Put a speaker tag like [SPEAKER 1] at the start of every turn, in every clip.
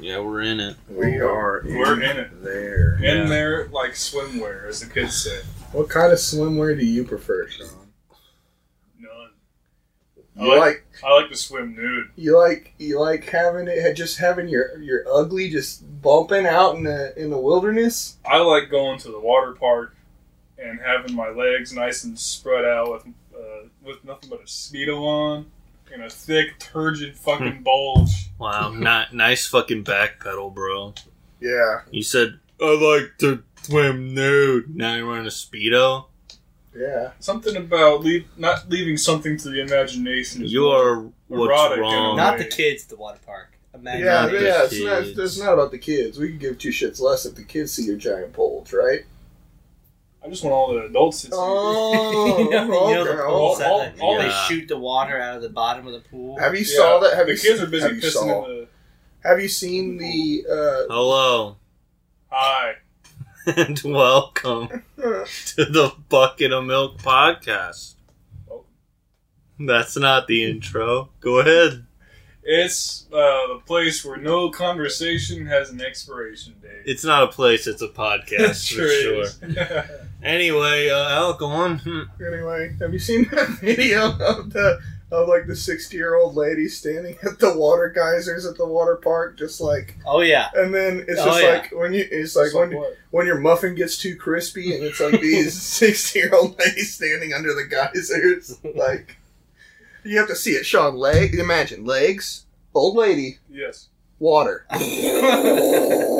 [SPEAKER 1] Yeah, we're in it.
[SPEAKER 2] We are in
[SPEAKER 3] We're in it.
[SPEAKER 2] there.
[SPEAKER 1] Yeah.
[SPEAKER 3] In there, like swimwear, as the kids say.
[SPEAKER 2] What kind of swimwear do you prefer, Sean?
[SPEAKER 3] None. I
[SPEAKER 2] You
[SPEAKER 3] like-
[SPEAKER 2] like
[SPEAKER 3] I like to swim nude.
[SPEAKER 2] you like you like having it just having your your ugly just bumping out in the in the wilderness?
[SPEAKER 3] I like going to the water park and having my legs nice and spread out with uh, with nothing but a speedo on and a thick turgid
[SPEAKER 1] Hmm.
[SPEAKER 3] fucking bulge.
[SPEAKER 1] Wow, not nice fucking backpedal, bro.
[SPEAKER 2] Yeah.
[SPEAKER 1] You said I like to swim nude. Now you're wearing a speedo.
[SPEAKER 2] Yeah.
[SPEAKER 3] Something about leave, not leaving something to the imagination. is
[SPEAKER 1] You are what's
[SPEAKER 3] Erotic,
[SPEAKER 1] wrong.
[SPEAKER 3] you know?
[SPEAKER 4] Not the kids at the water park. Imagine
[SPEAKER 2] yeah,
[SPEAKER 1] not the
[SPEAKER 2] yeah, it's not,
[SPEAKER 1] kids.
[SPEAKER 2] it's not about the kids. We can give two shits less if the kids see your giant bulge, right?
[SPEAKER 3] I just want all the adults to see.
[SPEAKER 2] Oh,
[SPEAKER 4] you know, you know the
[SPEAKER 2] okay.
[SPEAKER 4] pools that
[SPEAKER 3] all-
[SPEAKER 4] they-
[SPEAKER 3] all-
[SPEAKER 4] they
[SPEAKER 1] yeah.
[SPEAKER 4] shoot the water out of the bottom of the pool.
[SPEAKER 2] Have you
[SPEAKER 3] Yeah,
[SPEAKER 2] saw that? Have
[SPEAKER 3] the
[SPEAKER 2] you
[SPEAKER 3] kids
[SPEAKER 2] seen-
[SPEAKER 3] are
[SPEAKER 2] have
[SPEAKER 3] busy
[SPEAKER 2] you
[SPEAKER 3] pissing
[SPEAKER 2] saw-
[SPEAKER 3] in the
[SPEAKER 2] Have you seen the?
[SPEAKER 1] Hello
[SPEAKER 3] high.
[SPEAKER 1] and welcome
[SPEAKER 2] Uh,
[SPEAKER 1] to the Bucket of Milk podcast. Oh. That's not the intro. Go ahead.
[SPEAKER 3] It's uh, the place where no conversation has an expiration date.
[SPEAKER 1] It's not a place. It's a
[SPEAKER 3] It
[SPEAKER 1] podcast
[SPEAKER 3] sure
[SPEAKER 1] for sure.
[SPEAKER 3] is.
[SPEAKER 1] Anyway, uh, Al, go on. Hmm.
[SPEAKER 2] anyway, have you seen that video of the of like the sixty year old lady standing at the water geysers at the water park, just like,
[SPEAKER 4] Oh yeah,
[SPEAKER 2] and then it's
[SPEAKER 4] Oh,
[SPEAKER 2] just
[SPEAKER 4] yeah.
[SPEAKER 2] like when you it's like
[SPEAKER 3] It's
[SPEAKER 2] when
[SPEAKER 3] like what?
[SPEAKER 2] when your muffin gets too crispy and it's like these 60 year old ladies standing under the geysers. Like, you have to see it, Sean. Leg, imagine legs, old lady,
[SPEAKER 3] Yes.
[SPEAKER 2] water.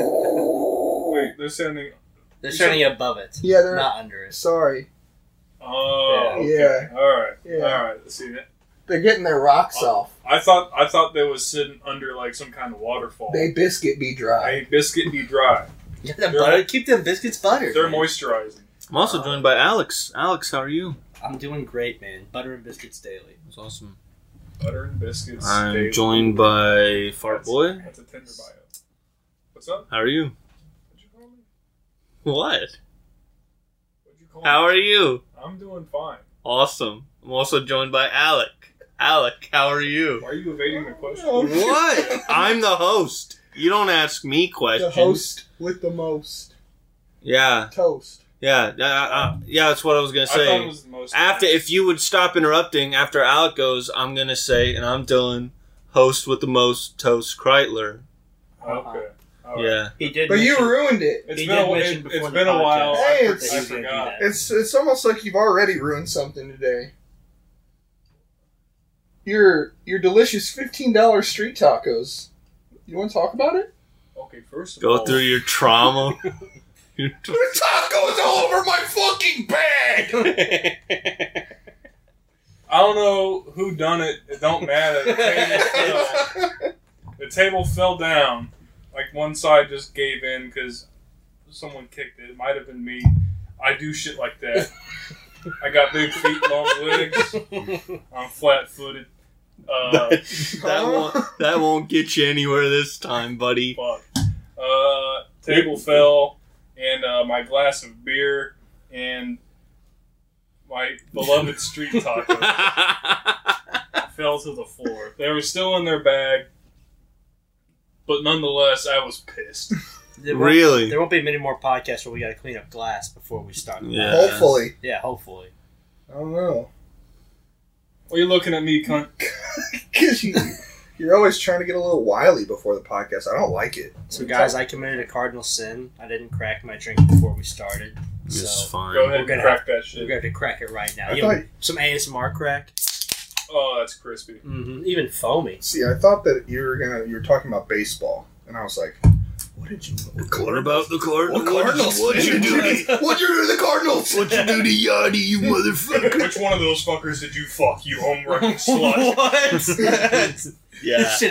[SPEAKER 3] Wait, they're sending.
[SPEAKER 4] they're turning above it,
[SPEAKER 2] Yeah, they're
[SPEAKER 4] not under it.
[SPEAKER 2] sorry.
[SPEAKER 3] Oh,
[SPEAKER 2] Yeah.
[SPEAKER 3] okay.
[SPEAKER 2] Yeah.
[SPEAKER 3] All right.
[SPEAKER 2] Yeah.
[SPEAKER 3] All right. Let's see that.
[SPEAKER 2] They're getting their rocks
[SPEAKER 4] Uh,
[SPEAKER 3] Oh.
[SPEAKER 2] off.
[SPEAKER 3] I thought I thought they was sitting under like some kind of waterfall.
[SPEAKER 2] They biscuit be dry.
[SPEAKER 3] I biscuit be dry.
[SPEAKER 4] Get them
[SPEAKER 3] They're-
[SPEAKER 4] buttered. Keep them biscuits buttered.
[SPEAKER 3] They're
[SPEAKER 4] man.
[SPEAKER 3] moisturizing.
[SPEAKER 1] I'm also joined by Alex. Alex, how are you?
[SPEAKER 4] I'm doing great, man. Butter and biscuits daily.
[SPEAKER 1] That's awesome.
[SPEAKER 3] Butter and biscuits.
[SPEAKER 1] I'm
[SPEAKER 3] daily.
[SPEAKER 1] joined by Fart
[SPEAKER 3] That's-
[SPEAKER 1] Boy.
[SPEAKER 3] That's a Tinder bio. What's up?
[SPEAKER 1] How are you?
[SPEAKER 3] What'd you call me?
[SPEAKER 1] What?
[SPEAKER 3] What'd you call
[SPEAKER 1] How
[SPEAKER 3] me?
[SPEAKER 1] are you?
[SPEAKER 3] I'm doing fine.
[SPEAKER 1] Awesome. I'm also joined by Alec. Alec, how are you?
[SPEAKER 3] Why are you evading the question?
[SPEAKER 2] Oh.
[SPEAKER 1] What? I'm the host. You don't ask me
[SPEAKER 2] The
[SPEAKER 1] questions.
[SPEAKER 2] host with the most
[SPEAKER 1] Yeah,
[SPEAKER 2] toast.
[SPEAKER 1] yeah, yeah, uh, yeah. That's what I was gonna
[SPEAKER 3] I thought
[SPEAKER 1] say.
[SPEAKER 3] it was the most.
[SPEAKER 1] after, if you would stop interrupting after Alec goes, I'm gonna say, and I'm Dylan, host with the most, Toast Kreitler.
[SPEAKER 3] Okay. All right.
[SPEAKER 1] Yeah,
[SPEAKER 4] He did.
[SPEAKER 2] But you
[SPEAKER 4] mention-
[SPEAKER 2] ruined it.
[SPEAKER 3] It's
[SPEAKER 4] He
[SPEAKER 3] been
[SPEAKER 4] did
[SPEAKER 3] a,
[SPEAKER 4] mention
[SPEAKER 3] it,
[SPEAKER 4] before
[SPEAKER 3] it's
[SPEAKER 4] the
[SPEAKER 3] been a
[SPEAKER 4] podcast
[SPEAKER 3] while. I-
[SPEAKER 2] Hey,
[SPEAKER 3] I,
[SPEAKER 2] it's-
[SPEAKER 4] that he was gonna do
[SPEAKER 3] forgot.
[SPEAKER 4] that.
[SPEAKER 2] It's it's almost like you've already ruined something today. Your your delicious fifteen dollar street tacos. You want to talk about it?
[SPEAKER 3] Okay, first of
[SPEAKER 1] go
[SPEAKER 3] all,
[SPEAKER 1] through your trauma. Your tra-
[SPEAKER 2] tacos all over my fucking bag.
[SPEAKER 3] I don't know who done it. It don't matter. The table, fell. the table fell down. Like one side just gave in because someone kicked it. It might have been me. I do shit like that. I got big feet, long legs. I'm flat footed. Uh,
[SPEAKER 1] that won't that won't get you anywhere this time, buddy.
[SPEAKER 3] fuck. Uh, table fell, and uh, my glass of beer, and my beloved street tacos. fell to the floor. They were still in their bag, but nonetheless, I was pissed.
[SPEAKER 4] There won't-
[SPEAKER 1] really?
[SPEAKER 4] There won't be many more podcasts where we got to clean up glass before we start.
[SPEAKER 1] Yeah.
[SPEAKER 2] Hopefully,
[SPEAKER 4] Yeah, hopefully.
[SPEAKER 2] I don't know.
[SPEAKER 3] What are you looking at me, cunt?
[SPEAKER 2] Cause you you're always trying to get a little wily before the podcast. I don't like it.
[SPEAKER 4] So, guys, I committed a cardinal sin. I didn't crack my drink before we started.
[SPEAKER 1] It's
[SPEAKER 4] So,
[SPEAKER 1] fine.
[SPEAKER 3] Go ahead
[SPEAKER 4] We're
[SPEAKER 3] and
[SPEAKER 4] gonna
[SPEAKER 3] crack that
[SPEAKER 4] we're
[SPEAKER 3] shit.
[SPEAKER 4] going to crack it right now.
[SPEAKER 2] I
[SPEAKER 4] You know,
[SPEAKER 2] thought-
[SPEAKER 4] some ASMR crack.
[SPEAKER 3] Oh, that's crispy.
[SPEAKER 4] hmm Even foamy.
[SPEAKER 2] See, I thought that you were gonna you were talking about baseball, and I was like, what did you?
[SPEAKER 1] What about the Cardinals? What'd you do? to-
[SPEAKER 2] What'd you do to the Cardinals?
[SPEAKER 1] What'd you do to Yachty, you motherfucker?
[SPEAKER 3] Which one of those fuckers did you fuck, you homewrecking slut?
[SPEAKER 4] This shit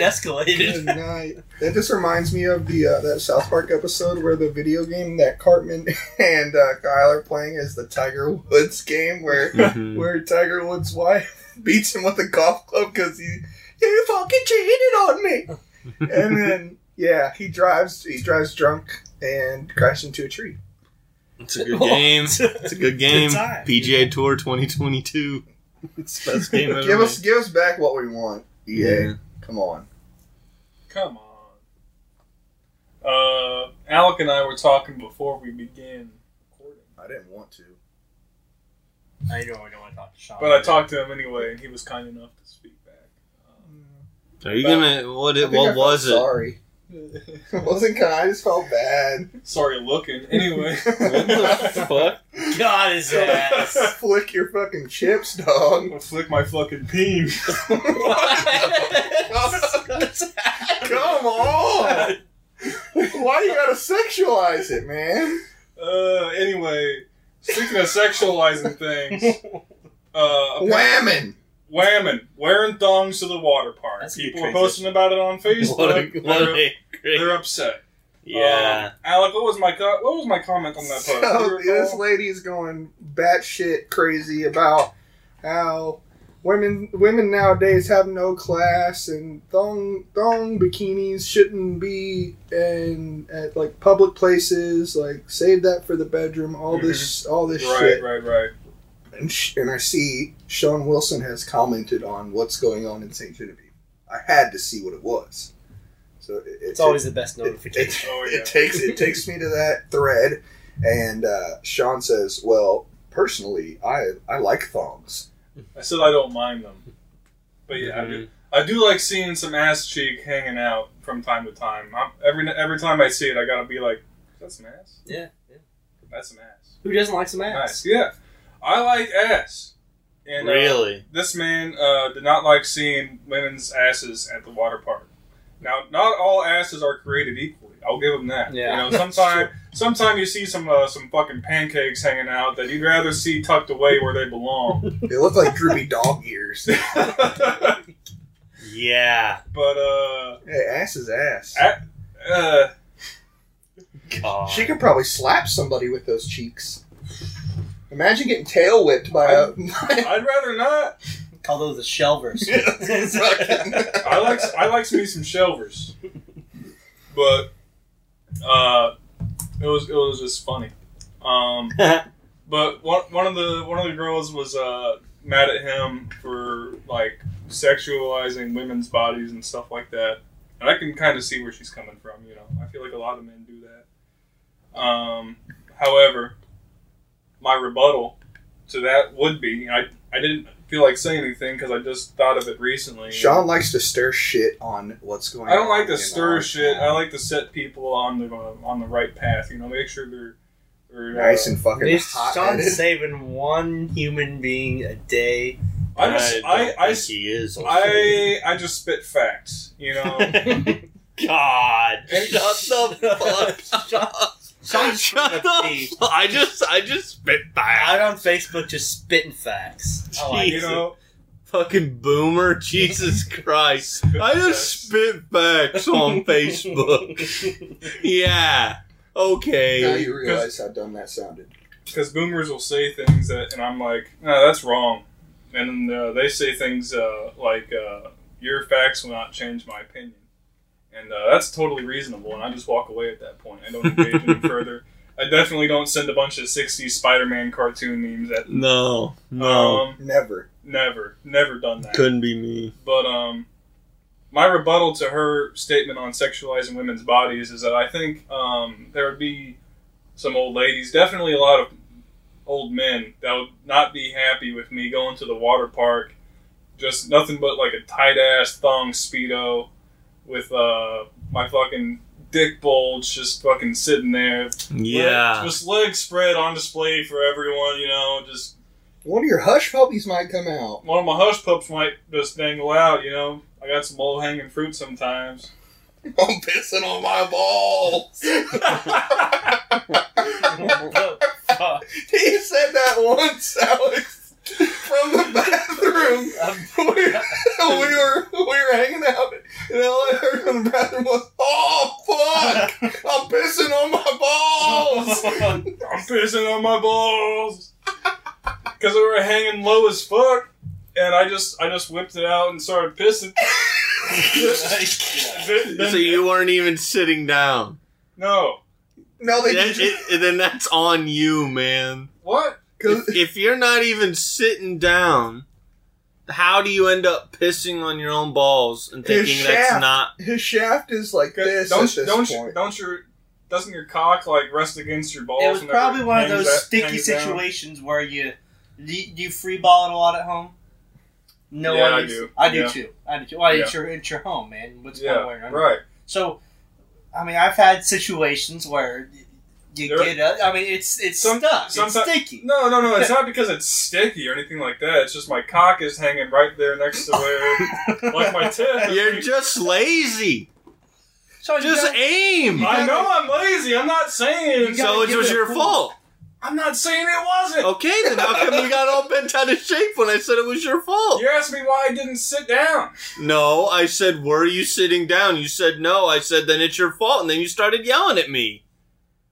[SPEAKER 2] Good
[SPEAKER 4] escalated.
[SPEAKER 2] night. That just reminds me of the uh, that South Park episode where the video game that Cartman and uh, Kyle are playing is the Tiger Woods game, where
[SPEAKER 1] Mhm.
[SPEAKER 2] where Tiger Woods' wife beats him with a golf club because he you fucking cheated on me. and then yeah, he drives he drives drunk and crashes into a tree.
[SPEAKER 1] It's a good game. It's a good game.
[SPEAKER 4] time.
[SPEAKER 1] PGA Tour 2022. It's the best game ever.
[SPEAKER 2] E Give us give us back what we want. EA,
[SPEAKER 1] Yeah.
[SPEAKER 2] come on.
[SPEAKER 3] Come on. Uh, Alec and I were talking before we began recording,
[SPEAKER 2] I didn't want to.
[SPEAKER 4] I don't, I don't want to talk to Sean.
[SPEAKER 3] but I talked to him anyway, and he was kind enough to speak back. Um,
[SPEAKER 1] Are you gonna
[SPEAKER 2] I
[SPEAKER 1] what? It,
[SPEAKER 2] think I
[SPEAKER 1] what
[SPEAKER 2] felt
[SPEAKER 1] was it?
[SPEAKER 2] Sorry. it wasn't kind. I just felt bad.
[SPEAKER 3] Um, sorry, looking anyway.
[SPEAKER 1] What the fuck?
[SPEAKER 4] God his ass.
[SPEAKER 2] Flick your fucking chips, dog.
[SPEAKER 3] I'm gonna flick my fucking peen.
[SPEAKER 2] Come on. Why you gotta sexualize it, man?
[SPEAKER 3] Uh, anyway, speaking of sexualizing things, uh,
[SPEAKER 2] Whamming.
[SPEAKER 3] whamming, wearing thongs to the water park.
[SPEAKER 4] That's a good
[SPEAKER 3] People were
[SPEAKER 4] transition.
[SPEAKER 3] posting about it on Facebook.
[SPEAKER 1] What a, what
[SPEAKER 3] they're,
[SPEAKER 1] a great,
[SPEAKER 3] they're upset.
[SPEAKER 1] yeah.
[SPEAKER 3] Um, Alec, what was my co- what was my comment on that post? Do you
[SPEAKER 2] So, this
[SPEAKER 3] recall?
[SPEAKER 2] lady is going batshit crazy about how women women nowadays have no class and thong thong bikinis shouldn't be in at like public places. Like save that for the bedroom. All this all this shit.
[SPEAKER 3] Right, right, right.
[SPEAKER 2] and, sh- and I see Sean Wilson has commented on what's going on in St. Genevieve. I had to see what it was. So it, it-
[SPEAKER 4] Oh, It's always
[SPEAKER 2] it,
[SPEAKER 4] the best
[SPEAKER 2] it,
[SPEAKER 4] notification.
[SPEAKER 2] it,
[SPEAKER 3] Oh,
[SPEAKER 2] it
[SPEAKER 3] yeah.
[SPEAKER 2] takes it takes me to that thread, and uh, Sean says, "Well, personally, I I like thongs."
[SPEAKER 3] I said I don't mind them, but yeah, I,
[SPEAKER 2] Mm-hmm.
[SPEAKER 3] do, I do like seeing some ass cheek hanging out from time to time. I'm, every every time I see it, I gotta be like, that's an ass.
[SPEAKER 4] Yeah, yeah.
[SPEAKER 3] That's an ass.
[SPEAKER 4] Who doesn't like some
[SPEAKER 3] Nice.
[SPEAKER 4] ass?
[SPEAKER 3] Yeah, I like ass. And, uh,
[SPEAKER 1] really?
[SPEAKER 3] this man uh, did not like seeing women's asses at the water park. Now, not all asses are created equally. I'll give him that.
[SPEAKER 4] Yeah.
[SPEAKER 3] You know, sometime, sometime you see some uh, some fucking pancakes hanging out that you'd rather see tucked away where they belong.
[SPEAKER 2] They look like droopy dog ears.
[SPEAKER 3] but
[SPEAKER 1] Yeah.
[SPEAKER 3] uh,
[SPEAKER 2] Hey, ass is ass.
[SPEAKER 3] I- uh,
[SPEAKER 1] God.
[SPEAKER 2] She could probably slap somebody with those cheeks. Imagine getting tail whipped by a.
[SPEAKER 3] I'd rather not.
[SPEAKER 4] Call those the shelvers.
[SPEAKER 3] I like I like me some shelvers, but uh, it was it was just funny. Um, But one, one of the one of the girls was uh, mad at him for like sexualizing women's bodies and stuff like that, and I can kind of see where she's coming from. You know, I feel like a lot of men do that. Um, however, my rebuttal to that would be I I didn't feel like saying anything because I just thought of it recently.
[SPEAKER 2] Sean likes to stir shit on what's going on.
[SPEAKER 3] I don't like to
[SPEAKER 2] in
[SPEAKER 3] stir
[SPEAKER 2] our
[SPEAKER 3] shit.
[SPEAKER 2] town.
[SPEAKER 3] I like to set people on the on the right path. You know, make sure they're, they're uh,
[SPEAKER 2] nice and fucking
[SPEAKER 4] He's-
[SPEAKER 2] hot.
[SPEAKER 4] Sean's saving one human being a day.
[SPEAKER 3] I just
[SPEAKER 1] don't
[SPEAKER 3] I, I
[SPEAKER 1] think he is.
[SPEAKER 3] I um, I just spit facts, you know.
[SPEAKER 1] God.
[SPEAKER 3] And-
[SPEAKER 1] Shut the fuck. up.
[SPEAKER 4] Sean's
[SPEAKER 1] Shut
[SPEAKER 4] pretty
[SPEAKER 1] the.
[SPEAKER 4] upbeat.
[SPEAKER 1] fu- I just I just spit back.
[SPEAKER 4] out on Facebook just spitting facts. I like
[SPEAKER 3] you
[SPEAKER 4] it.
[SPEAKER 3] Oh, know,
[SPEAKER 1] Fucking boomer. Jesus Christ. I just spit facts on Facebook. yeah.
[SPEAKER 2] Now
[SPEAKER 1] Okay.
[SPEAKER 2] you realize how dumb that sounded.
[SPEAKER 3] because boomers will say things that, and I'm like, no, that's wrong. And uh, they say things uh, like, uh, your facts will not change my opinion. And uh, that's totally reasonable, and I just walk away at that point. I don't engage any further. I definitely don't send a bunch of 60s Spider Man cartoon memes at.
[SPEAKER 1] No. No.
[SPEAKER 3] Um,
[SPEAKER 2] Never.
[SPEAKER 3] never, never done that.
[SPEAKER 1] Couldn't be me.
[SPEAKER 3] But um, my rebuttal to her statement on sexualizing women's bodies is that I think um, there would be some old ladies, definitely a lot of old men that would not be happy with me going to the water park, just nothing but like a tight ass thong speedo with uh, my fucking dick bulge just fucking sitting there.
[SPEAKER 1] Yeah.
[SPEAKER 3] Just legs spread on display for everyone, you know, just
[SPEAKER 2] One of your hush puppies might come out.
[SPEAKER 3] one of my hush pups might just dangle out, you know. I got some low hanging fruit sometimes.
[SPEAKER 2] I'm pissing on my balls.
[SPEAKER 4] Fuck.
[SPEAKER 2] he said that once, Alex, from the bathroom.
[SPEAKER 4] I'm-
[SPEAKER 2] we, we were we were hanging out, and all I heard from the bathroom was, "Oh fuck, I'm pissing on my balls."
[SPEAKER 3] I'm pissing on my balls because they were hanging low as fuck, and I just I just whipped it out and started pissing. Then- then-
[SPEAKER 1] So you weren't even sitting down.
[SPEAKER 3] no
[SPEAKER 2] No, they
[SPEAKER 1] That-
[SPEAKER 2] did.
[SPEAKER 1] it- then that's on you, man.
[SPEAKER 3] what?
[SPEAKER 2] Cause
[SPEAKER 1] If, if you're not even sitting down, how do you end up pissing on your own balls and
[SPEAKER 2] His
[SPEAKER 1] thinking that's
[SPEAKER 2] shaft.
[SPEAKER 1] not?
[SPEAKER 2] His shaft is like this
[SPEAKER 3] Don't
[SPEAKER 2] at this
[SPEAKER 3] don't
[SPEAKER 2] point.
[SPEAKER 3] don't your doesn't your cock like rest against your balls?
[SPEAKER 4] It was
[SPEAKER 3] and
[SPEAKER 4] probably
[SPEAKER 3] everything
[SPEAKER 4] one of
[SPEAKER 3] hangs
[SPEAKER 4] those
[SPEAKER 3] that-
[SPEAKER 4] sticky
[SPEAKER 3] hangs down?
[SPEAKER 4] situations where you do, you do you free ball it a lot at home. No
[SPEAKER 3] Yeah,
[SPEAKER 4] one.
[SPEAKER 3] I
[SPEAKER 4] needs-
[SPEAKER 3] do.
[SPEAKER 4] I do
[SPEAKER 3] Yeah.
[SPEAKER 4] too. I do too. Well,
[SPEAKER 3] Yeah.
[SPEAKER 4] it's your it's your home, man. What's
[SPEAKER 3] Yeah,
[SPEAKER 4] going on?
[SPEAKER 3] right.
[SPEAKER 4] So, I mean, I've had situations where y- you
[SPEAKER 3] There-
[SPEAKER 4] get up. I mean, it's it's
[SPEAKER 3] Some-
[SPEAKER 4] stuck. It's
[SPEAKER 3] sometimes-
[SPEAKER 4] sticky.
[SPEAKER 3] No, no, no. It's not because it's sticky or anything like that. It's just my cock is hanging right there next to where, like my tip.
[SPEAKER 1] You're just lazy.
[SPEAKER 4] so you
[SPEAKER 1] Just
[SPEAKER 4] gotta-
[SPEAKER 1] aim.
[SPEAKER 3] I know I'm lazy. I'm not saying.
[SPEAKER 4] gotta
[SPEAKER 1] So it
[SPEAKER 4] give
[SPEAKER 1] was
[SPEAKER 4] it a
[SPEAKER 1] your
[SPEAKER 4] pull.
[SPEAKER 1] fault.
[SPEAKER 3] I'm not saying it wasn't.
[SPEAKER 4] Oh.
[SPEAKER 1] Okay, then how come you got all bent out of shape when I said it was your fault?
[SPEAKER 3] You asked me why I didn't sit down.
[SPEAKER 1] No, I said, were you sitting down? You said no. I said, then it's your fault, and then you started yelling at me.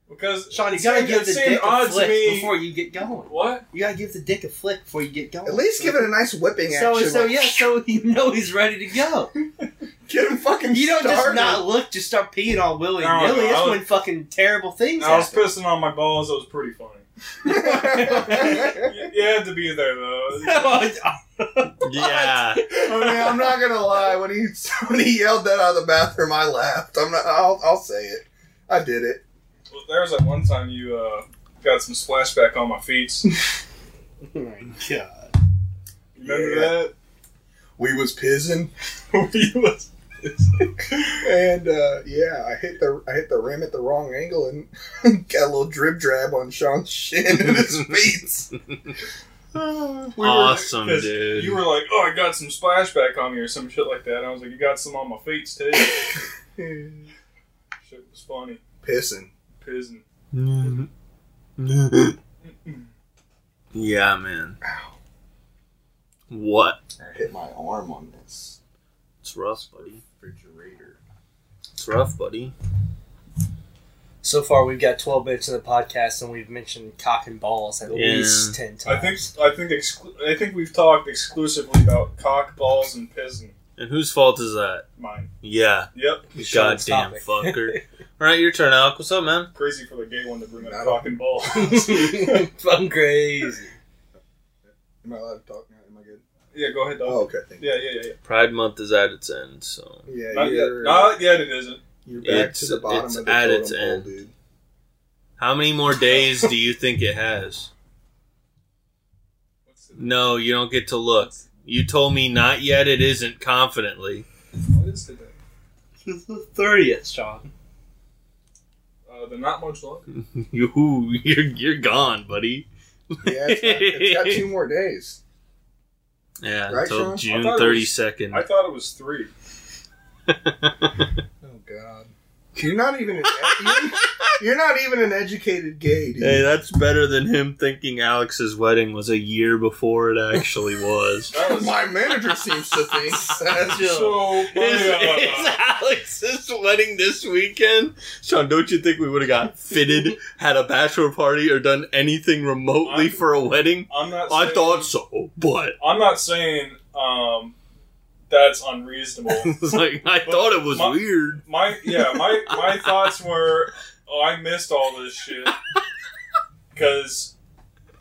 [SPEAKER 3] Because
[SPEAKER 4] Sean, you
[SPEAKER 3] it
[SPEAKER 4] gotta
[SPEAKER 3] seemed-
[SPEAKER 4] give
[SPEAKER 3] it
[SPEAKER 4] the
[SPEAKER 3] seemed
[SPEAKER 4] dick a
[SPEAKER 3] odd to
[SPEAKER 4] flick
[SPEAKER 3] me-
[SPEAKER 4] before you get going.
[SPEAKER 3] What?
[SPEAKER 4] You gotta give the dick a flick before you get going.
[SPEAKER 2] At least give it a nice whipping
[SPEAKER 4] so
[SPEAKER 2] action.
[SPEAKER 4] so
[SPEAKER 2] like,
[SPEAKER 4] yeah, so you know he's ready to go.
[SPEAKER 2] Get him fucking
[SPEAKER 4] You don't just
[SPEAKER 2] started.
[SPEAKER 4] not look, just start peeing all willy
[SPEAKER 3] No,
[SPEAKER 4] nilly.
[SPEAKER 3] I
[SPEAKER 4] That's
[SPEAKER 3] was-
[SPEAKER 4] when fucking terrible things
[SPEAKER 3] I was
[SPEAKER 4] happen.
[SPEAKER 3] pissing on my balls. That was pretty funny.
[SPEAKER 2] I
[SPEAKER 3] You, you had to be there though.
[SPEAKER 1] Yeah.
[SPEAKER 4] Oh
[SPEAKER 2] mean, I'm not gonna lie. When he when he yelled that out of the bathroom, I laughed. I'm not. I'll, I'll say it. I did it.
[SPEAKER 3] Well, there was that one time you uh, got some splashback on my feet.
[SPEAKER 4] oh my god.
[SPEAKER 3] Remember
[SPEAKER 2] Yeah. We was pissing,
[SPEAKER 3] that? You was-
[SPEAKER 2] and uh, yeah, I hit the I hit the rim at the wrong angle and got a little drip drab on Sean's shin and his feet. Uh, we were-
[SPEAKER 1] awesome,
[SPEAKER 3] 'Cause
[SPEAKER 1] dude.
[SPEAKER 3] You were like, "Oh, I got some splashback on me" or some shit like that. And I was like, "You got some on my feet too." shit was funny.
[SPEAKER 2] pissing.
[SPEAKER 3] Pissing.
[SPEAKER 1] yeah, man. What?
[SPEAKER 2] I hit my arm on this
[SPEAKER 1] It's rough, buddy.
[SPEAKER 2] refrigerator.
[SPEAKER 1] It's rough, buddy.
[SPEAKER 4] So far, we've got 12 minutes in the podcast, and we've mentioned cock and balls at
[SPEAKER 1] Yeah.
[SPEAKER 4] least 10 times.
[SPEAKER 3] I think I think exclu- I think we've talked exclusively about cock balls and pissing.
[SPEAKER 1] And whose fault is that?
[SPEAKER 3] Mine.
[SPEAKER 1] Yeah,
[SPEAKER 3] Yep.
[SPEAKER 1] you
[SPEAKER 4] Sean's
[SPEAKER 1] goddamn
[SPEAKER 4] topic.
[SPEAKER 1] fucker. All right, your turn, Alec. What's up, man?
[SPEAKER 3] Crazy for the gay one to bring up
[SPEAKER 2] Not
[SPEAKER 3] cock and balls.
[SPEAKER 4] I'm crazy.
[SPEAKER 2] Am I allowed to talk now? Am I good?
[SPEAKER 3] yeah, go ahead, dog.
[SPEAKER 2] Oh, okay. Thank you.
[SPEAKER 3] Yeah, yeah, yeah.
[SPEAKER 1] Pride Month is at its end, so
[SPEAKER 2] Yeah,
[SPEAKER 3] yeah. Not yet.
[SPEAKER 2] you're,
[SPEAKER 3] Not yet. It isn't.
[SPEAKER 2] you're back to
[SPEAKER 1] It's-
[SPEAKER 2] the bottom
[SPEAKER 1] it's
[SPEAKER 2] of the
[SPEAKER 1] at
[SPEAKER 2] totem
[SPEAKER 1] its
[SPEAKER 2] pole,
[SPEAKER 1] end.
[SPEAKER 2] dude.
[SPEAKER 1] how many more days do you think it has?
[SPEAKER 3] What's the,
[SPEAKER 1] No, you don't get to look. You told me not yet. It isn't confidently.
[SPEAKER 3] what is today?
[SPEAKER 4] It's the 30th, Sean.
[SPEAKER 3] Uh, the not much longer.
[SPEAKER 1] You, you're you're gone, buddy.
[SPEAKER 2] Yeah, it's got, it's got two more days.
[SPEAKER 1] Yeah,
[SPEAKER 2] Right,
[SPEAKER 1] until
[SPEAKER 2] Sean?
[SPEAKER 1] June
[SPEAKER 3] I thought it
[SPEAKER 1] thirty
[SPEAKER 3] was-
[SPEAKER 1] second.
[SPEAKER 3] I thought it was three.
[SPEAKER 2] Oh God, you're not even an ed- you're not even an educated gay dude.
[SPEAKER 1] Hey, that's better than him thinking Alex's wedding was a year before it actually was.
[SPEAKER 3] That was
[SPEAKER 2] My manager seems to think that's
[SPEAKER 4] Chill.
[SPEAKER 3] so funny.
[SPEAKER 1] Is, is Alex's wedding this weekend? Sean, don't you think we would have got fitted, had a bachelor party, or done anything remotely
[SPEAKER 3] I-
[SPEAKER 1] for a wedding?
[SPEAKER 3] I'm not.
[SPEAKER 1] I
[SPEAKER 3] saying-
[SPEAKER 1] thought so, but
[SPEAKER 3] I'm not saying um, that's unreasonable.
[SPEAKER 1] it's like I thought it was
[SPEAKER 3] My-
[SPEAKER 1] weird.
[SPEAKER 3] my yeah, my my thoughts were, oh, I missed all this shit because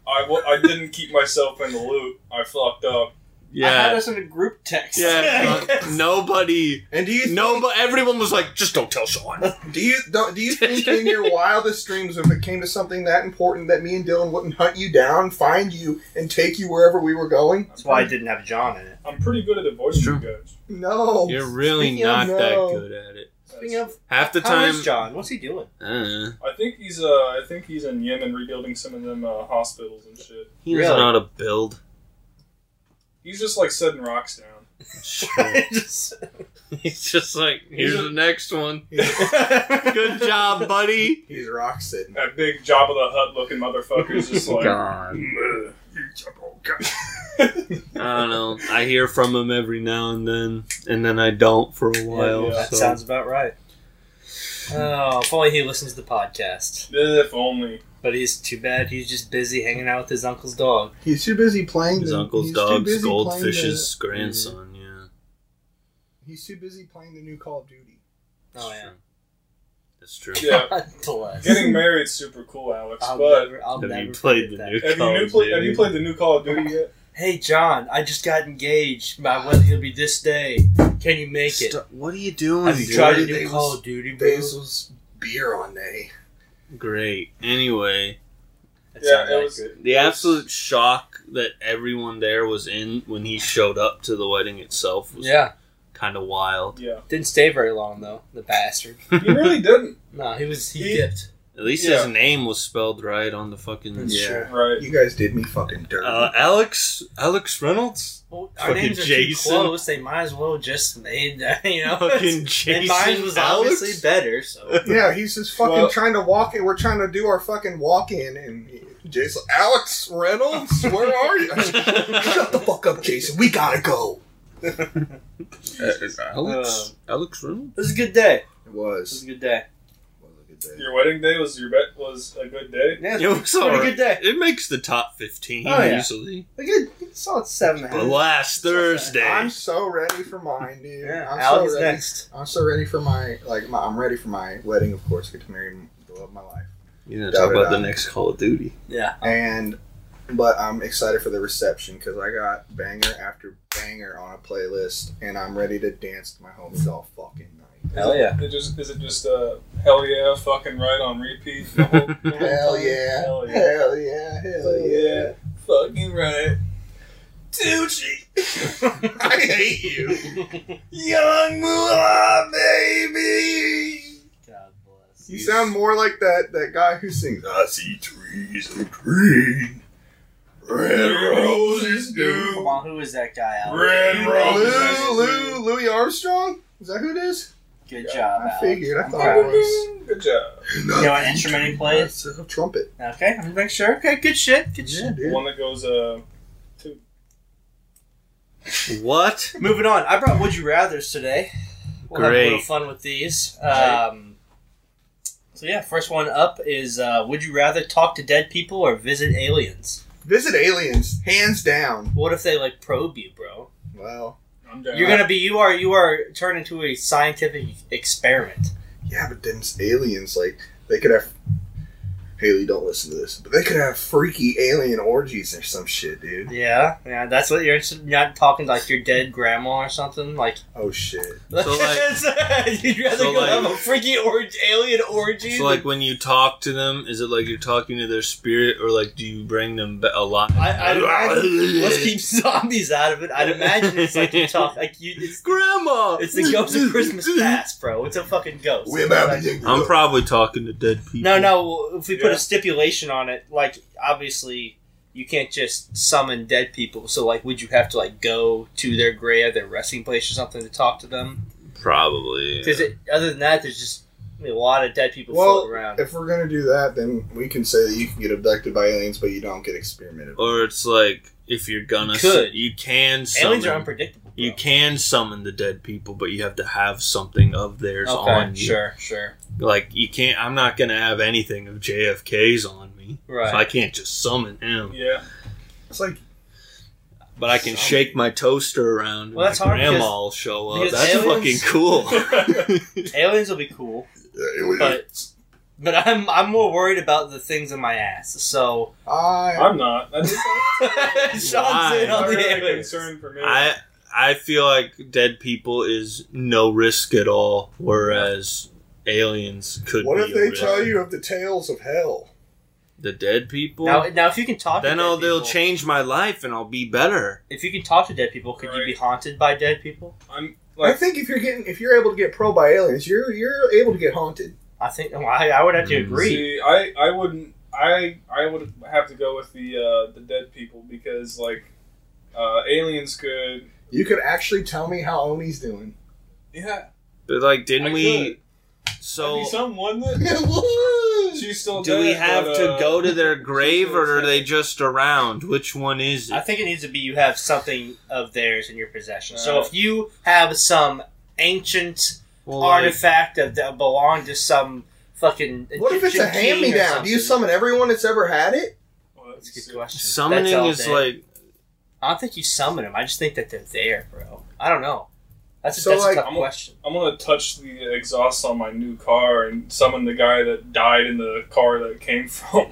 [SPEAKER 3] I w- I didn't keep myself in the loop. I fucked up.
[SPEAKER 4] I had
[SPEAKER 1] Yeah,
[SPEAKER 4] us in a group text.
[SPEAKER 3] Uh,
[SPEAKER 1] yeah.
[SPEAKER 4] Yes.
[SPEAKER 1] Nobody,
[SPEAKER 2] And do you think,
[SPEAKER 1] nobody. Everyone was like, "Just don't tell Sean."
[SPEAKER 2] do you don't, do you think in your wildest dreams, if it came to something that important, that me and Dylan wouldn't hunt you down, find you, and take you wherever we were going?
[SPEAKER 4] That's why I didn't have John in it.
[SPEAKER 3] I'm pretty good at avoiding
[SPEAKER 1] It's true.
[SPEAKER 3] you guys.
[SPEAKER 2] No,
[SPEAKER 1] You're really
[SPEAKER 4] Oh, Speaking
[SPEAKER 1] not
[SPEAKER 4] of
[SPEAKER 1] that
[SPEAKER 2] no.
[SPEAKER 1] good at it.
[SPEAKER 4] Speaking of,
[SPEAKER 1] Half the
[SPEAKER 4] how
[SPEAKER 1] time,
[SPEAKER 4] is John? What's he doing?
[SPEAKER 1] I don't know.
[SPEAKER 3] I think he's uh I think he's in Yemen rebuilding some of them uh, hospitals and shit.
[SPEAKER 1] he doesn't
[SPEAKER 4] Really?
[SPEAKER 1] know how to build.
[SPEAKER 3] He's just like setting rocks down.
[SPEAKER 4] Just-
[SPEAKER 1] He's just like,
[SPEAKER 3] He's
[SPEAKER 1] "Here's
[SPEAKER 3] a-
[SPEAKER 1] the next one."
[SPEAKER 4] Good
[SPEAKER 1] Good job, buddy.
[SPEAKER 2] he's rock sitting.
[SPEAKER 3] That big Job of the Hut looking motherfucker's just like.
[SPEAKER 1] God.
[SPEAKER 3] "Ugh, you Jabba the Hutt."
[SPEAKER 1] I don't know. I hear from him every now and then, and then I don't for a while.
[SPEAKER 3] yeah,
[SPEAKER 4] That
[SPEAKER 1] so-
[SPEAKER 4] sounds about right. Oh, if only he listens to the podcast.
[SPEAKER 3] If only.
[SPEAKER 4] But he's too bad he's just busy hanging out with his uncle's dog.
[SPEAKER 2] He's too busy playing
[SPEAKER 1] his
[SPEAKER 2] the,
[SPEAKER 1] uncle's
[SPEAKER 2] he's too
[SPEAKER 1] dog's
[SPEAKER 2] busy playing the-
[SPEAKER 1] goldfish's grandson. Yeah.
[SPEAKER 2] He's too busy playing the new Call of Duty.
[SPEAKER 4] Oh, yeah.
[SPEAKER 1] That's true.
[SPEAKER 3] Yeah.
[SPEAKER 4] Bless.
[SPEAKER 3] Getting married's super cool, Alex.
[SPEAKER 4] I'll
[SPEAKER 3] but
[SPEAKER 4] never, I'll
[SPEAKER 1] Have
[SPEAKER 4] never
[SPEAKER 1] you played
[SPEAKER 4] forget
[SPEAKER 1] the new?
[SPEAKER 4] that.
[SPEAKER 3] have you
[SPEAKER 1] Call
[SPEAKER 3] new
[SPEAKER 1] of
[SPEAKER 3] play, have you
[SPEAKER 1] Duty?
[SPEAKER 3] played the new Call of Duty yet?
[SPEAKER 4] "Hey John, I just got engaged. My wedding will be this day. Can you make it?"
[SPEAKER 1] Stop- What are you doing?
[SPEAKER 4] Have you
[SPEAKER 1] dude?
[SPEAKER 4] tried to
[SPEAKER 2] dude,
[SPEAKER 4] do
[SPEAKER 2] they
[SPEAKER 4] Call
[SPEAKER 2] was-
[SPEAKER 4] of Duty, bro?
[SPEAKER 2] Basil's beer on day.
[SPEAKER 1] Great. Anyway,
[SPEAKER 4] That
[SPEAKER 3] Yeah,
[SPEAKER 4] sounds
[SPEAKER 3] it
[SPEAKER 4] like
[SPEAKER 3] was-
[SPEAKER 4] it.
[SPEAKER 1] the absolute shock that everyone there was in when he showed up to the wedding itself was
[SPEAKER 4] Yeah,
[SPEAKER 1] kind of wild.
[SPEAKER 3] Yeah,
[SPEAKER 4] didn't stay very long though. The bastard.
[SPEAKER 3] he really didn't.
[SPEAKER 4] No, he was he,
[SPEAKER 3] He-
[SPEAKER 4] dipped.
[SPEAKER 1] At least
[SPEAKER 3] Yeah.
[SPEAKER 1] his name was spelled right on the fucking.
[SPEAKER 4] That's true.
[SPEAKER 3] Right.
[SPEAKER 2] You guys did me fucking dirty.
[SPEAKER 1] Uh, Alex Alex Reynolds,
[SPEAKER 4] Well, Oh, our
[SPEAKER 1] Fucking
[SPEAKER 4] names are
[SPEAKER 1] Jason.
[SPEAKER 4] too close. They might as well just made that, you know.
[SPEAKER 1] fucking
[SPEAKER 4] and mine
[SPEAKER 1] Jason
[SPEAKER 4] was
[SPEAKER 1] Alex.
[SPEAKER 4] obviously better. So
[SPEAKER 2] yeah, he's just fucking
[SPEAKER 3] Well-
[SPEAKER 2] trying to walk in. We're trying to do our fucking walk in, and Jason, Alex Reynolds, where are you? Shut the fuck up, Jason. We gotta go.
[SPEAKER 1] Alex Alex Reynolds.
[SPEAKER 4] it was a good day.
[SPEAKER 2] It
[SPEAKER 4] It was
[SPEAKER 2] was.
[SPEAKER 4] a good day.
[SPEAKER 3] Your wedding day was your bet was a good day.
[SPEAKER 4] Yeah,
[SPEAKER 1] It was
[SPEAKER 4] pretty
[SPEAKER 1] alright.
[SPEAKER 4] good day.
[SPEAKER 1] It makes the top fifteen
[SPEAKER 4] Oh, yeah.
[SPEAKER 1] usually.
[SPEAKER 4] A good solid seven and a
[SPEAKER 1] But
[SPEAKER 4] half.
[SPEAKER 1] last Thursday,
[SPEAKER 2] I'm so ready for mine, dude.
[SPEAKER 4] Yeah,
[SPEAKER 2] I'm
[SPEAKER 4] Alex
[SPEAKER 2] so ready.
[SPEAKER 4] next.
[SPEAKER 2] I'm so ready for my like. My, I'm ready for my wedding, of course. Get to marry the love of my life,
[SPEAKER 1] you know, talk
[SPEAKER 2] Da-da-da.
[SPEAKER 1] about the next Call of Duty.
[SPEAKER 4] Yeah,
[SPEAKER 2] and but I'm excited for the reception because I got banger after banger on a playlist, and I'm ready to dance to my whole self fucking night.
[SPEAKER 4] hell yeah.
[SPEAKER 3] It just is it just uh, hell yeah fucking right on repeat. The whole, the whole
[SPEAKER 2] Hell
[SPEAKER 3] time?
[SPEAKER 2] yeah!
[SPEAKER 3] Hell yeah!
[SPEAKER 2] Hell yeah! Hell yeah!
[SPEAKER 3] Fucking right.
[SPEAKER 2] I hate you, young Moolah, baby.
[SPEAKER 4] God bless.
[SPEAKER 2] You sound more like that that guy who sings "I see trees of green, red roses
[SPEAKER 4] Come
[SPEAKER 2] do."
[SPEAKER 4] on, who is that guy? Alex?
[SPEAKER 3] Red roses
[SPEAKER 2] Lou, Lou, Louis Armstrong? Is that who it is?
[SPEAKER 4] Good job.
[SPEAKER 2] I
[SPEAKER 4] Alex.
[SPEAKER 2] figured. I
[SPEAKER 4] I'm
[SPEAKER 2] thought
[SPEAKER 4] proud.
[SPEAKER 2] it was.
[SPEAKER 3] Good job.
[SPEAKER 4] You know what instrument he plays?
[SPEAKER 2] That's a trumpet.
[SPEAKER 4] Okay, I'm making sure. Okay, good shit. Good
[SPEAKER 2] Yeah,
[SPEAKER 4] shit.
[SPEAKER 3] The
[SPEAKER 2] dude.
[SPEAKER 3] one that goes uh, two.
[SPEAKER 1] What?
[SPEAKER 4] Moving on. I brought Would You Rather's today. We'll have a little
[SPEAKER 1] Great.
[SPEAKER 4] fun with these.
[SPEAKER 3] Right.
[SPEAKER 4] Um, so yeah, first one up is uh, Would you rather talk to dead people or visit aliens?
[SPEAKER 2] Visit aliens, hands down.
[SPEAKER 4] What if they like probe you, bro?
[SPEAKER 2] Well,
[SPEAKER 3] I'm down.
[SPEAKER 4] You're gonna be you are you are turned into a scientific experiment.
[SPEAKER 2] yeah, but then aliens like they could have. Haley, don't listen to this, but they could have freaky alien orgies or some shit, dude.
[SPEAKER 4] Yeah, yeah. That's what you're interested- you're not talking to, like your dead grandma or something like.
[SPEAKER 2] Oh shit!
[SPEAKER 1] So, like-
[SPEAKER 4] you'd rather
[SPEAKER 1] so,
[SPEAKER 4] go
[SPEAKER 1] like-
[SPEAKER 4] have a freaking or- alien orgy.
[SPEAKER 1] So, like, when you talk to them, is it like you're talking to their spirit, or like do you bring them ba- alive?
[SPEAKER 4] I, I'd imagine, let's keep zombies out of it. I'd imagine it's like you talk like you. It's,
[SPEAKER 1] Grandma.
[SPEAKER 4] it's the ghost of Christmas past, bro. It's a fucking ghost.
[SPEAKER 2] We're about
[SPEAKER 4] Like-
[SPEAKER 2] to
[SPEAKER 1] I'm probably talking to dead people.
[SPEAKER 4] no, no. If we
[SPEAKER 3] Yeah.
[SPEAKER 4] put a stipulation on it, like obviously you can't just summon dead people. So like, would you have to like go to their grave, their resting place, or something to talk to them?
[SPEAKER 1] Probably.
[SPEAKER 4] Because other than that, there's just a lot of dead people
[SPEAKER 2] Well,
[SPEAKER 4] floating around.
[SPEAKER 2] If we're gonna do that, then we can say that you can get abducted by aliens, but you don't get experimented. with.
[SPEAKER 1] Or it's like if you're gonna,
[SPEAKER 4] You could.
[SPEAKER 1] you can. Summon,
[SPEAKER 4] Aliens are unpredictable.
[SPEAKER 1] You
[SPEAKER 4] bro.
[SPEAKER 1] can summon the dead people, but you have to have something of theirs
[SPEAKER 4] Okay,
[SPEAKER 1] on you.
[SPEAKER 4] sure, sure,
[SPEAKER 1] Like you can't. I'm not gonna have anything of JFK's on me.
[SPEAKER 4] right.
[SPEAKER 1] So I can't just summon him,
[SPEAKER 3] Yeah.
[SPEAKER 2] It's like
[SPEAKER 1] but I can
[SPEAKER 2] Summon.
[SPEAKER 1] shake my toaster around.
[SPEAKER 4] Well,
[SPEAKER 1] and
[SPEAKER 4] that's
[SPEAKER 1] my
[SPEAKER 4] hard
[SPEAKER 1] grandma
[SPEAKER 4] because-
[SPEAKER 1] will show up.
[SPEAKER 4] because
[SPEAKER 1] That's
[SPEAKER 4] aliens-
[SPEAKER 1] fucking cool.
[SPEAKER 4] Aliens will be cool.
[SPEAKER 2] uh,
[SPEAKER 4] but but I'm I'm more worried about the things in my ass. So
[SPEAKER 2] I.
[SPEAKER 3] I'm not. That's
[SPEAKER 4] Sean's
[SPEAKER 1] Why?
[SPEAKER 4] in
[SPEAKER 3] not
[SPEAKER 4] on the
[SPEAKER 3] really a
[SPEAKER 4] aliens.
[SPEAKER 3] concern for me.
[SPEAKER 1] I I feel like dead people is no risk at all, whereas aliens could.
[SPEAKER 2] What
[SPEAKER 1] be
[SPEAKER 2] if
[SPEAKER 1] a
[SPEAKER 2] they
[SPEAKER 1] risk.
[SPEAKER 2] tell you of the tales of hell?
[SPEAKER 1] the dead people?
[SPEAKER 4] Now now if you can talk,
[SPEAKER 1] then
[SPEAKER 4] to dead
[SPEAKER 1] I'll, they'll
[SPEAKER 4] people-
[SPEAKER 1] change my life and I'll be better.
[SPEAKER 4] If you can talk to dead people, could you be
[SPEAKER 3] Right.
[SPEAKER 4] haunted by dead people?
[SPEAKER 3] I'm
[SPEAKER 2] I
[SPEAKER 3] like
[SPEAKER 2] think if you're getting, if you're able to get probed by aliens, you're you're able to get haunted.
[SPEAKER 4] I think well, I, I would have to
[SPEAKER 1] Mm.
[SPEAKER 4] agree.
[SPEAKER 3] See, I, I wouldn't. I I would have to go with the uh, the dead people because like uh, aliens could.
[SPEAKER 2] You could actually tell me how Oni's doing.
[SPEAKER 3] Yeah.
[SPEAKER 1] But like, didn't
[SPEAKER 3] I
[SPEAKER 1] we?
[SPEAKER 3] That'd
[SPEAKER 1] So
[SPEAKER 3] be something, wouldn't it?
[SPEAKER 2] Woo!
[SPEAKER 3] She's still.
[SPEAKER 1] do we
[SPEAKER 3] dead,
[SPEAKER 1] have
[SPEAKER 3] but,
[SPEAKER 1] to
[SPEAKER 3] uh,
[SPEAKER 1] go to their grave
[SPEAKER 3] she's
[SPEAKER 1] or are they
[SPEAKER 3] dead.
[SPEAKER 1] just around? Which one is
[SPEAKER 4] I
[SPEAKER 1] it?
[SPEAKER 4] think it needs to be you have something of theirs in your possession. so
[SPEAKER 3] Uh,
[SPEAKER 4] if you have some ancient
[SPEAKER 1] Well, like,
[SPEAKER 4] artifact of, that belonged to some fucking
[SPEAKER 2] what if it's a
[SPEAKER 4] Egyptian king or
[SPEAKER 2] hand me down? Do you
[SPEAKER 4] something?
[SPEAKER 2] summon everyone that's ever had it?
[SPEAKER 3] Well,
[SPEAKER 4] That's
[SPEAKER 3] that's
[SPEAKER 4] a good question. That's
[SPEAKER 1] summoning
[SPEAKER 4] all
[SPEAKER 1] is
[SPEAKER 4] day.
[SPEAKER 1] like
[SPEAKER 4] I don't think you summon them. I just think that they're there, bro. I don't know. That's a,
[SPEAKER 2] So,
[SPEAKER 4] that's
[SPEAKER 2] like,
[SPEAKER 4] a tough
[SPEAKER 3] I'm-
[SPEAKER 4] question.
[SPEAKER 3] I'm gonna touch the exhaust on my new car and summon the guy that died in the car that it came from.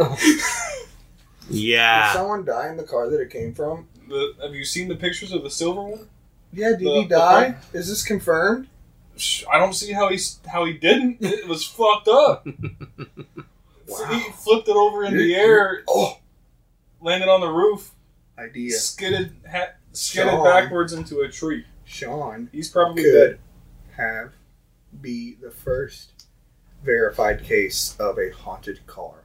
[SPEAKER 1] yeah.
[SPEAKER 4] Ah.
[SPEAKER 2] Did someone die in the car that it came from?
[SPEAKER 3] The have you seen the pictures of the silver one?
[SPEAKER 2] Yeah, did
[SPEAKER 3] The-
[SPEAKER 2] he
[SPEAKER 3] the
[SPEAKER 2] die? Is this confirmed?
[SPEAKER 3] Sh- I don't see how he s- how he didn't. It was fucked up.
[SPEAKER 2] Wow.
[SPEAKER 3] He flipped it over in the air,
[SPEAKER 2] Oh,
[SPEAKER 3] landed on the roof,
[SPEAKER 2] idea.
[SPEAKER 3] skidded ha- skidded
[SPEAKER 2] Sean.
[SPEAKER 3] backwards into a tree.
[SPEAKER 2] Sean
[SPEAKER 3] He's probably
[SPEAKER 2] could have be the first verified case of a haunted car.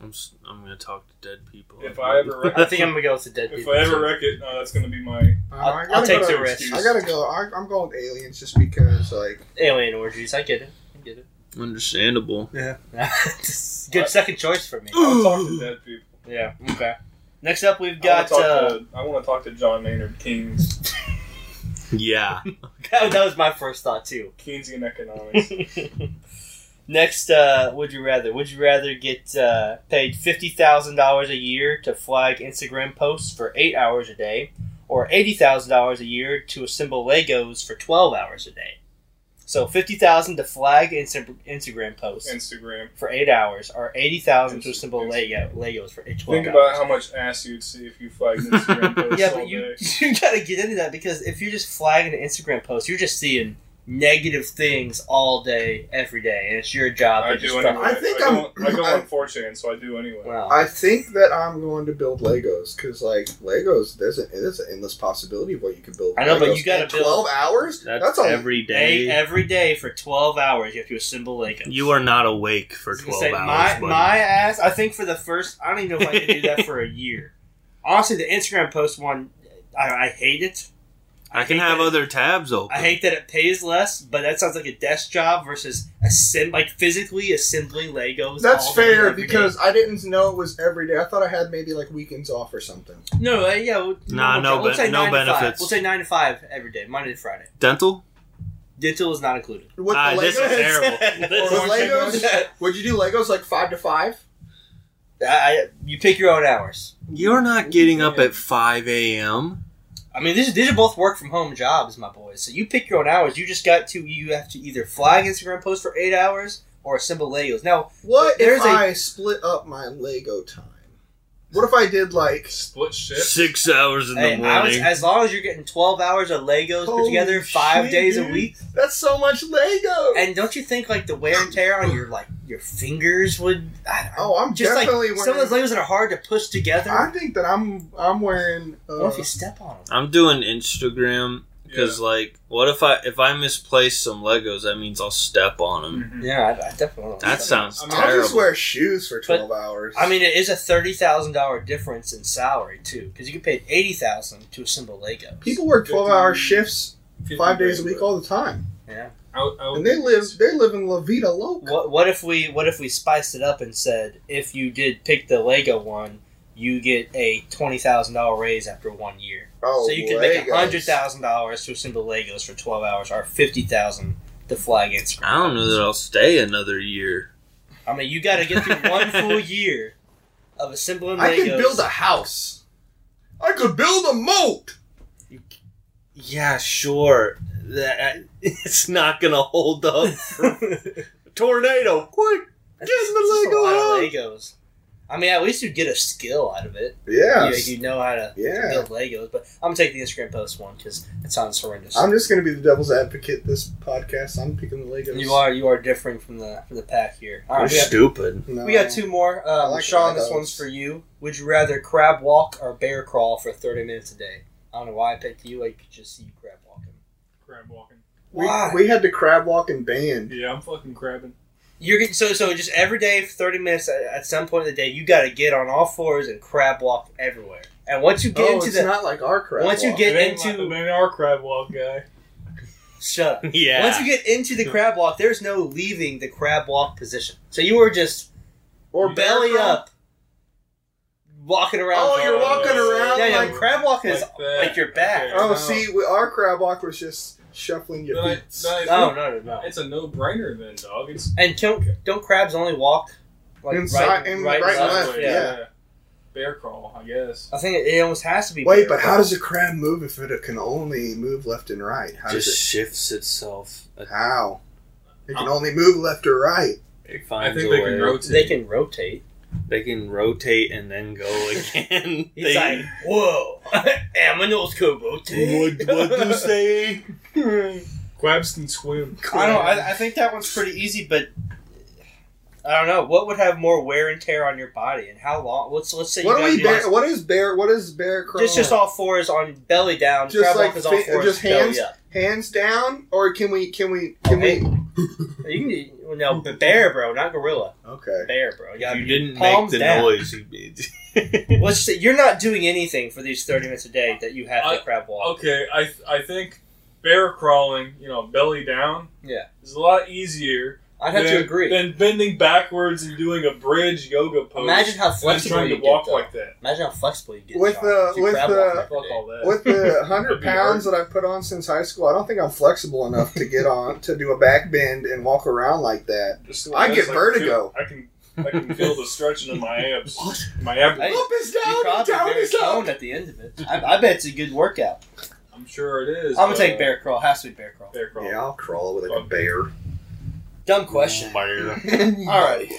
[SPEAKER 1] I'm, s- I'm gonna talk to dead people.
[SPEAKER 3] If I ever wreck-
[SPEAKER 4] I think I'm gonna go with the dead
[SPEAKER 3] dead. If
[SPEAKER 4] people.
[SPEAKER 3] I ever wreck it, no, that's gonna be my.
[SPEAKER 2] Uh,
[SPEAKER 4] I'll-
[SPEAKER 2] I
[SPEAKER 4] I'll
[SPEAKER 2] gotta
[SPEAKER 4] take
[SPEAKER 2] go
[SPEAKER 4] the
[SPEAKER 2] to-
[SPEAKER 4] risk.
[SPEAKER 2] I gotta go. I, I'm going with aliens just because, like,
[SPEAKER 4] Alien orgies. I get it. I get it.
[SPEAKER 1] Understandable.
[SPEAKER 4] Yeah. Good second choice for me.
[SPEAKER 3] I'll talk to dead people.
[SPEAKER 4] Yeah. Okay. Next up, we've
[SPEAKER 3] Got,
[SPEAKER 4] got.
[SPEAKER 3] I want
[SPEAKER 4] Uh,
[SPEAKER 3] to I wanna talk to John Maynard Keynes,
[SPEAKER 1] Yeah.
[SPEAKER 4] that that was my first thought too.
[SPEAKER 3] Keynesian economics.
[SPEAKER 4] Next, uh, would you rather? Would you rather get uh, paid fifty thousand dollars a year to flag Instagram posts for eight hours a day, or eighty thousand dollars a year to assemble Legos for twelve hours a day? So fifty thousand to flag Insta- Instagram posts
[SPEAKER 3] Instagram.
[SPEAKER 4] for eight hours, or eighty thousand to
[SPEAKER 3] Insta-
[SPEAKER 4] assemble Lego Legos for eight twelve
[SPEAKER 3] Think
[SPEAKER 4] hours.
[SPEAKER 3] about how much ass you'd see if you flagged Instagram posts
[SPEAKER 4] yeah,
[SPEAKER 3] all
[SPEAKER 4] but you
[SPEAKER 3] day.
[SPEAKER 4] you gotta get into that because if you're just flagging an Instagram post, you're just seeing negative things all day, every day, and it's your job
[SPEAKER 3] I
[SPEAKER 4] to just
[SPEAKER 3] do
[SPEAKER 4] fuck
[SPEAKER 3] anyway.
[SPEAKER 4] with
[SPEAKER 2] I
[SPEAKER 3] I
[SPEAKER 2] think
[SPEAKER 3] think I
[SPEAKER 2] I'm-
[SPEAKER 3] go, I go
[SPEAKER 2] I-
[SPEAKER 3] on 4chan, so I do anyway.
[SPEAKER 4] it. Wow.
[SPEAKER 2] I think that I'm going to build Legos because, like, Legos, there's an there's an endless possibility of what you can build.
[SPEAKER 4] I know, but
[SPEAKER 2] Legos.
[SPEAKER 4] you gotta
[SPEAKER 2] In
[SPEAKER 4] build-
[SPEAKER 2] twelve hours.
[SPEAKER 1] That's,
[SPEAKER 2] That's all-
[SPEAKER 1] every
[SPEAKER 4] day
[SPEAKER 1] day.
[SPEAKER 4] every day for 12 hours you have to assemble legos
[SPEAKER 1] you are not awake
[SPEAKER 4] I
[SPEAKER 1] for
[SPEAKER 4] was gonna
[SPEAKER 1] 12
[SPEAKER 4] say,
[SPEAKER 1] hours,
[SPEAKER 4] my,
[SPEAKER 1] buddy.
[SPEAKER 4] my ass i think for the first i don't even know if i can do that for a year honestly the instagram post one i, I hate it
[SPEAKER 1] I can
[SPEAKER 4] hate
[SPEAKER 1] have
[SPEAKER 4] that it-
[SPEAKER 1] other tabs open.
[SPEAKER 4] i hate that it pays less but that sounds like a desk job versus assemb- like physically assembling legos
[SPEAKER 2] That's
[SPEAKER 4] all day,
[SPEAKER 2] fair
[SPEAKER 4] every day.
[SPEAKER 2] because I didn't know it was every day. I thought I had maybe like weekends off or something.
[SPEAKER 4] no uh, yeah we'll,
[SPEAKER 1] Nah,
[SPEAKER 4] we'll-
[SPEAKER 1] no
[SPEAKER 4] we'll
[SPEAKER 1] be-
[SPEAKER 4] say
[SPEAKER 1] no
[SPEAKER 4] nine to five.
[SPEAKER 1] benefits.
[SPEAKER 4] we'll say 9 to 5 every day monday to friday
[SPEAKER 1] Dental?
[SPEAKER 4] dental is not included
[SPEAKER 2] With
[SPEAKER 1] Ah,
[SPEAKER 2] the
[SPEAKER 1] this is
[SPEAKER 2] Legos,
[SPEAKER 1] terrible.
[SPEAKER 2] Or
[SPEAKER 1] This-
[SPEAKER 2] with Legos, would you do Legos like five to five?
[SPEAKER 4] I, I- you pick your own hours
[SPEAKER 1] You're not getting up
[SPEAKER 3] Yeah.
[SPEAKER 1] at 5 a.m.
[SPEAKER 4] I mean, these these are both work from home jobs, my boys. So you pick your own hours. You just got to you have to either flag Instagram posts for eight hours or assemble Legos. Now,
[SPEAKER 2] What
[SPEAKER 4] There's
[SPEAKER 2] if
[SPEAKER 4] a-
[SPEAKER 2] I split up my Lego time? What if I did like
[SPEAKER 3] Split shit.
[SPEAKER 1] Six hours in
[SPEAKER 4] hey,
[SPEAKER 1] the
[SPEAKER 4] I was-
[SPEAKER 1] morning.
[SPEAKER 4] as long as you're getting twelve hours of Legos put
[SPEAKER 2] Holy
[SPEAKER 4] together five
[SPEAKER 2] shit,
[SPEAKER 4] days a
[SPEAKER 2] dude.
[SPEAKER 4] week,
[SPEAKER 2] that's so much Lego?
[SPEAKER 4] and don't you think like the wear and tear on your like your fingers would? I, I-
[SPEAKER 2] oh, I'm
[SPEAKER 4] just like
[SPEAKER 2] definitely
[SPEAKER 4] some of
[SPEAKER 2] wearing.
[SPEAKER 4] those Legos that are hard to push together.
[SPEAKER 2] I think that I'm I'm wearing. Uh,
[SPEAKER 4] what if you step on them?
[SPEAKER 1] I'm doing Instagram because, like, what if I if I misplace some Legos? That means I'll step on
[SPEAKER 3] Yeah.
[SPEAKER 1] them.
[SPEAKER 3] Mhm.
[SPEAKER 4] Yeah, I, I definitely. don't
[SPEAKER 1] That
[SPEAKER 4] know.
[SPEAKER 1] sounds
[SPEAKER 3] I mean,
[SPEAKER 2] I'll
[SPEAKER 1] terrible.
[SPEAKER 2] just wear shoes for
[SPEAKER 4] But-
[SPEAKER 2] twelve hours.
[SPEAKER 4] I mean, it is a thirty thousand dollar difference in salary too, because you get paid eighty thousand to assemble Legos.
[SPEAKER 2] people work twelve hour shifts
[SPEAKER 3] Fifty
[SPEAKER 2] five days a
[SPEAKER 3] grand,
[SPEAKER 2] week all the time,
[SPEAKER 4] yeah.
[SPEAKER 3] but- I- I would-
[SPEAKER 2] and they live they live in La Vida Loca.
[SPEAKER 4] What, what if we what if we spiced it up and said if you did pick the Lego one, you get a twenty thousand dollar raise after one year.
[SPEAKER 2] Oh,
[SPEAKER 4] so you could make
[SPEAKER 2] Legos.
[SPEAKER 4] a hundred thousand dollars to assemble Legos for twelve hours, or fifty thousand to fly against.
[SPEAKER 1] I don't know that I'll stay another year.
[SPEAKER 4] I mean, you got to get through one full year of assembling
[SPEAKER 2] I
[SPEAKER 4] Legos.
[SPEAKER 2] could build a house. I could build a moat.
[SPEAKER 1] Yeah, sure. That it's not gonna hold up. Tornado, quick!
[SPEAKER 4] That's
[SPEAKER 1] Get in the
[SPEAKER 4] just a
[SPEAKER 1] Lego
[SPEAKER 4] lot of
[SPEAKER 1] house.
[SPEAKER 4] Legos. I mean, at least you'd get a skill out of it.
[SPEAKER 2] Yes.
[SPEAKER 4] You, you know how to
[SPEAKER 2] Yeah.
[SPEAKER 4] build Legos, but I'm gonna take the Instagram post one because it sounds horrendous.
[SPEAKER 2] I'm just gonna be the devil's advocate this podcast. I'm picking the Legos.
[SPEAKER 4] You are you are differing from the from the pack here. All right, we, got,
[SPEAKER 1] stupid.
[SPEAKER 2] No.
[SPEAKER 4] we got two more. Um,
[SPEAKER 2] like
[SPEAKER 4] Sean,
[SPEAKER 2] the
[SPEAKER 4] this
[SPEAKER 2] Legos.
[SPEAKER 4] one's for you. Would you rather crab walk or bear crawl for thirty minutes a day? I don't know why I picked you. I could just see you crab walking.
[SPEAKER 3] Crab walking.
[SPEAKER 2] We,
[SPEAKER 4] Why?
[SPEAKER 2] we had the crab walk and band.
[SPEAKER 3] Yeah, I'm fucking crabbing.
[SPEAKER 4] You're getting, so so just every day for thirty minutes at, at some point of the day. You got to get on all fours and crab walk everywhere. And once you get
[SPEAKER 2] oh,
[SPEAKER 4] into
[SPEAKER 2] it's
[SPEAKER 4] the
[SPEAKER 2] not like our crab.
[SPEAKER 4] Once you
[SPEAKER 2] walk.
[SPEAKER 4] get-
[SPEAKER 3] It ain't
[SPEAKER 4] into-
[SPEAKER 3] like- it ain't our crab walk guy.
[SPEAKER 4] shut up.
[SPEAKER 1] Yeah.
[SPEAKER 4] Once you get into the crab walk, there's no leaving the crab walk position. So you were just
[SPEAKER 2] or bear
[SPEAKER 4] belly
[SPEAKER 2] crawl.
[SPEAKER 4] up, walking around.
[SPEAKER 2] Oh, you're
[SPEAKER 3] walking around
[SPEAKER 4] Yeah, yeah.
[SPEAKER 2] like-
[SPEAKER 4] crab walking is
[SPEAKER 3] Like that.
[SPEAKER 4] like your back.
[SPEAKER 3] Okay.
[SPEAKER 2] Oh,
[SPEAKER 3] No.
[SPEAKER 2] see, we, our crab walk was just shuffling
[SPEAKER 3] Then
[SPEAKER 2] your
[SPEAKER 3] I-
[SPEAKER 2] feet.
[SPEAKER 3] then I-
[SPEAKER 4] No, Oh, no, no, no.
[SPEAKER 3] It's a no-brainer then, dog. It's
[SPEAKER 4] And don't don't crabs only walk like
[SPEAKER 2] Inside-
[SPEAKER 4] right,
[SPEAKER 2] in-
[SPEAKER 4] right,
[SPEAKER 2] right
[SPEAKER 4] and
[SPEAKER 2] and
[SPEAKER 4] left?
[SPEAKER 2] left,
[SPEAKER 4] Yeah.
[SPEAKER 2] yeah.
[SPEAKER 3] Bear crawl, I guess.
[SPEAKER 4] I think it, it almost has to be.
[SPEAKER 2] Wait,
[SPEAKER 4] bear
[SPEAKER 2] but how does a crab move if it can only move left and right? How
[SPEAKER 1] just
[SPEAKER 2] does
[SPEAKER 1] shifts itself.
[SPEAKER 2] it? How? It can only move left or right.
[SPEAKER 1] It
[SPEAKER 3] I
[SPEAKER 1] finds
[SPEAKER 3] think
[SPEAKER 1] a
[SPEAKER 3] they
[SPEAKER 1] way.
[SPEAKER 3] can rotate.
[SPEAKER 4] they can rotate?
[SPEAKER 1] They can rotate and then go again.
[SPEAKER 4] He's
[SPEAKER 1] They-
[SPEAKER 4] like, whoa, I'm an old Kobote.
[SPEAKER 1] what, what do you say?
[SPEAKER 3] Quabs can swim.
[SPEAKER 4] I don't. I, I think that one's pretty easy, but I don't know what would have more wear and tear on your body, and how long? Let's let's say
[SPEAKER 2] What
[SPEAKER 4] you
[SPEAKER 2] do we
[SPEAKER 4] gotta do
[SPEAKER 2] bear? What is bear? What is bear
[SPEAKER 4] this-
[SPEAKER 2] crawl?
[SPEAKER 4] Just just all fours on belly down.
[SPEAKER 2] Just
[SPEAKER 4] crab walk
[SPEAKER 2] like
[SPEAKER 4] is all
[SPEAKER 2] fi-
[SPEAKER 4] fours.
[SPEAKER 2] just hands?
[SPEAKER 4] Belly up.
[SPEAKER 2] hands down, or can we? Can we? Can
[SPEAKER 4] Okay.
[SPEAKER 2] we?
[SPEAKER 4] You can do- no but bear, bro, not gorilla.
[SPEAKER 2] Okay.
[SPEAKER 4] Bear, bro.
[SPEAKER 1] If
[SPEAKER 4] gotta
[SPEAKER 1] you
[SPEAKER 4] be
[SPEAKER 1] didn't make
[SPEAKER 4] palms
[SPEAKER 1] the
[SPEAKER 4] down.
[SPEAKER 1] noise. You made.
[SPEAKER 4] Let's say you're not doing anything for these thirty minutes a day that you have
[SPEAKER 3] I-
[SPEAKER 4] to crab walk.
[SPEAKER 3] Okay, I I think bear crawling, you know, belly down,
[SPEAKER 4] Yeah.
[SPEAKER 3] is a lot easier.
[SPEAKER 4] I'd have
[SPEAKER 3] than,
[SPEAKER 4] to agree.
[SPEAKER 3] Than bending backwards and doing a bridge yoga pose.
[SPEAKER 4] Imagine how
[SPEAKER 3] and
[SPEAKER 4] flexible
[SPEAKER 3] trying
[SPEAKER 4] you
[SPEAKER 3] to walk
[SPEAKER 4] get. though.
[SPEAKER 3] like that.
[SPEAKER 4] Imagine how flexible you get.
[SPEAKER 2] With
[SPEAKER 4] Sean,
[SPEAKER 2] the-
[SPEAKER 4] if you
[SPEAKER 2] with
[SPEAKER 4] crab
[SPEAKER 2] the-
[SPEAKER 4] walk every
[SPEAKER 3] Fuck
[SPEAKER 4] day.
[SPEAKER 3] all that.
[SPEAKER 2] With the
[SPEAKER 3] That'd
[SPEAKER 2] hundred
[SPEAKER 3] be hard.
[SPEAKER 2] pounds that I've put on since high school, I don't think I'm flexible enough to get on to do a back bend and walk around like that.
[SPEAKER 3] Just
[SPEAKER 2] I
[SPEAKER 3] like
[SPEAKER 2] get
[SPEAKER 3] I can
[SPEAKER 2] vertigo.
[SPEAKER 3] feel- I can I can feel the stretching in my abs.
[SPEAKER 1] What?
[SPEAKER 3] My ab.
[SPEAKER 4] Hey,
[SPEAKER 2] up is
[SPEAKER 4] You
[SPEAKER 2] down, and
[SPEAKER 4] probably
[SPEAKER 2] down
[SPEAKER 4] bear
[SPEAKER 2] is up.
[SPEAKER 4] toned at the end of it. I, I bet it's a good workout.
[SPEAKER 3] I'm sure it
[SPEAKER 4] I'm
[SPEAKER 3] is.
[SPEAKER 4] gonna
[SPEAKER 3] but-
[SPEAKER 4] take bear crawl. Has to be bear crawl.
[SPEAKER 3] Bear crawl.
[SPEAKER 2] Yeah, I'll crawl with like a bear.
[SPEAKER 4] Dumb question.
[SPEAKER 1] Liar.
[SPEAKER 4] Alrighty.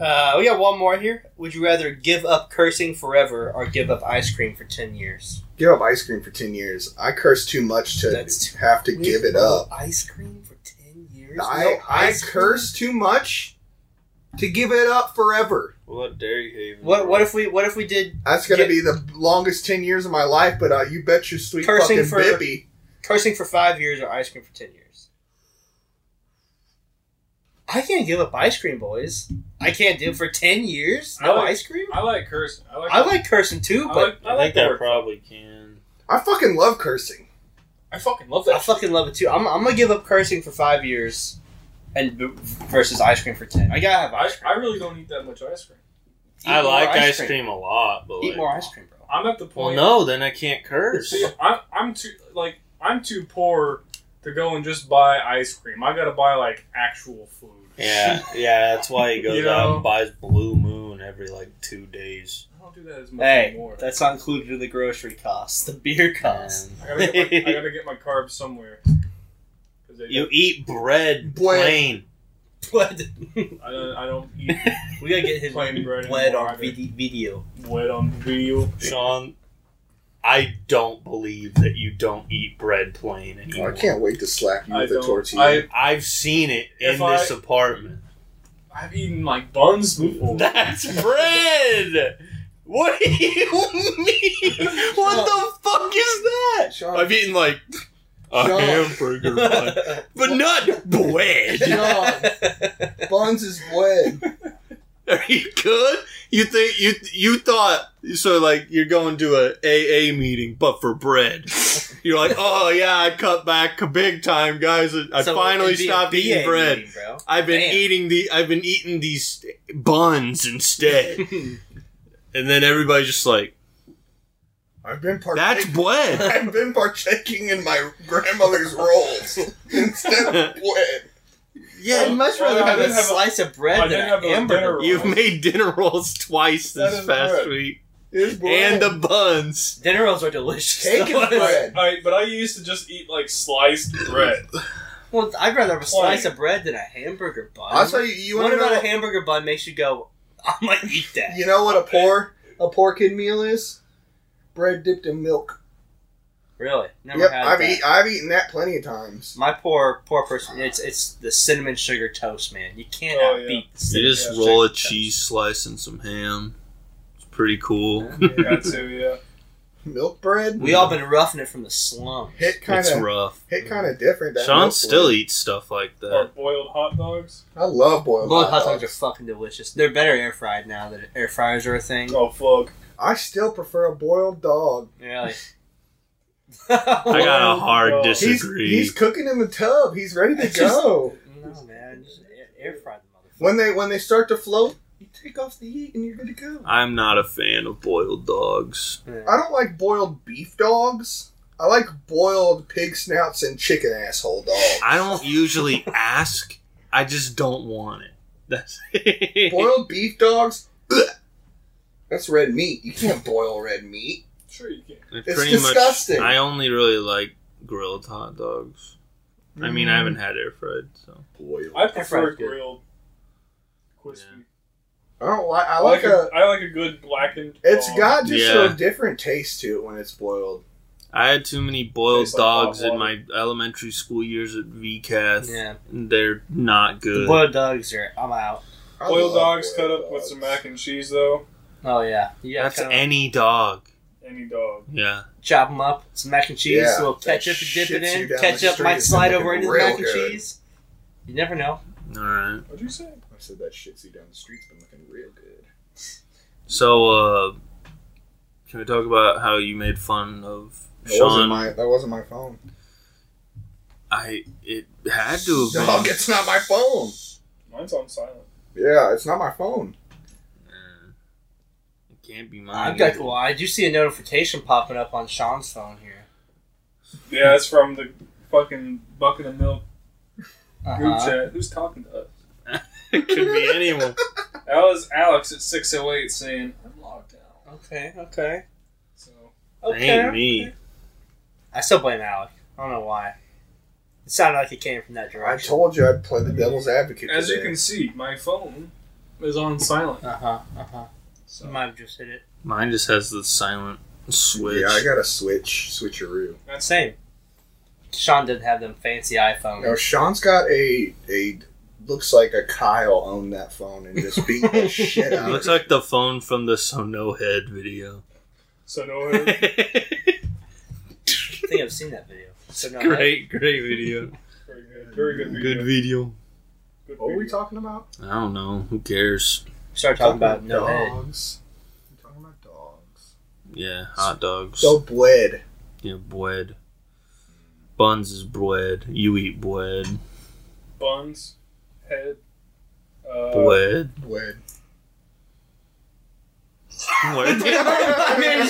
[SPEAKER 4] Uh, we got one more here. Would you rather give up cursing forever or give up ice cream for ten years?
[SPEAKER 2] Give up ice cream for ten years. I curse too much to
[SPEAKER 4] That's too-
[SPEAKER 2] have to give it up.
[SPEAKER 4] Ice cream for ten years.
[SPEAKER 2] I I curse too much to give it up forever.
[SPEAKER 1] What dare you even?
[SPEAKER 4] What What if we What if we did
[SPEAKER 2] That's gonna
[SPEAKER 4] Yeah.
[SPEAKER 2] be the longest ten years of my life. But uh, you bet your sweet
[SPEAKER 4] Cursing
[SPEAKER 2] fucking
[SPEAKER 4] for-
[SPEAKER 2] bippy.
[SPEAKER 4] cursing for five years or ice cream for ten years? I can't give up ice cream, boys. I can't do it for ten years. No
[SPEAKER 3] I like-
[SPEAKER 4] ice cream.
[SPEAKER 3] I like cursing. I like.
[SPEAKER 4] I like cursing too,
[SPEAKER 3] I
[SPEAKER 4] but
[SPEAKER 3] like, I
[SPEAKER 1] I
[SPEAKER 3] like
[SPEAKER 1] think
[SPEAKER 3] the
[SPEAKER 1] I
[SPEAKER 3] word.
[SPEAKER 1] probably can.
[SPEAKER 2] I fucking love cursing.
[SPEAKER 3] I fucking love
[SPEAKER 4] I
[SPEAKER 3] that.
[SPEAKER 4] fucking love it too. I'm, I'm gonna give up cursing for five years, and b- versus ice cream for ten. I gotta have
[SPEAKER 3] I,
[SPEAKER 4] ice cream.
[SPEAKER 3] I really don't eat that much ice cream.
[SPEAKER 4] Eat
[SPEAKER 1] I
[SPEAKER 4] more
[SPEAKER 1] like ice cream. a lot, but
[SPEAKER 4] Eat
[SPEAKER 1] like,
[SPEAKER 4] more ice cream, bro.
[SPEAKER 3] I'm at the
[SPEAKER 1] Well,
[SPEAKER 3] point.
[SPEAKER 1] no, then I can't curse.
[SPEAKER 3] See, I'm, I'm too like I'm too poor to go and just buy ice cream. I gotta buy like actual food.
[SPEAKER 1] Yeah, yeah, that's why he goes
[SPEAKER 3] You
[SPEAKER 1] out
[SPEAKER 3] know?
[SPEAKER 1] and buys Blue Moon every like two days.
[SPEAKER 3] I don't do that as much
[SPEAKER 4] Hey,
[SPEAKER 3] anymore.
[SPEAKER 4] that's not included in the grocery cost, the beer cost.
[SPEAKER 1] And
[SPEAKER 3] I gotta, get my, I gotta get my carbs somewhere. 'Cause they
[SPEAKER 1] you eat bread
[SPEAKER 2] Boy.
[SPEAKER 1] plain.
[SPEAKER 4] Bled.
[SPEAKER 3] don't- I, don't, I don't eat
[SPEAKER 4] we gotta get his
[SPEAKER 3] Plain bread and
[SPEAKER 4] bled on
[SPEAKER 3] water.
[SPEAKER 4] vid- video.
[SPEAKER 3] wet on veal.
[SPEAKER 1] Sean, I don't believe that you don't eat bread plain
[SPEAKER 2] Oh,
[SPEAKER 1] anymore.
[SPEAKER 2] I can't wait to slap you
[SPEAKER 3] I
[SPEAKER 2] with a
[SPEAKER 3] don't.
[SPEAKER 2] tortilla.
[SPEAKER 3] I
[SPEAKER 1] I've seen it in
[SPEAKER 3] If I-
[SPEAKER 1] this apartment.
[SPEAKER 3] I've eaten like buns before.
[SPEAKER 1] That's bread. What do you mean? What the fuck is that?
[SPEAKER 2] Sean,
[SPEAKER 1] eaten like a
[SPEAKER 2] Sean.
[SPEAKER 1] hamburger, bun, but not bread.
[SPEAKER 4] Oh,
[SPEAKER 2] buns is bled.
[SPEAKER 1] Are you good? You think you you thought so? Like you're going to a AA meeting, but for bread. You're like, oh yeah, I cut back big time, guys. I
[SPEAKER 4] So
[SPEAKER 1] finally
[SPEAKER 4] it'd be a
[SPEAKER 1] stopped
[SPEAKER 4] BA
[SPEAKER 1] eating bread.
[SPEAKER 4] meeting, bro.
[SPEAKER 1] I've been
[SPEAKER 4] Damn.
[SPEAKER 1] eating the I've been eating these buns instead, and then everybody's just like,
[SPEAKER 2] I've been
[SPEAKER 1] that's
[SPEAKER 2] partaking.
[SPEAKER 1] bread.
[SPEAKER 2] I've been partaking in my grandmother's rolls instead of bled.
[SPEAKER 1] Yeah,
[SPEAKER 4] I'd much rather
[SPEAKER 3] Well, I
[SPEAKER 4] have a
[SPEAKER 3] did have a-
[SPEAKER 4] slice of
[SPEAKER 3] I
[SPEAKER 4] bread
[SPEAKER 3] did
[SPEAKER 4] than a
[SPEAKER 3] have a
[SPEAKER 4] hamburger.
[SPEAKER 3] dinner
[SPEAKER 1] you've made dinner rolls twice
[SPEAKER 3] That
[SPEAKER 1] this
[SPEAKER 3] is
[SPEAKER 1] past
[SPEAKER 3] bread.
[SPEAKER 1] week,
[SPEAKER 2] It's
[SPEAKER 1] and
[SPEAKER 2] bled.
[SPEAKER 1] the buns.
[SPEAKER 4] Dinner rolls are delicious.
[SPEAKER 2] Cake is bread.
[SPEAKER 3] I, but I used to just eat like sliced bread.
[SPEAKER 4] Well, I'd rather have a slice
[SPEAKER 3] Plain.
[SPEAKER 4] of bread than a hamburger bun.
[SPEAKER 2] I'll tell you. You
[SPEAKER 4] what
[SPEAKER 2] want to
[SPEAKER 4] about
[SPEAKER 2] know?
[SPEAKER 4] a hamburger bun makes you go, I might eat that?
[SPEAKER 2] you know what a poor a poor kid meal is? Bread dipped in milk.
[SPEAKER 4] Really? Never
[SPEAKER 2] yep,
[SPEAKER 4] had
[SPEAKER 2] I've
[SPEAKER 4] that.
[SPEAKER 2] eat, I've eaten that plenty of times.
[SPEAKER 4] My poor, poor person. It's it's the cinnamon sugar toast, man. You can't
[SPEAKER 3] Oh,
[SPEAKER 4] outbeat
[SPEAKER 3] yeah.
[SPEAKER 4] beat. The
[SPEAKER 1] You
[SPEAKER 4] cinnamon
[SPEAKER 1] just
[SPEAKER 4] sugar
[SPEAKER 1] roll a
[SPEAKER 4] toast.
[SPEAKER 1] cheese slice and some ham. It's pretty cool.
[SPEAKER 3] Got to, yeah.
[SPEAKER 2] Milk bread
[SPEAKER 4] We all been roughing it from the slum.
[SPEAKER 2] hit kind
[SPEAKER 1] It's
[SPEAKER 2] of
[SPEAKER 1] rough.
[SPEAKER 2] hit kind of different. than
[SPEAKER 1] Sean
[SPEAKER 2] milk
[SPEAKER 1] still
[SPEAKER 2] bread.
[SPEAKER 1] eats stuff like
[SPEAKER 3] Or
[SPEAKER 1] that.
[SPEAKER 3] boiled hot dogs.
[SPEAKER 2] I love boiled
[SPEAKER 4] Boiled
[SPEAKER 2] hot dogs.
[SPEAKER 4] are fucking delicious. They're better air fried now that air fryers are a thing.
[SPEAKER 3] Oh fuck!
[SPEAKER 2] I still prefer a boiled dog.
[SPEAKER 4] Really? Oh.
[SPEAKER 1] I got a hard
[SPEAKER 3] Well,
[SPEAKER 2] He's,
[SPEAKER 1] disagree.
[SPEAKER 2] he's cooking in the tub. He's ready to
[SPEAKER 4] It's just-
[SPEAKER 2] go.
[SPEAKER 4] no, man. Just air- air fried the motherfucker.
[SPEAKER 2] When they when they start to float, you take off the heat and you're good to go.
[SPEAKER 1] I'm not a fan of boiled dogs.
[SPEAKER 2] I don't like boiled beef dogs. I like boiled pig snouts and chicken asshole dogs.
[SPEAKER 1] I don't usually ask. I just don't want it. That's
[SPEAKER 2] boiled beef dogs. bleh. That's red meat. You can't boil red meat.
[SPEAKER 3] Sure you can.
[SPEAKER 1] It's
[SPEAKER 2] disgusting.
[SPEAKER 1] I only really like grilled hot dogs. I mean, I
[SPEAKER 2] Mm.
[SPEAKER 1] haven't had air fried, so
[SPEAKER 2] Boiled.
[SPEAKER 3] I
[SPEAKER 4] fried
[SPEAKER 3] prefer
[SPEAKER 4] good.
[SPEAKER 3] grilled. Crispy.
[SPEAKER 2] I don't like. I
[SPEAKER 3] I
[SPEAKER 2] like a.
[SPEAKER 3] a, I like a good blackened. um,
[SPEAKER 2] It's
[SPEAKER 3] dog.
[SPEAKER 2] got just
[SPEAKER 1] Yeah.
[SPEAKER 2] a different taste to it when it's boiled.
[SPEAKER 1] I had too many boiled
[SPEAKER 3] Tastes like hot
[SPEAKER 1] dogs in my elementary school years at VCath.
[SPEAKER 4] Yeah,
[SPEAKER 1] and They're not
[SPEAKER 4] the
[SPEAKER 1] good.
[SPEAKER 4] boiled dogs are. I'm out.
[SPEAKER 2] I
[SPEAKER 3] Boiled
[SPEAKER 2] love
[SPEAKER 3] dogs
[SPEAKER 2] boiled
[SPEAKER 3] cut up with
[SPEAKER 2] dogs.
[SPEAKER 3] some mac and cheese though.
[SPEAKER 4] Oh yeah, yeah.
[SPEAKER 1] That's
[SPEAKER 4] kinda
[SPEAKER 1] any dog.
[SPEAKER 3] Any dog.
[SPEAKER 1] Yeah.
[SPEAKER 4] chop them up, some mac and cheese,
[SPEAKER 2] Yeah,
[SPEAKER 4] a little
[SPEAKER 2] that
[SPEAKER 4] ketchup to
[SPEAKER 2] shits
[SPEAKER 4] dip it
[SPEAKER 2] you
[SPEAKER 4] in.
[SPEAKER 2] down the
[SPEAKER 4] Ketchup
[SPEAKER 2] street
[SPEAKER 4] might
[SPEAKER 2] is
[SPEAKER 4] slide
[SPEAKER 2] looking
[SPEAKER 4] over into the
[SPEAKER 2] real
[SPEAKER 4] mac and
[SPEAKER 2] good.
[SPEAKER 4] cheese. You never know.
[SPEAKER 1] All right.
[SPEAKER 3] What'd you say?
[SPEAKER 2] I said that shit see down the street's been looking real good.
[SPEAKER 1] So, uh, can we talk about how you made fun of
[SPEAKER 2] That wasn't
[SPEAKER 1] Sean?
[SPEAKER 2] my. That wasn't my phone.
[SPEAKER 1] I it had to have been.
[SPEAKER 2] Dog, it's not my phone.
[SPEAKER 3] Mine's on silent.
[SPEAKER 2] Yeah, it's not my phone.
[SPEAKER 1] Nah. It can't be mine.
[SPEAKER 4] I've got.
[SPEAKER 1] either.
[SPEAKER 4] Well, I do see a notification popping up on Sean's phone here.
[SPEAKER 3] Yeah, it's from the fucking bucket of milk group
[SPEAKER 4] Uh-huh.
[SPEAKER 3] chat. Who's talking to us?
[SPEAKER 1] it could be anyone.
[SPEAKER 3] That was Alex at six oh eight saying I'm locked out.
[SPEAKER 4] Okay, okay,
[SPEAKER 3] So
[SPEAKER 1] It
[SPEAKER 4] okay.
[SPEAKER 1] ain't me.
[SPEAKER 4] I still blame Alec. I don't know why. It sounded like it came from that
[SPEAKER 2] I
[SPEAKER 4] direction.
[SPEAKER 2] told you I'd play the devil's advocate.
[SPEAKER 3] as you
[SPEAKER 2] today.
[SPEAKER 3] can see, my phone is on silent.
[SPEAKER 4] Uh huh. Uh huh.
[SPEAKER 3] So
[SPEAKER 4] You might have just hit it.
[SPEAKER 1] Mine just has the silent switch.
[SPEAKER 2] Yeah, I got a switch switcheroo.
[SPEAKER 3] that's
[SPEAKER 4] Same. Sean didn't have them fancy iPhones.
[SPEAKER 2] No, Sean's got a a looks like a Kyle owned that phone and just beat the shit
[SPEAKER 1] it
[SPEAKER 2] out. of
[SPEAKER 1] looks
[SPEAKER 2] it.
[SPEAKER 1] like the phone from the Sono Head video.
[SPEAKER 3] so no.
[SPEAKER 4] I think I've seen that video. So no,
[SPEAKER 1] great, great video.
[SPEAKER 3] Very good. Very good video.
[SPEAKER 1] Good video.
[SPEAKER 3] Good
[SPEAKER 2] What were we
[SPEAKER 3] video.
[SPEAKER 2] talking about?
[SPEAKER 1] I don't know. Who cares?
[SPEAKER 4] Start talking about no head.
[SPEAKER 2] dogs. We're talking about dogs.
[SPEAKER 1] Yeah, hot dogs.
[SPEAKER 2] So bled.
[SPEAKER 1] Yeah, bread. Buns is bread. You eat bread.
[SPEAKER 3] Buns, head, uh,
[SPEAKER 1] Bread.
[SPEAKER 2] Bled.
[SPEAKER 1] Where, where are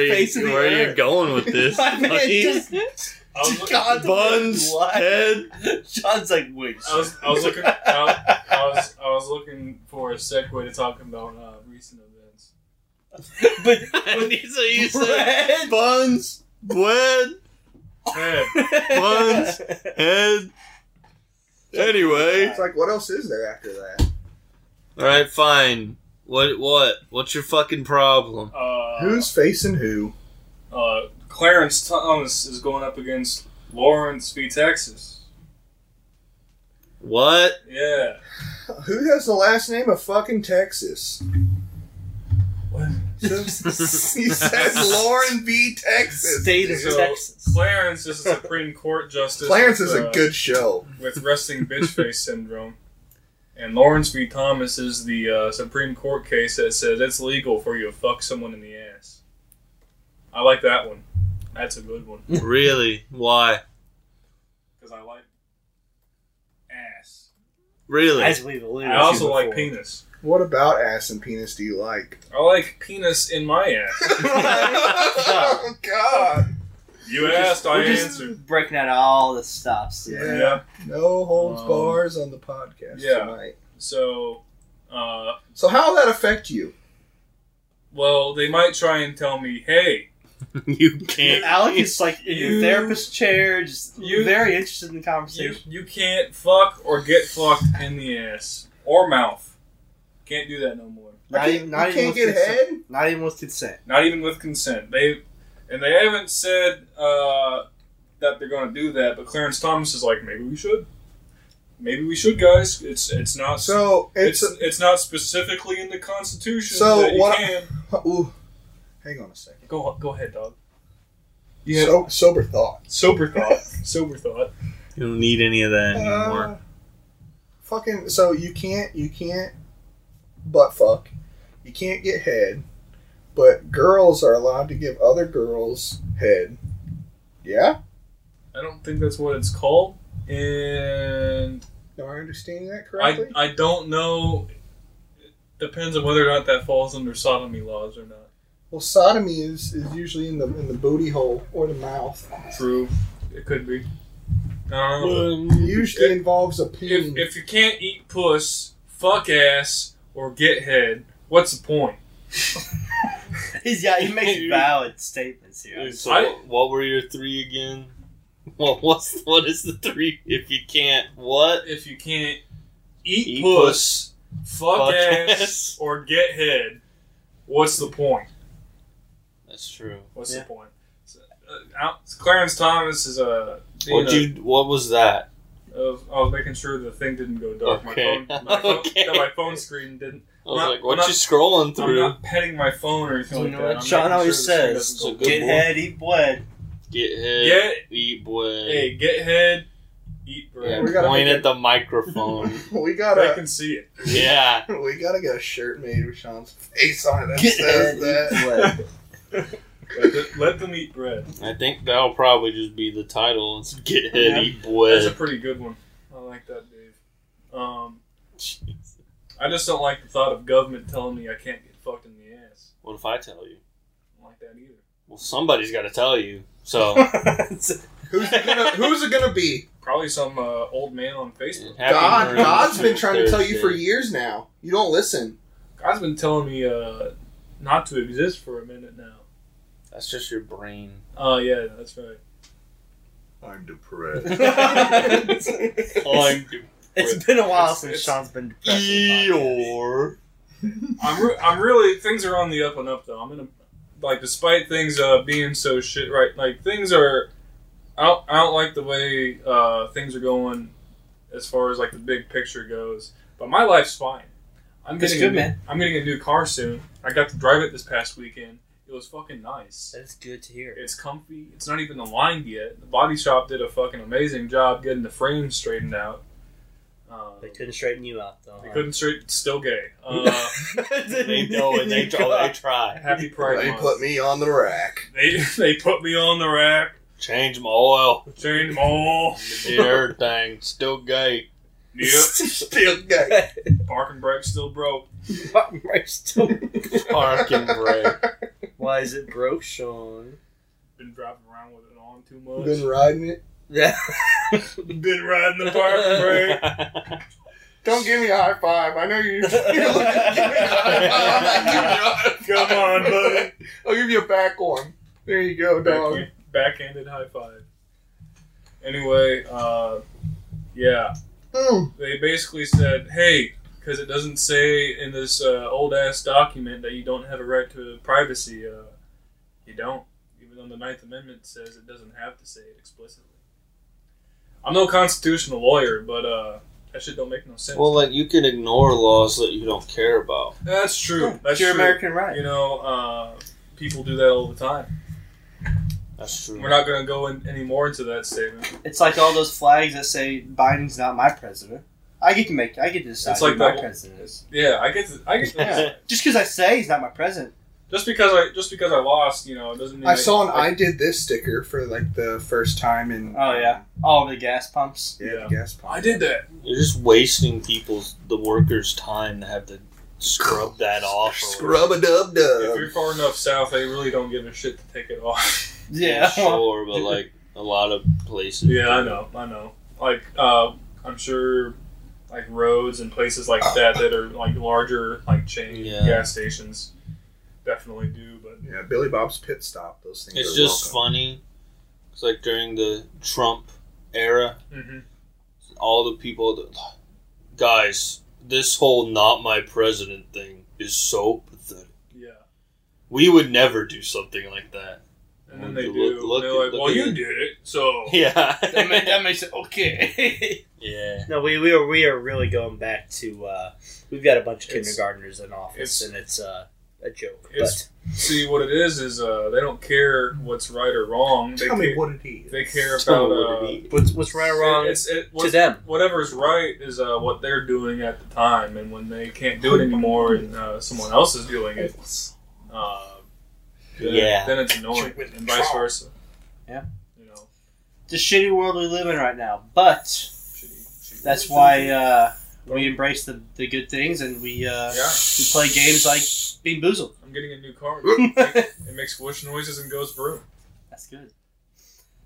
[SPEAKER 1] you? Where are you going with this?
[SPEAKER 4] My man
[SPEAKER 1] buddies?
[SPEAKER 3] I was, look-
[SPEAKER 4] God.
[SPEAKER 1] Buns,
[SPEAKER 4] What?
[SPEAKER 1] head.
[SPEAKER 4] Sean's like, wait.
[SPEAKER 1] Oh.
[SPEAKER 3] I was, I was looking. I, I was, I was looking for a segue to talk about uh, recent events.
[SPEAKER 4] but
[SPEAKER 1] so you said
[SPEAKER 4] bread.
[SPEAKER 1] buns, bread,
[SPEAKER 3] Head.
[SPEAKER 1] Buns. head. Anyway,
[SPEAKER 2] It's like what else is there after that?
[SPEAKER 1] all right, fine. What? What? What's your fucking problem?
[SPEAKER 3] Uh,
[SPEAKER 2] Who's facing who?
[SPEAKER 3] uh, Clarence Thomas is going up against Lawrence v. Texas.
[SPEAKER 1] What?
[SPEAKER 3] Yeah.
[SPEAKER 2] Who has the last name of fucking Texas?
[SPEAKER 3] What?
[SPEAKER 2] he says Lauren B. Texas.
[SPEAKER 4] State of
[SPEAKER 3] So-
[SPEAKER 4] Texas.
[SPEAKER 3] Clarence is a Supreme Court justice.
[SPEAKER 2] Clarence
[SPEAKER 3] with,
[SPEAKER 2] is a
[SPEAKER 3] uh,
[SPEAKER 2] good show.
[SPEAKER 3] with resting bitch face syndrome. And Lawrence v. Thomas is the uh, Supreme Court case that says it's legal for you to fuck someone in the ass. I like that one. That's a good one
[SPEAKER 1] Really? Why?
[SPEAKER 3] because I like ass.
[SPEAKER 1] Really?
[SPEAKER 4] As we've alluded
[SPEAKER 3] I
[SPEAKER 4] to
[SPEAKER 3] also like
[SPEAKER 4] before.
[SPEAKER 3] penis.
[SPEAKER 2] What about ass and penis do you like?
[SPEAKER 3] I like penis in my ass.
[SPEAKER 2] oh God!
[SPEAKER 3] You asked, I
[SPEAKER 4] We're just
[SPEAKER 3] answered.
[SPEAKER 4] breaking out all the stops.
[SPEAKER 2] Yeah.
[SPEAKER 3] Yeah.
[SPEAKER 2] No holds
[SPEAKER 3] Um,
[SPEAKER 2] bars on the podcast
[SPEAKER 3] yeah.
[SPEAKER 2] tonight.
[SPEAKER 3] So, uh,
[SPEAKER 2] So how'll that affect you?
[SPEAKER 3] well, they might try and tell me, hey,
[SPEAKER 1] you can't.
[SPEAKER 4] Alec is like in your
[SPEAKER 3] You-
[SPEAKER 4] therapist chair, just
[SPEAKER 3] you-
[SPEAKER 4] very interested in the
[SPEAKER 3] you,
[SPEAKER 4] conversation.
[SPEAKER 3] you can't fuck or get fucked in the ass or mouth. Can't do that no more.
[SPEAKER 4] Not
[SPEAKER 2] I can't,
[SPEAKER 4] even- not
[SPEAKER 2] you
[SPEAKER 4] even
[SPEAKER 2] can't
[SPEAKER 4] with
[SPEAKER 2] get
[SPEAKER 4] consent.
[SPEAKER 2] head.
[SPEAKER 4] Not even with consent.
[SPEAKER 3] Not even with consent. They and they haven't said uh, that they're going to do that. But Clarence Thomas is like, maybe we should. Maybe we should, guys. It's it's not
[SPEAKER 2] So
[SPEAKER 3] it's
[SPEAKER 2] it's,
[SPEAKER 3] it's, not specifically in the Constitution.
[SPEAKER 2] So
[SPEAKER 3] that you
[SPEAKER 2] what-
[SPEAKER 3] Can.
[SPEAKER 2] ooh, hang on a second.
[SPEAKER 3] Go go ahead, dog. You
[SPEAKER 2] Yeah.
[SPEAKER 3] had
[SPEAKER 2] So, sober thought.
[SPEAKER 3] sober thought. sober thought.
[SPEAKER 1] You don't need any of that anymore.
[SPEAKER 2] Uh, fucking so you can't you can't butt fuck. You can't get head. But girls are allowed to give other girls head. Yeah?
[SPEAKER 3] I don't think that's what it's called. And
[SPEAKER 2] Am I understanding that
[SPEAKER 3] I,
[SPEAKER 2] correctly?
[SPEAKER 3] I don't know. It depends on whether or not that falls under sodomy laws or not.
[SPEAKER 2] well sodomy is, is usually in the in the booty hole or the mouth.
[SPEAKER 3] True. It could be. Um,
[SPEAKER 2] It usually involves a
[SPEAKER 3] if,
[SPEAKER 2] peen.
[SPEAKER 3] if you can't eat puss, fuck ass, or get head, what's the point?
[SPEAKER 4] He's, yeah, he makes valid statements here.
[SPEAKER 1] Um, So,
[SPEAKER 3] I-
[SPEAKER 1] what- what were your three again? What what's what is the three if you can't what?
[SPEAKER 3] If you can't eat,
[SPEAKER 1] Eat
[SPEAKER 3] puss, fuck,
[SPEAKER 4] Fuck
[SPEAKER 3] ass,
[SPEAKER 4] ass.
[SPEAKER 3] or get head, what's the point?
[SPEAKER 1] That's true.
[SPEAKER 3] What's
[SPEAKER 4] Yeah.
[SPEAKER 3] the point? So, uh, Al- Clarence Thomas is a being
[SPEAKER 1] What
[SPEAKER 3] a,
[SPEAKER 1] you? What was that?
[SPEAKER 3] of I was making sure the thing didn't go dark.
[SPEAKER 1] Okay.
[SPEAKER 3] My phone, my phone,
[SPEAKER 1] Okay.
[SPEAKER 3] that my phone screen didn't.
[SPEAKER 1] I was
[SPEAKER 3] Not-
[SPEAKER 1] like, what
[SPEAKER 3] not-
[SPEAKER 1] you scrolling
[SPEAKER 3] I'm
[SPEAKER 1] through?
[SPEAKER 3] not petting my phone or anything
[SPEAKER 4] You
[SPEAKER 3] like
[SPEAKER 4] know
[SPEAKER 3] that.
[SPEAKER 4] what?
[SPEAKER 3] I'm
[SPEAKER 4] Sean
[SPEAKER 3] making sure
[SPEAKER 4] always
[SPEAKER 3] the screen
[SPEAKER 4] says,
[SPEAKER 3] doesn't go
[SPEAKER 1] "So
[SPEAKER 3] dark."
[SPEAKER 1] Good
[SPEAKER 4] Get
[SPEAKER 1] boy.
[SPEAKER 4] head, eat blood.
[SPEAKER 1] Get head,
[SPEAKER 3] Get
[SPEAKER 1] eat boy.
[SPEAKER 3] hey, get head, eat
[SPEAKER 1] yeah,
[SPEAKER 3] bread.
[SPEAKER 2] We gotta
[SPEAKER 1] point
[SPEAKER 2] make
[SPEAKER 1] at
[SPEAKER 2] it-
[SPEAKER 1] the microphone.
[SPEAKER 2] We
[SPEAKER 3] They
[SPEAKER 2] gotta
[SPEAKER 3] can see it.
[SPEAKER 1] yeah.
[SPEAKER 2] we gotta get a shirt made with Sean's face on it that
[SPEAKER 4] Get
[SPEAKER 2] says
[SPEAKER 4] head,
[SPEAKER 2] that.
[SPEAKER 4] eat blood.
[SPEAKER 3] Let them, let them eat bread.
[SPEAKER 1] I think that'll probably just be the title. It's get head,
[SPEAKER 4] Yeah.
[SPEAKER 1] eat
[SPEAKER 3] That's a
[SPEAKER 1] boy.
[SPEAKER 3] pretty good one. I like that, Dave. Um, I just don't like the thought of government telling me I can't get fucked in the ass.
[SPEAKER 1] what if I tell you?
[SPEAKER 3] I don't like that either.
[SPEAKER 1] Well, somebody's got to tell you. So
[SPEAKER 2] Who's it gonna Who's it gonna be?
[SPEAKER 3] Probably some uh, old man on Facebook.
[SPEAKER 1] Happy
[SPEAKER 2] God,
[SPEAKER 1] Maroon
[SPEAKER 2] God's been
[SPEAKER 1] Tooth
[SPEAKER 2] trying to tell you
[SPEAKER 1] Thursday.
[SPEAKER 2] for years now. You don't listen.
[SPEAKER 3] God's been telling me uh, not to exist for a minute now.
[SPEAKER 1] That's just your brain.
[SPEAKER 3] Oh yeah, that's right.
[SPEAKER 5] I'm depressed.
[SPEAKER 1] I'm
[SPEAKER 4] it's been a while
[SPEAKER 3] It's-
[SPEAKER 4] since
[SPEAKER 3] it's-
[SPEAKER 4] Sean's been depressed.
[SPEAKER 1] Eeyore.
[SPEAKER 3] I'm re- I'm really things are on the up and up though. I'm gonna like despite things uh, being so shit right. Like things are. I don't, I don't like the way uh, things are going as far as like the big picture goes. But my life's fine. I'm
[SPEAKER 4] That's
[SPEAKER 3] getting
[SPEAKER 4] good,
[SPEAKER 3] a new,
[SPEAKER 4] man.
[SPEAKER 3] I'm getting a new car soon. I got to drive it this past weekend. It was fucking nice.
[SPEAKER 4] That's good to hear.
[SPEAKER 3] It's comfy. It's not even aligned yet. The body shop did a fucking amazing job getting the frame straightened out. Uh,
[SPEAKER 4] They couldn't straighten you out though.
[SPEAKER 3] they
[SPEAKER 4] huh?
[SPEAKER 3] couldn't straighten. Still gay. Uh,
[SPEAKER 1] They know it. They try. They try.
[SPEAKER 3] happy Pride
[SPEAKER 2] they
[SPEAKER 3] Month.
[SPEAKER 2] put me on the rack.
[SPEAKER 3] They they put me on the rack.
[SPEAKER 1] Change my oil.
[SPEAKER 3] Chained mall.
[SPEAKER 1] Did everything. Still gay.
[SPEAKER 3] Yep.
[SPEAKER 2] Still got
[SPEAKER 3] Parking brake still broke.
[SPEAKER 4] Right still.
[SPEAKER 1] Parking brake.
[SPEAKER 4] Why is it broke, Sean?
[SPEAKER 3] Been driving around with it on too
[SPEAKER 2] been
[SPEAKER 3] much.
[SPEAKER 2] riding it.
[SPEAKER 4] Yeah.
[SPEAKER 3] Been riding the parking brake.
[SPEAKER 2] Don't give me a high five. I know you. You're looking to give me a high five. I'm not giving you a high
[SPEAKER 3] Come on,
[SPEAKER 2] five.
[SPEAKER 3] buddy.
[SPEAKER 2] I'll give you a back one. There you go, dog.
[SPEAKER 3] Backhand- Backhanded high five. Anyway, uh, yeah.
[SPEAKER 2] Mm.
[SPEAKER 3] they basically said, "Hey, because it doesn't say in this uh, old ass document that you don't have a right to privacy. Uh, you don't, even though the Ninth Amendment says it doesn't have to say it explicitly." I'm no constitutional lawyer, but uh, that shit don't make no sense.
[SPEAKER 1] well, like you can ignore laws that you don't care about.
[SPEAKER 3] that's true. That's
[SPEAKER 4] It's your
[SPEAKER 3] true.
[SPEAKER 4] American right.
[SPEAKER 3] You know, uh, people do that all the time.
[SPEAKER 1] That's true.
[SPEAKER 3] We're not gonna go in, any more into that statement.
[SPEAKER 4] It's like all those flags that say Biden's not my president. I get to make. I get to decide
[SPEAKER 3] It's like
[SPEAKER 4] who my
[SPEAKER 3] that-
[SPEAKER 4] president is.
[SPEAKER 3] Yeah, I get. To, I get.
[SPEAKER 1] Yeah.
[SPEAKER 3] To,
[SPEAKER 4] Just because I say he's not my president.
[SPEAKER 3] just because I just because I lost, you know, it doesn't mean
[SPEAKER 2] I saw an
[SPEAKER 3] I,
[SPEAKER 2] I did this sticker for like the first time in.
[SPEAKER 4] Oh, yeah. All the gas pumps.
[SPEAKER 2] Yeah,
[SPEAKER 3] Yeah.
[SPEAKER 2] the gas pump.
[SPEAKER 3] I did that.
[SPEAKER 1] You're just wasting people's the workers' time to have to scrub that off. or
[SPEAKER 2] Scrub a dub
[SPEAKER 3] If you're
[SPEAKER 2] dub.
[SPEAKER 3] far enough south, they really don't give a shit to take it off.
[SPEAKER 4] Yeah.
[SPEAKER 1] sure, but like a lot of places.
[SPEAKER 3] yeah, I know, I know. Like, uh, I'm sure, like roads and places like that that are like larger, like chain
[SPEAKER 1] Yeah.
[SPEAKER 3] gas stations, definitely do. But
[SPEAKER 2] Yeah, Billy Bob's pit stop. Those things.
[SPEAKER 1] It's
[SPEAKER 2] are
[SPEAKER 1] just
[SPEAKER 2] welcome.
[SPEAKER 1] funny. It's like during the Trump era,
[SPEAKER 3] mm-hmm,
[SPEAKER 1] all the people, that, guys, this whole "not my president" thing is so pathetic.
[SPEAKER 3] yeah,
[SPEAKER 1] We would never do something like that.
[SPEAKER 3] and then
[SPEAKER 1] Well,
[SPEAKER 3] they
[SPEAKER 1] you
[SPEAKER 3] do.
[SPEAKER 1] look- look
[SPEAKER 3] they're
[SPEAKER 1] at-
[SPEAKER 3] like,
[SPEAKER 1] look
[SPEAKER 3] "Well,
[SPEAKER 1] at
[SPEAKER 3] you
[SPEAKER 1] it."
[SPEAKER 3] did it, so
[SPEAKER 1] Yeah,
[SPEAKER 4] makes it okay.
[SPEAKER 1] yeah.
[SPEAKER 4] no, we, we are we are really going back to. Uh, we've got a bunch of
[SPEAKER 3] It's-
[SPEAKER 4] kindergartners in
[SPEAKER 3] it's-
[SPEAKER 4] office, and it's uh, a joke.
[SPEAKER 3] It's- see what it is is uh, they don't care what's right or wrong. They care,
[SPEAKER 2] Tell me what it is.
[SPEAKER 3] they care
[SPEAKER 1] Tell
[SPEAKER 3] about
[SPEAKER 1] me
[SPEAKER 3] uh,
[SPEAKER 1] what it
[SPEAKER 4] but
[SPEAKER 1] is.
[SPEAKER 4] what's what's right or wrong
[SPEAKER 3] It's it,
[SPEAKER 4] to
[SPEAKER 3] what's
[SPEAKER 4] them?
[SPEAKER 3] whatever's right is uh, what they're doing at the time, and when they can't do it anymore and uh, someone else is doing it, uh, then,
[SPEAKER 1] Yeah.
[SPEAKER 3] then it's annoying, and vice versa.
[SPEAKER 4] Yeah.
[SPEAKER 3] you know,
[SPEAKER 4] It's a shitty world we live in right now, but
[SPEAKER 3] shitty, shitty.
[SPEAKER 4] that's why uh, we embrace the, the good things and we uh,
[SPEAKER 3] Yeah,
[SPEAKER 4] we play games like Bean Boozled.
[SPEAKER 3] I'm getting a new car.
[SPEAKER 4] That's
[SPEAKER 3] It makes whoosh noises and goes vroom.
[SPEAKER 4] good.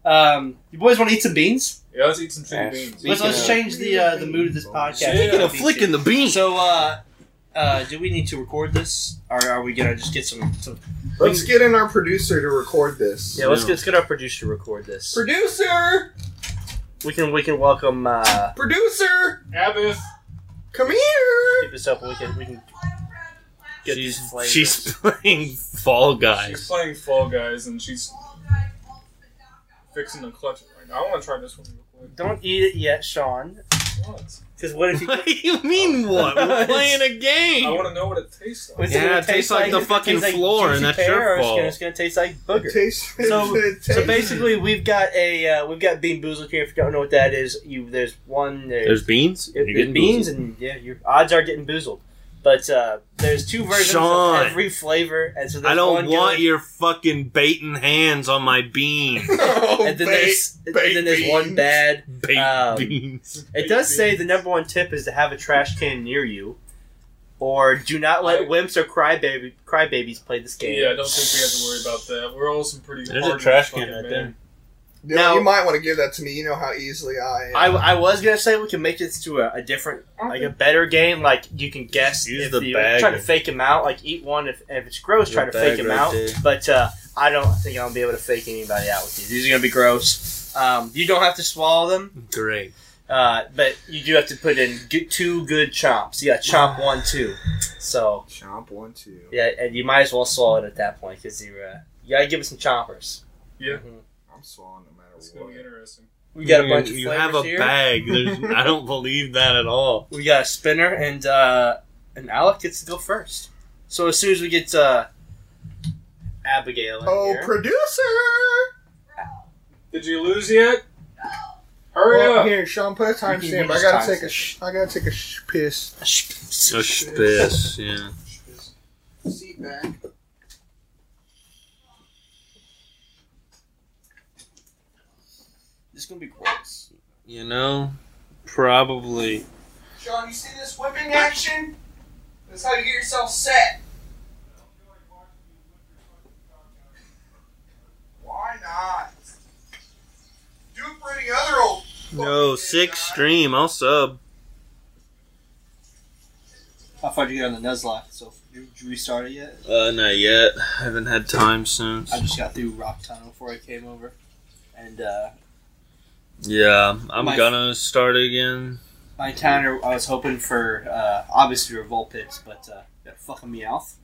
[SPEAKER 4] Um, you boys want to eat some beans?
[SPEAKER 3] Yeah, let's eat some shitty
[SPEAKER 1] Ash.
[SPEAKER 3] beans.
[SPEAKER 4] Let's, let's
[SPEAKER 1] Speaking
[SPEAKER 4] change the uh, the mood of this podcast.
[SPEAKER 3] Speaking of
[SPEAKER 5] flicking the beans.
[SPEAKER 4] So, uh, uh, do we need to record this, or are we gonna just get some? some
[SPEAKER 2] Let's get in our producer to record this.
[SPEAKER 4] yeah, let's get, let's get our producer to record this.
[SPEAKER 2] Producer,
[SPEAKER 4] We can we can welcome. Uh,
[SPEAKER 2] producer,
[SPEAKER 3] Abbott,
[SPEAKER 2] Come here.
[SPEAKER 4] keep this up. We can we can get these
[SPEAKER 1] She's,
[SPEAKER 4] flavors.
[SPEAKER 1] she's playing Fall
[SPEAKER 3] She's
[SPEAKER 1] Guys.
[SPEAKER 3] playing Fall Guys and she's fixing the clutch right now. I want to try this one real quick.
[SPEAKER 4] Don't eat it yet, Sean.
[SPEAKER 3] What?
[SPEAKER 4] Because what if you?
[SPEAKER 1] What do you mean what? We're playing a game.
[SPEAKER 3] I want to know what it tastes like.
[SPEAKER 4] what's gonna
[SPEAKER 1] Yeah, it tastes like the
[SPEAKER 4] Is it gonna
[SPEAKER 1] fucking
[SPEAKER 4] taste
[SPEAKER 1] floor, and
[SPEAKER 4] juicy
[SPEAKER 1] that's
[SPEAKER 4] pear,
[SPEAKER 1] your
[SPEAKER 4] or it's gonna-
[SPEAKER 1] fault.
[SPEAKER 4] It's gonna taste like booger.
[SPEAKER 2] It tastes.
[SPEAKER 4] So-
[SPEAKER 2] it tastes
[SPEAKER 4] So basically, we've got a uh, we've got bean boozled here. If you don't know what that is, you there's one there's,
[SPEAKER 1] There's beans.
[SPEAKER 4] It- there's beans and yeah, your odds are getting boozled. But uh, there's two versions
[SPEAKER 1] Sean.
[SPEAKER 4] of every flavor, and so there's
[SPEAKER 1] I don't
[SPEAKER 4] one
[SPEAKER 1] want
[SPEAKER 4] good,
[SPEAKER 1] your fucking baiting hands on my beans.
[SPEAKER 2] Oh,
[SPEAKER 4] And then
[SPEAKER 2] bait.
[SPEAKER 4] there's
[SPEAKER 2] baked
[SPEAKER 4] and then there's one
[SPEAKER 2] beans.
[SPEAKER 4] bad.
[SPEAKER 1] Bait
[SPEAKER 4] Um,
[SPEAKER 1] beans.
[SPEAKER 4] It does say the number one tip is to have a trash can near you, or do not let wimps or crybaby crybabies play this game.
[SPEAKER 3] Yeah, I don't think we have to worry about that. We're all some pretty.
[SPEAKER 6] There's a
[SPEAKER 3] hard
[SPEAKER 6] trash
[SPEAKER 3] fucking
[SPEAKER 6] can right
[SPEAKER 3] men.
[SPEAKER 6] there.
[SPEAKER 2] You know,
[SPEAKER 4] Now-
[SPEAKER 2] you might want to give that to me. You know how easily I. Am.
[SPEAKER 4] I, I was gonna say we can make this to a, a different, like a better game. Like you can guess
[SPEAKER 6] Use
[SPEAKER 4] if
[SPEAKER 6] the
[SPEAKER 4] you
[SPEAKER 6] bag
[SPEAKER 4] try to
[SPEAKER 6] and-
[SPEAKER 4] fake them out. Like eat one if, if it's gross, try to
[SPEAKER 6] The
[SPEAKER 4] fake
[SPEAKER 6] bag
[SPEAKER 4] them
[SPEAKER 6] right
[SPEAKER 4] out.
[SPEAKER 6] there.
[SPEAKER 4] But uh, I don't think I'm gonna be able to fake anybody out with these. These are gonna be gross. Um, you don't have to swallow them,
[SPEAKER 1] Great.
[SPEAKER 4] uh, but you do have to put in g- two good chomps. You got to chomp one, two. So
[SPEAKER 2] Chomp one two.
[SPEAKER 4] yeah, and you might as well swallow it at that point because you uh, you gotta give it some chompers.
[SPEAKER 3] Yeah.
[SPEAKER 4] Mhm.
[SPEAKER 2] I'm swallowing no matter
[SPEAKER 3] It's gonna be
[SPEAKER 2] what.
[SPEAKER 3] interesting.
[SPEAKER 4] we got a bunch
[SPEAKER 1] you,
[SPEAKER 4] of
[SPEAKER 1] You have a
[SPEAKER 4] flavors here.
[SPEAKER 1] bag. There's, I don't believe that at all.
[SPEAKER 4] We got a spinner, and uh, and Alec gets to go first. So as soon as we get uh, Abigail in
[SPEAKER 2] Oh,
[SPEAKER 4] here,
[SPEAKER 2] producer!
[SPEAKER 3] Did you lose yet? Hurry
[SPEAKER 2] Well,
[SPEAKER 3] up!
[SPEAKER 2] here, Sean, put a
[SPEAKER 4] You can
[SPEAKER 2] timestamp. I
[SPEAKER 4] use
[SPEAKER 2] gotta take
[SPEAKER 4] timestamp.
[SPEAKER 2] a. Sh- I gotta take a sh- piss.
[SPEAKER 1] So spiss, yeah.
[SPEAKER 2] Seat back.
[SPEAKER 4] it's gonna be gross.
[SPEAKER 6] You know, probably.
[SPEAKER 2] Sean, you see this whipping action? That's how you get yourself set. Why not? Do it for any other old.
[SPEAKER 1] No, six stream. I'll sub.
[SPEAKER 4] How far did you get on the Nuzlocke? So you, did you restart it yet?
[SPEAKER 6] Uh, not yet. I haven't had time since.
[SPEAKER 4] I just got through Rock Tunnel before I came over, and uh,
[SPEAKER 6] Yeah, I'm
[SPEAKER 4] My-
[SPEAKER 6] gonna start again.
[SPEAKER 4] my encounter I was hoping for uh, obviously for Vulpix, but uh, got a fucking Meowth.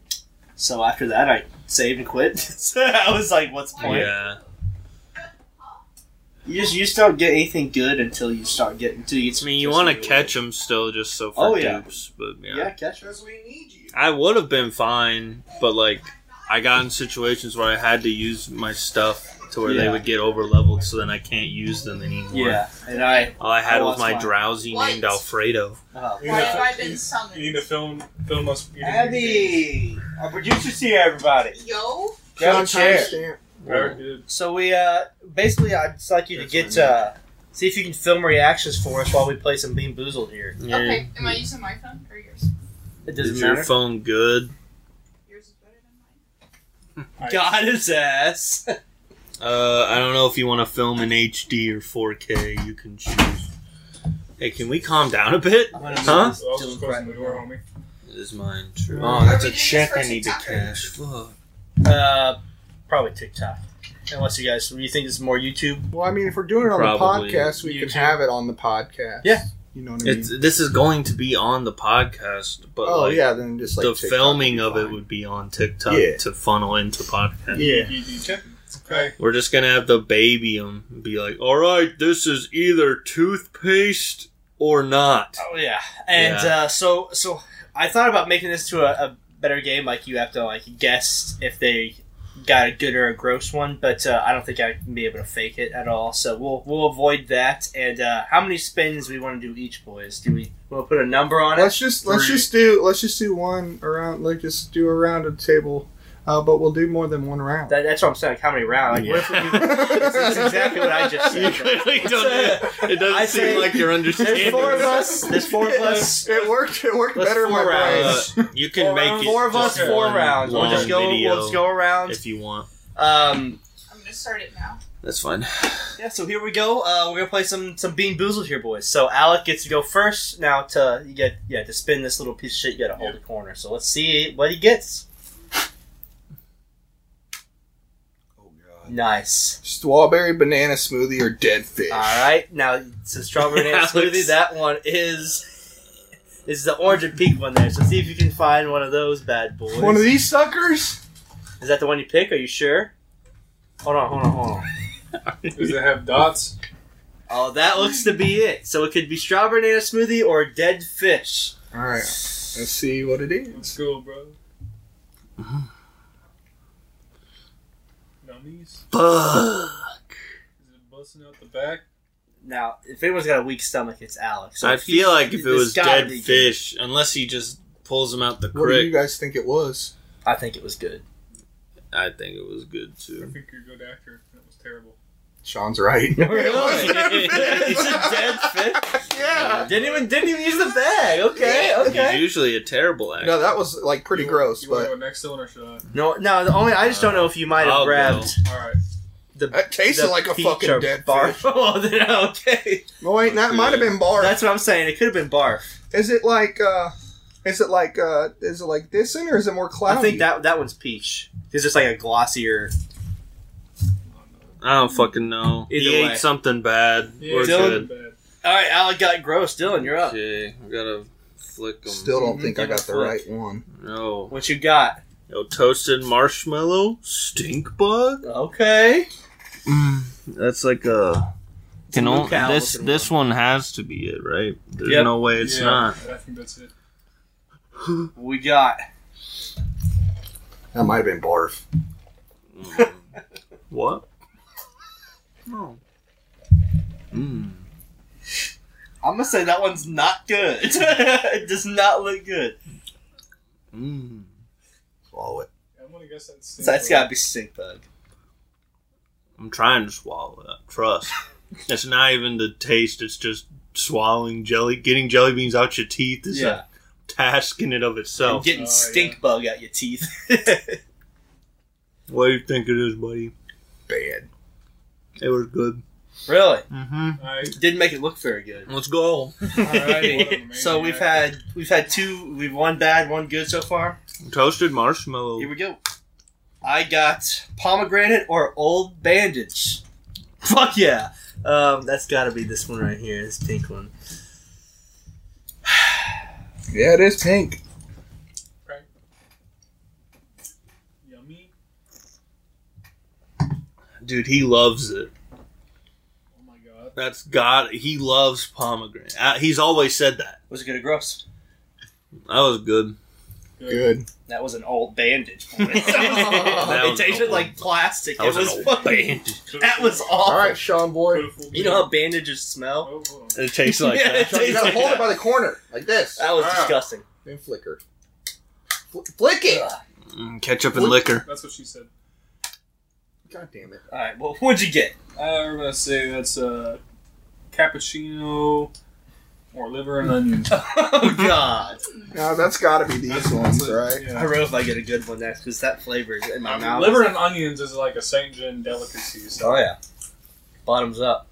[SPEAKER 4] So after that, I saved and quit. so I was like, "What's the point?"
[SPEAKER 6] Yeah.
[SPEAKER 4] You just you just don't get anything good until you start getting until you. Get
[SPEAKER 6] I mean, you
[SPEAKER 4] just
[SPEAKER 6] want to
[SPEAKER 4] new
[SPEAKER 6] catch them still, just so for
[SPEAKER 4] Oh, yeah.
[SPEAKER 6] dupes. But yeah,
[SPEAKER 4] ones. Yeah, catch 'em.
[SPEAKER 2] Because we need you.
[SPEAKER 6] I would have been fine, but like, I got in situations where I had to use my stuff to where they
[SPEAKER 4] Yeah.
[SPEAKER 6] would get over leveled, so then I can't use them anymore.
[SPEAKER 4] Yeah, and I.
[SPEAKER 6] All I had
[SPEAKER 4] Oh,
[SPEAKER 6] was
[SPEAKER 4] that's
[SPEAKER 6] my
[SPEAKER 4] fine.
[SPEAKER 6] drowsy
[SPEAKER 7] What?
[SPEAKER 6] named Alfredo.
[SPEAKER 4] Oh.
[SPEAKER 3] You
[SPEAKER 7] Why
[SPEAKER 3] need
[SPEAKER 7] have
[SPEAKER 3] to-
[SPEAKER 7] I been summoned?
[SPEAKER 3] You need to film film us. eating your
[SPEAKER 4] Abby, our producer's here. Everybody,
[SPEAKER 7] Yo,
[SPEAKER 4] grab
[SPEAKER 2] Sean,
[SPEAKER 4] a chair.
[SPEAKER 2] timestamp.
[SPEAKER 3] beans. Very good.
[SPEAKER 4] So we uh basically, I'd just like you to
[SPEAKER 6] That's
[SPEAKER 4] get uh see if you can film reactions for us while we play some Bean Boozled here.
[SPEAKER 7] okay. Am I using my phone or yours?
[SPEAKER 4] It doesn't
[SPEAKER 6] Is your
[SPEAKER 4] matter.
[SPEAKER 6] phone good?
[SPEAKER 7] Yours is better than mine.
[SPEAKER 4] Got his ass.
[SPEAKER 6] Uh, I don't know if you want to film in HD or 4K. You can choose. Hey, can we calm down a bit? Huh?
[SPEAKER 3] So I'll just close the door, homie.
[SPEAKER 6] It is mine. True.
[SPEAKER 2] Oh, that's
[SPEAKER 7] a check I need to cash.
[SPEAKER 6] Fuck.
[SPEAKER 4] Uh, probably TikTok. Unless you guys, you think it's more YouTube?
[SPEAKER 2] Well, I mean, if we're doing it on
[SPEAKER 6] Probably.
[SPEAKER 2] the podcast, we can
[SPEAKER 4] YouTube.
[SPEAKER 2] have it on the podcast.
[SPEAKER 4] Yeah.
[SPEAKER 2] You know what I mean?
[SPEAKER 6] It's this is going to be on the podcast, but
[SPEAKER 2] oh,
[SPEAKER 6] like,
[SPEAKER 2] yeah, then just like.
[SPEAKER 6] the
[SPEAKER 2] TikTok
[SPEAKER 6] filming
[SPEAKER 2] would
[SPEAKER 6] of
[SPEAKER 2] be
[SPEAKER 6] it
[SPEAKER 2] fine.
[SPEAKER 6] would be on TikTok
[SPEAKER 2] Yeah.
[SPEAKER 6] to funnel into podcast.
[SPEAKER 2] Yeah.
[SPEAKER 3] You- you check. Okay.
[SPEAKER 6] We're just gonna have the baby 'em and be like, "All right, this is either toothpaste or not."
[SPEAKER 4] Oh yeah, and
[SPEAKER 6] Yeah.
[SPEAKER 4] Uh, so so I thought about making this to a, a better game. Like you have to like guess if they got a good or a gross one, but uh, I don't think I'd be able to fake it at all. So we'll we'll avoid that. And uh, how many spins we want to do each, boys? Do we want to put a number on it?
[SPEAKER 2] Let's just let let's
[SPEAKER 6] Three.
[SPEAKER 2] just do let's just do one around. Let's just do a round of the table, uh, but we'll do more than one round.
[SPEAKER 4] That, that's what I'm saying. Like how many rounds? Like, what if we do- That's exactly what I just
[SPEAKER 1] You
[SPEAKER 4] said.
[SPEAKER 1] clearly don't. It doesn't
[SPEAKER 4] I
[SPEAKER 1] seem
[SPEAKER 4] say-
[SPEAKER 1] like you're
[SPEAKER 4] There's
[SPEAKER 1] understanding.
[SPEAKER 4] four of
[SPEAKER 1] this.
[SPEAKER 4] us. There's four of us.
[SPEAKER 2] It worked. It worked
[SPEAKER 4] Let's
[SPEAKER 2] better in my
[SPEAKER 4] four
[SPEAKER 2] brain.
[SPEAKER 4] rounds.
[SPEAKER 6] Uh, you can
[SPEAKER 3] Four
[SPEAKER 6] make
[SPEAKER 3] rounds.
[SPEAKER 6] it
[SPEAKER 4] Four of us,
[SPEAKER 6] just
[SPEAKER 4] four
[SPEAKER 6] one
[SPEAKER 4] rounds. We'll
[SPEAKER 6] long
[SPEAKER 4] just go.
[SPEAKER 6] video
[SPEAKER 4] We'll just go around.
[SPEAKER 6] if you want.
[SPEAKER 4] Um,
[SPEAKER 7] I'm gonna start it now.
[SPEAKER 6] That's fine.
[SPEAKER 4] Yeah, so here we go. Uh, we're gonna play some some Bean Boozled here, boys. So Alec gets to go first now to you get yeah to spin this little piece of shit. You gotta hold the corner. So let's see what he gets.
[SPEAKER 2] Oh god.
[SPEAKER 4] Nice.
[SPEAKER 2] Strawberry banana smoothie
[SPEAKER 4] Uh,
[SPEAKER 2] or dead fish.
[SPEAKER 4] All right, now so strawberry banana
[SPEAKER 6] Alex.
[SPEAKER 4] smoothie. That one is This is the orange and pink one there. So see if you can find one of those bad boys.
[SPEAKER 2] One of these suckers?
[SPEAKER 4] Is that the one you pick? Are you sure? Hold on, hold on, hold on.
[SPEAKER 3] Does it have dots?
[SPEAKER 4] Oh, that looks to be it. So it could be strawberry banana smoothie or dead fish.
[SPEAKER 2] All right. Let's see what it is.
[SPEAKER 3] Let's go, bro. Nummies?
[SPEAKER 8] Fuck.
[SPEAKER 3] Is it busting out the back?
[SPEAKER 4] Now, if anyone's got a weak stomach, it's Alex. So
[SPEAKER 1] I
[SPEAKER 4] if he-
[SPEAKER 1] feel like if it
[SPEAKER 4] this
[SPEAKER 1] was
[SPEAKER 4] gotta
[SPEAKER 1] dead
[SPEAKER 4] be good.
[SPEAKER 1] fish, unless he just pulls him out the
[SPEAKER 2] What do you
[SPEAKER 1] creek,
[SPEAKER 2] guys think it was?
[SPEAKER 4] I think it was good.
[SPEAKER 1] I think it was good
[SPEAKER 3] I
[SPEAKER 1] too.
[SPEAKER 3] think you're good actor. That was terrible.
[SPEAKER 2] Sean's right.
[SPEAKER 8] Really?
[SPEAKER 4] it's a dead fish.
[SPEAKER 2] yeah.
[SPEAKER 4] Didn't even didn't even use the bag. Okay, okay.
[SPEAKER 1] He's usually a terrible actor.
[SPEAKER 2] No, that was like pretty
[SPEAKER 3] You wa-
[SPEAKER 2] gross,
[SPEAKER 3] You want
[SPEAKER 2] but
[SPEAKER 3] to go next one or should I?
[SPEAKER 4] No, no. The only I just don't know if you might have
[SPEAKER 1] I'll
[SPEAKER 4] grabbed
[SPEAKER 3] Alright.
[SPEAKER 4] the.
[SPEAKER 2] it tasted
[SPEAKER 4] the
[SPEAKER 2] like a
[SPEAKER 4] peach
[SPEAKER 2] fucking
[SPEAKER 4] or
[SPEAKER 2] dead
[SPEAKER 4] barf.
[SPEAKER 2] fish.
[SPEAKER 4] oh, then, okay.
[SPEAKER 2] No, wait, that might have been barf.
[SPEAKER 4] That's what I'm saying. It could have been barf.
[SPEAKER 2] Is it like uh is it like uh is it like this in or is it more cloudy?
[SPEAKER 4] I think that that one's peach. It's just like a glossier.
[SPEAKER 1] I don't fucking know. he
[SPEAKER 4] Either way.
[SPEAKER 1] ate something bad.
[SPEAKER 3] Yeah,
[SPEAKER 1] We're
[SPEAKER 3] it's
[SPEAKER 4] Dylan-
[SPEAKER 1] good.
[SPEAKER 3] bad.
[SPEAKER 4] All right, Alec got gross. Dylan, you're up.
[SPEAKER 1] Okay, I gotta flick him.
[SPEAKER 2] Still don't think I got the
[SPEAKER 1] Fuck.
[SPEAKER 2] right one.
[SPEAKER 1] No.
[SPEAKER 4] What you got?
[SPEAKER 1] Yo, toasted marshmallow stink bug.
[SPEAKER 4] Okay.
[SPEAKER 1] That's like a. Can
[SPEAKER 4] Blue
[SPEAKER 1] only,
[SPEAKER 4] cow
[SPEAKER 1] this
[SPEAKER 4] looking
[SPEAKER 1] this one has to be it, right? There's
[SPEAKER 4] Yep.
[SPEAKER 1] no way it's
[SPEAKER 3] Yeah,
[SPEAKER 1] not.
[SPEAKER 3] I think that's it.
[SPEAKER 4] We got.
[SPEAKER 2] That might have been barf.
[SPEAKER 1] Mm. what? No. Mm.
[SPEAKER 4] I'm gonna say that one's not good. it does not look good.
[SPEAKER 1] Mm.
[SPEAKER 2] Swallow it.
[SPEAKER 3] I'm gonna guess that's.
[SPEAKER 4] So that's gotta be stink bug.
[SPEAKER 1] I'm trying to swallow it. Trust. it's not even the taste. It's just swallowing jelly, getting jelly beans out your teeth is
[SPEAKER 4] yeah.
[SPEAKER 1] a task in and of
[SPEAKER 4] And
[SPEAKER 1] itself.
[SPEAKER 4] getting
[SPEAKER 3] Oh,
[SPEAKER 4] stink
[SPEAKER 3] yeah.
[SPEAKER 4] bug out your teeth.
[SPEAKER 1] What do you think it is, buddy?
[SPEAKER 2] Bad.
[SPEAKER 1] It was good.
[SPEAKER 4] really?
[SPEAKER 1] Mm-hmm.
[SPEAKER 3] Alright.
[SPEAKER 4] Didn't make it look very good.
[SPEAKER 1] Let's go.
[SPEAKER 3] Alright.
[SPEAKER 4] So we've had we've had two we've one bad, one good so far.
[SPEAKER 1] Toasted marshmallow.
[SPEAKER 4] Here we go. I got pomegranate or old bandage. Fuck yeah. Um, that's gotta be this one right here, this pink one.
[SPEAKER 2] Yeah, it is pink.
[SPEAKER 3] Yummy.
[SPEAKER 1] Dude, he loves it.
[SPEAKER 3] Oh my god.
[SPEAKER 1] That's God. He loves pomegranate. Uh, he's always said that.
[SPEAKER 4] Was it good or gross?
[SPEAKER 1] That was good.
[SPEAKER 2] Good.
[SPEAKER 4] That was an old bandage.
[SPEAKER 1] That
[SPEAKER 4] it
[SPEAKER 1] was
[SPEAKER 4] tasted
[SPEAKER 1] old.
[SPEAKER 4] like plastic.
[SPEAKER 1] That was
[SPEAKER 4] it
[SPEAKER 1] an
[SPEAKER 4] was
[SPEAKER 1] old
[SPEAKER 4] fucking-
[SPEAKER 1] bandage.
[SPEAKER 4] That was awful.
[SPEAKER 2] All right, Sean boy.
[SPEAKER 3] Beautiful.
[SPEAKER 4] You know how bandages smell?
[SPEAKER 3] Oh, hold on.
[SPEAKER 1] It tastes like
[SPEAKER 4] Yeah,
[SPEAKER 1] that.
[SPEAKER 4] it
[SPEAKER 2] Sean, you gotta
[SPEAKER 4] tastes
[SPEAKER 2] hold
[SPEAKER 4] like
[SPEAKER 2] it by the corner like this.
[SPEAKER 4] That was
[SPEAKER 3] Ah.
[SPEAKER 4] disgusting.
[SPEAKER 2] Then flicker. Fl- flick it.
[SPEAKER 1] Mm, ketchup and liquor.
[SPEAKER 3] That's what she said.
[SPEAKER 2] God damn it.
[SPEAKER 4] All right, well, what'd you get?
[SPEAKER 3] I'm Uh, gonna say that's a cappuccino or liver and onion.
[SPEAKER 4] Oh God!
[SPEAKER 2] No, that's gotta be these ones, right?
[SPEAKER 4] I
[SPEAKER 3] Yeah.
[SPEAKER 4] don't know if I get a good one next because that flavor is in my
[SPEAKER 3] Um,
[SPEAKER 4] mouth.
[SPEAKER 3] liver and onions is like a Saint John delicacy. So
[SPEAKER 4] Oh yeah, bottoms up.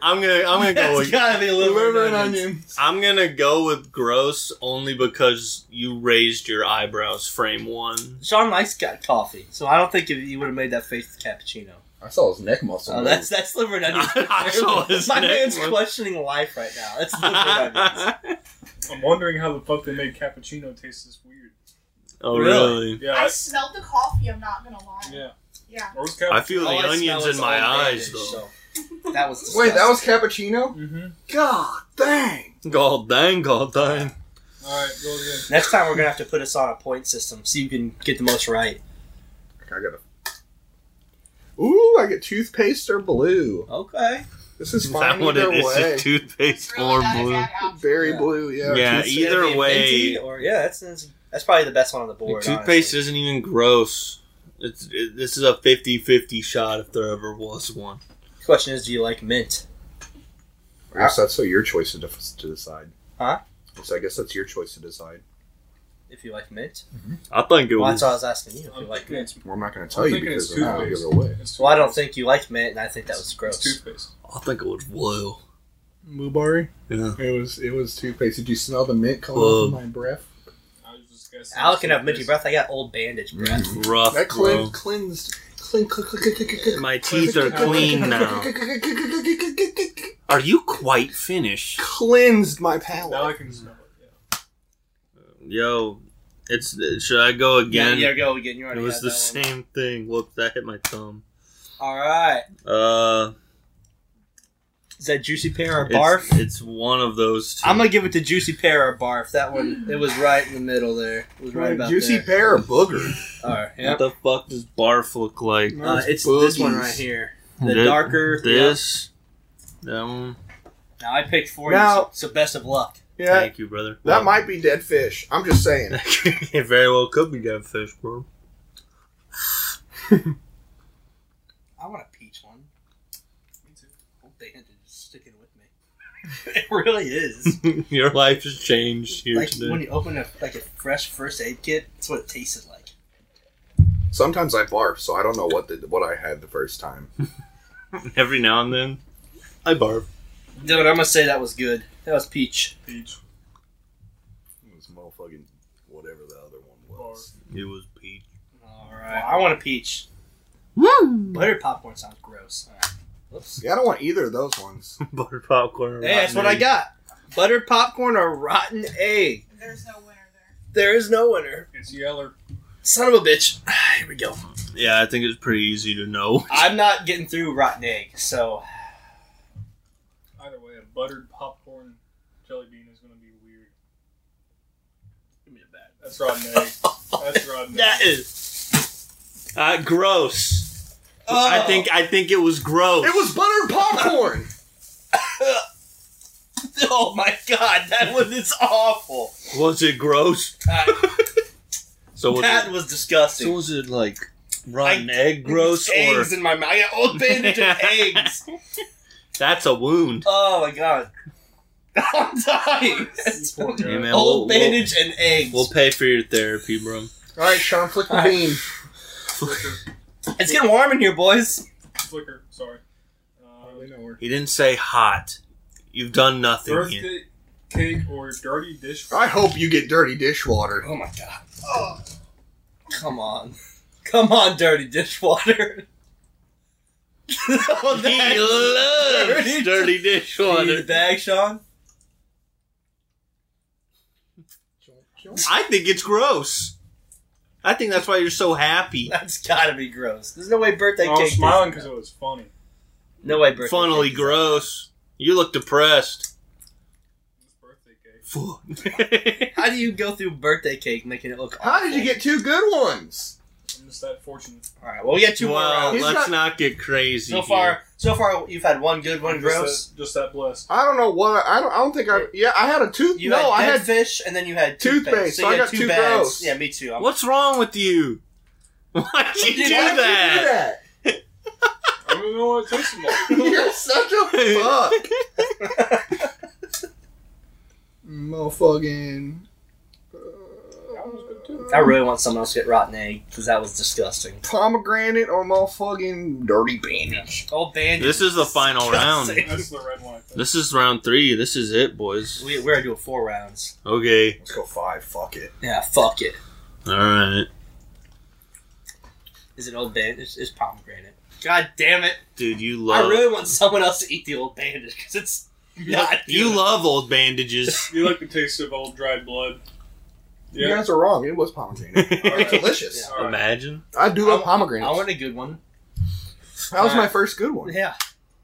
[SPEAKER 1] I'm gonna. I'm gonna go.
[SPEAKER 4] That's
[SPEAKER 1] With,
[SPEAKER 4] gotta be liver, and onions.
[SPEAKER 1] I'm gonna go with gross only because you raised your eyebrows. Frame one.
[SPEAKER 4] Sean likes got coffee, so I don't think if you would have made that face with cappuccino.
[SPEAKER 2] I saw his neck muscle.
[SPEAKER 4] Oh, that's that's liver and onions.
[SPEAKER 1] I saw his
[SPEAKER 4] my
[SPEAKER 1] neck
[SPEAKER 4] man's
[SPEAKER 1] one.
[SPEAKER 4] questioning life right now. That's liver and onions.
[SPEAKER 3] I'm wondering how the fuck they made cappuccino taste this weird.
[SPEAKER 1] oh
[SPEAKER 4] Really?
[SPEAKER 1] really?
[SPEAKER 3] Yeah.
[SPEAKER 7] I
[SPEAKER 3] I-
[SPEAKER 7] smelled the coffee, I'm not gonna lie.
[SPEAKER 3] yeah.
[SPEAKER 7] Yeah.
[SPEAKER 3] Or was cap-
[SPEAKER 1] I feel the
[SPEAKER 4] All I smell
[SPEAKER 1] onions
[SPEAKER 4] is
[SPEAKER 1] in my
[SPEAKER 4] old
[SPEAKER 1] eyes
[SPEAKER 4] bandage,
[SPEAKER 1] though.
[SPEAKER 4] so That was
[SPEAKER 2] Wait, that
[SPEAKER 4] disgusting.
[SPEAKER 2] was cappuccino?
[SPEAKER 3] Mhm.
[SPEAKER 2] God dang.
[SPEAKER 1] God dang, god dang.
[SPEAKER 3] All right, go again.
[SPEAKER 4] Next time we're gonna have to put us on a point system so you can get the most right.
[SPEAKER 2] I gotta. Ooh, I get toothpaste or blue.
[SPEAKER 1] Uh,
[SPEAKER 4] Okay.
[SPEAKER 2] This is
[SPEAKER 1] Is
[SPEAKER 2] fine
[SPEAKER 1] that what
[SPEAKER 2] either
[SPEAKER 1] it is?
[SPEAKER 2] way.
[SPEAKER 1] It's toothpaste
[SPEAKER 7] It's really
[SPEAKER 1] or
[SPEAKER 7] not a
[SPEAKER 1] blue?
[SPEAKER 7] bad outfit.
[SPEAKER 2] Very
[SPEAKER 4] Yeah.
[SPEAKER 2] blue, yeah.
[SPEAKER 1] Yeah,
[SPEAKER 2] Toothpaste.
[SPEAKER 1] either
[SPEAKER 4] It'd be
[SPEAKER 1] way-
[SPEAKER 4] minty Or yeah, that's that's, that's probably the best one on the board.
[SPEAKER 1] Toothpaste
[SPEAKER 4] honestly.
[SPEAKER 1] isn't even gross. It's it, this is a 50-50 shot if there ever was one.
[SPEAKER 4] Question is, do you like mint?
[SPEAKER 2] I guess that's so your choice to, def- to decide.
[SPEAKER 4] Huh?
[SPEAKER 2] So I guess that's your choice to decide.
[SPEAKER 4] If you like mint,
[SPEAKER 1] I think it
[SPEAKER 4] well,
[SPEAKER 1] was.
[SPEAKER 4] that's all I was asking you. If you
[SPEAKER 3] I'm
[SPEAKER 4] like
[SPEAKER 3] thinking
[SPEAKER 4] mint.
[SPEAKER 3] it's,
[SPEAKER 2] Well, I'm not going to
[SPEAKER 3] I'm thinking it's toothpaste. It's
[SPEAKER 4] Well, I don't think you like mint, and I think that was
[SPEAKER 3] toothpaste. It's
[SPEAKER 4] gross.
[SPEAKER 3] toothpaste.
[SPEAKER 1] I think it was blue.
[SPEAKER 2] Mubari?
[SPEAKER 1] Yeah.
[SPEAKER 2] It was it was toothpaste. Did you smell the mint coming
[SPEAKER 1] Whoa.
[SPEAKER 2] off of my breath?
[SPEAKER 3] I was just guessing.
[SPEAKER 4] Al can have minty
[SPEAKER 3] Toothpaste.
[SPEAKER 1] Mm.
[SPEAKER 4] breath. I got old bandage breath.
[SPEAKER 1] Rough.
[SPEAKER 2] That
[SPEAKER 1] bro.
[SPEAKER 2] clean- cleansed Clink, click, click, click, click, click.
[SPEAKER 1] My teeth are clean now. Are you quite finished?
[SPEAKER 2] Cleansed my palate.
[SPEAKER 3] Now I can smell it.
[SPEAKER 1] Yo, it's should I go
[SPEAKER 4] Yeah,
[SPEAKER 1] again?
[SPEAKER 4] yeah, go again. You
[SPEAKER 1] It
[SPEAKER 4] already
[SPEAKER 1] was
[SPEAKER 4] had
[SPEAKER 1] the
[SPEAKER 4] that one.
[SPEAKER 1] same thing. Whoops, that hit my thumb.
[SPEAKER 4] All right.
[SPEAKER 1] Uh,
[SPEAKER 4] Is that Juicy Pear or
[SPEAKER 1] it's-
[SPEAKER 4] Barf?
[SPEAKER 1] It's, one of those. Two.
[SPEAKER 4] I'm gonna give it to Juicy Pear or Barf. That one, it was right in the middle there. It was right about
[SPEAKER 2] Juicy
[SPEAKER 4] there.
[SPEAKER 2] pear or booger?
[SPEAKER 4] All right.
[SPEAKER 1] What
[SPEAKER 4] Yep.
[SPEAKER 1] the fuck does barf look like?
[SPEAKER 4] Uh, it's this one right here. The
[SPEAKER 1] Thi-
[SPEAKER 4] darker.
[SPEAKER 1] This. That one.
[SPEAKER 4] yeah. Now I picked for you,
[SPEAKER 2] Now-
[SPEAKER 4] so, so best of luck.
[SPEAKER 2] Yeah,
[SPEAKER 1] Thank you, brother.
[SPEAKER 2] that might be dead fish. I'm just saying.
[SPEAKER 1] it very well could be dead fish, bro.
[SPEAKER 4] I want a peach one. Me too. Whole band is sticking with me. it really is.
[SPEAKER 1] Your life has changed here
[SPEAKER 4] like
[SPEAKER 1] today.
[SPEAKER 4] when you open a like a fresh first aid kit, that's what it tasted like.
[SPEAKER 2] Sometimes I barf, so I don't know what the, what I had the first time.
[SPEAKER 1] Every now and then, I barf.
[SPEAKER 4] Dude, I'm gonna say that was good. That was peach.
[SPEAKER 3] Peach.
[SPEAKER 2] It was motherfucking whatever the other one
[SPEAKER 3] was.
[SPEAKER 1] It was peach.
[SPEAKER 4] All right. I want a peach. Butter popcorn sounds gross. All right. Whoops.
[SPEAKER 2] Yeah, I don't want either of those ones.
[SPEAKER 1] Butter popcorn. or
[SPEAKER 4] Hey, that's
[SPEAKER 1] rotten
[SPEAKER 4] what I
[SPEAKER 1] egg.
[SPEAKER 4] got. Buttered popcorn or rotten egg.
[SPEAKER 7] There's no winner there.
[SPEAKER 4] There is no winner.
[SPEAKER 3] It's yeller.
[SPEAKER 4] Son of a bitch. Here we go.
[SPEAKER 1] Yeah, I think it's pretty easy to know.
[SPEAKER 4] I'm not getting through rotten egg, so
[SPEAKER 3] Either way, a buttered popcorn jelly bean is going to be weird. Give me a bat. That's rotten egg. That's rotten
[SPEAKER 1] That
[SPEAKER 3] egg.
[SPEAKER 1] is uh, gross. I think I think it was gross.
[SPEAKER 2] It was buttered popcorn.
[SPEAKER 4] Oh my god, that was it's awful.
[SPEAKER 1] Was it gross?
[SPEAKER 4] Uh,
[SPEAKER 1] So was
[SPEAKER 4] that
[SPEAKER 1] it,
[SPEAKER 4] was
[SPEAKER 1] so
[SPEAKER 4] disgusting.
[SPEAKER 1] was it like rotten
[SPEAKER 4] I-
[SPEAKER 1] egg gross or
[SPEAKER 4] eggs in my mouth. I got old bandage of eggs.
[SPEAKER 1] that's a wound?
[SPEAKER 4] Oh my god. I'm dying.
[SPEAKER 3] This poor guy.
[SPEAKER 1] Hey, man, we'll-
[SPEAKER 4] old
[SPEAKER 1] we'll-
[SPEAKER 4] bandage and eggs.
[SPEAKER 1] We'll pay for your therapy, bro.
[SPEAKER 2] All right, Sean, flick the beam.
[SPEAKER 3] Flicker.
[SPEAKER 4] it's getting warm in here, boys.
[SPEAKER 3] Flicker. Sorry. Uh,
[SPEAKER 1] He didn't say hot. You've done nothing. yet.
[SPEAKER 3] birthday cake or dirty dish.
[SPEAKER 2] I hope you get dirty dishwater.
[SPEAKER 4] Oh my god. Come on. Come on, dirty dishwater. oh,
[SPEAKER 1] He
[SPEAKER 4] that-
[SPEAKER 1] loves
[SPEAKER 4] Dirty-
[SPEAKER 1] dirty
[SPEAKER 4] You need
[SPEAKER 1] dishwater.
[SPEAKER 4] a bag, Sean?
[SPEAKER 1] I think it's gross. I think that's why you're so happy.
[SPEAKER 4] That's gotta be gross. There's no way birthday
[SPEAKER 3] I was
[SPEAKER 4] cake.
[SPEAKER 3] Oh, smiling because it was funny.
[SPEAKER 4] No way birthday
[SPEAKER 1] Funnily
[SPEAKER 4] cake.
[SPEAKER 1] gross. You look depressed.
[SPEAKER 3] It's birthday cake.
[SPEAKER 1] Fuck.
[SPEAKER 4] How do you go through birthday cake making it look
[SPEAKER 2] How did
[SPEAKER 4] awful?
[SPEAKER 2] you get two good ones?
[SPEAKER 3] I'm just that fortunate.
[SPEAKER 4] All right. Well, we got two more
[SPEAKER 1] well,
[SPEAKER 4] rounds.
[SPEAKER 2] He's
[SPEAKER 1] let's not,
[SPEAKER 2] not-
[SPEAKER 1] get crazy.
[SPEAKER 4] So
[SPEAKER 1] here.
[SPEAKER 4] far, so far, you've had one good, one
[SPEAKER 3] I'm
[SPEAKER 4] gross.
[SPEAKER 3] Just that, just that blessed.
[SPEAKER 2] I don't know what. I, I don't. I don't think I. Yeah, I had a tooth.
[SPEAKER 4] You
[SPEAKER 2] no,
[SPEAKER 4] had
[SPEAKER 2] I
[SPEAKER 4] dead
[SPEAKER 2] had.
[SPEAKER 4] fish, and then you had toothpaste.
[SPEAKER 2] Toothpaste,
[SPEAKER 4] So
[SPEAKER 2] so
[SPEAKER 4] you
[SPEAKER 2] I
[SPEAKER 4] had
[SPEAKER 2] got
[SPEAKER 4] two
[SPEAKER 2] two
[SPEAKER 4] bags.
[SPEAKER 2] gross.
[SPEAKER 4] Yeah, me too. I'm-
[SPEAKER 1] What's wrong with you? Why'd you do
[SPEAKER 4] did
[SPEAKER 2] Why'd you
[SPEAKER 1] that?
[SPEAKER 3] I don't even know what it tasted like.
[SPEAKER 2] do that? You're such a fuck. Motherfucking. uh,
[SPEAKER 3] That one was good too.
[SPEAKER 4] I really want someone else to get rotten egg because that was disgusting.
[SPEAKER 2] Pomegranate or motherfucking dirty bandage.
[SPEAKER 4] Old bandage.
[SPEAKER 1] This is the final round.
[SPEAKER 3] That's the red one. I think.
[SPEAKER 1] This is round three. This is it, boys.
[SPEAKER 4] We, we're doing four rounds.
[SPEAKER 1] Okay.
[SPEAKER 2] Let's go five. Fuck it.
[SPEAKER 4] Yeah, fuck it.
[SPEAKER 1] All right.
[SPEAKER 4] Is it old bandage? It's, it's pomegranate. God damn it!
[SPEAKER 1] Dude, you
[SPEAKER 4] I
[SPEAKER 1] love.
[SPEAKER 4] really want someone else to eat the old bandage because it's not
[SPEAKER 1] you
[SPEAKER 4] good.
[SPEAKER 1] love old bandages.
[SPEAKER 3] You like the taste of old dried blood?
[SPEAKER 2] You
[SPEAKER 3] Yeah.
[SPEAKER 2] guys are wrong. It was pomegranate. It's delicious.
[SPEAKER 4] Yeah.
[SPEAKER 3] All right.
[SPEAKER 1] Imagine.
[SPEAKER 2] I do love
[SPEAKER 4] I-
[SPEAKER 2] pomegranate.
[SPEAKER 4] I want a good one.
[SPEAKER 2] that was my first good one.
[SPEAKER 4] Yeah.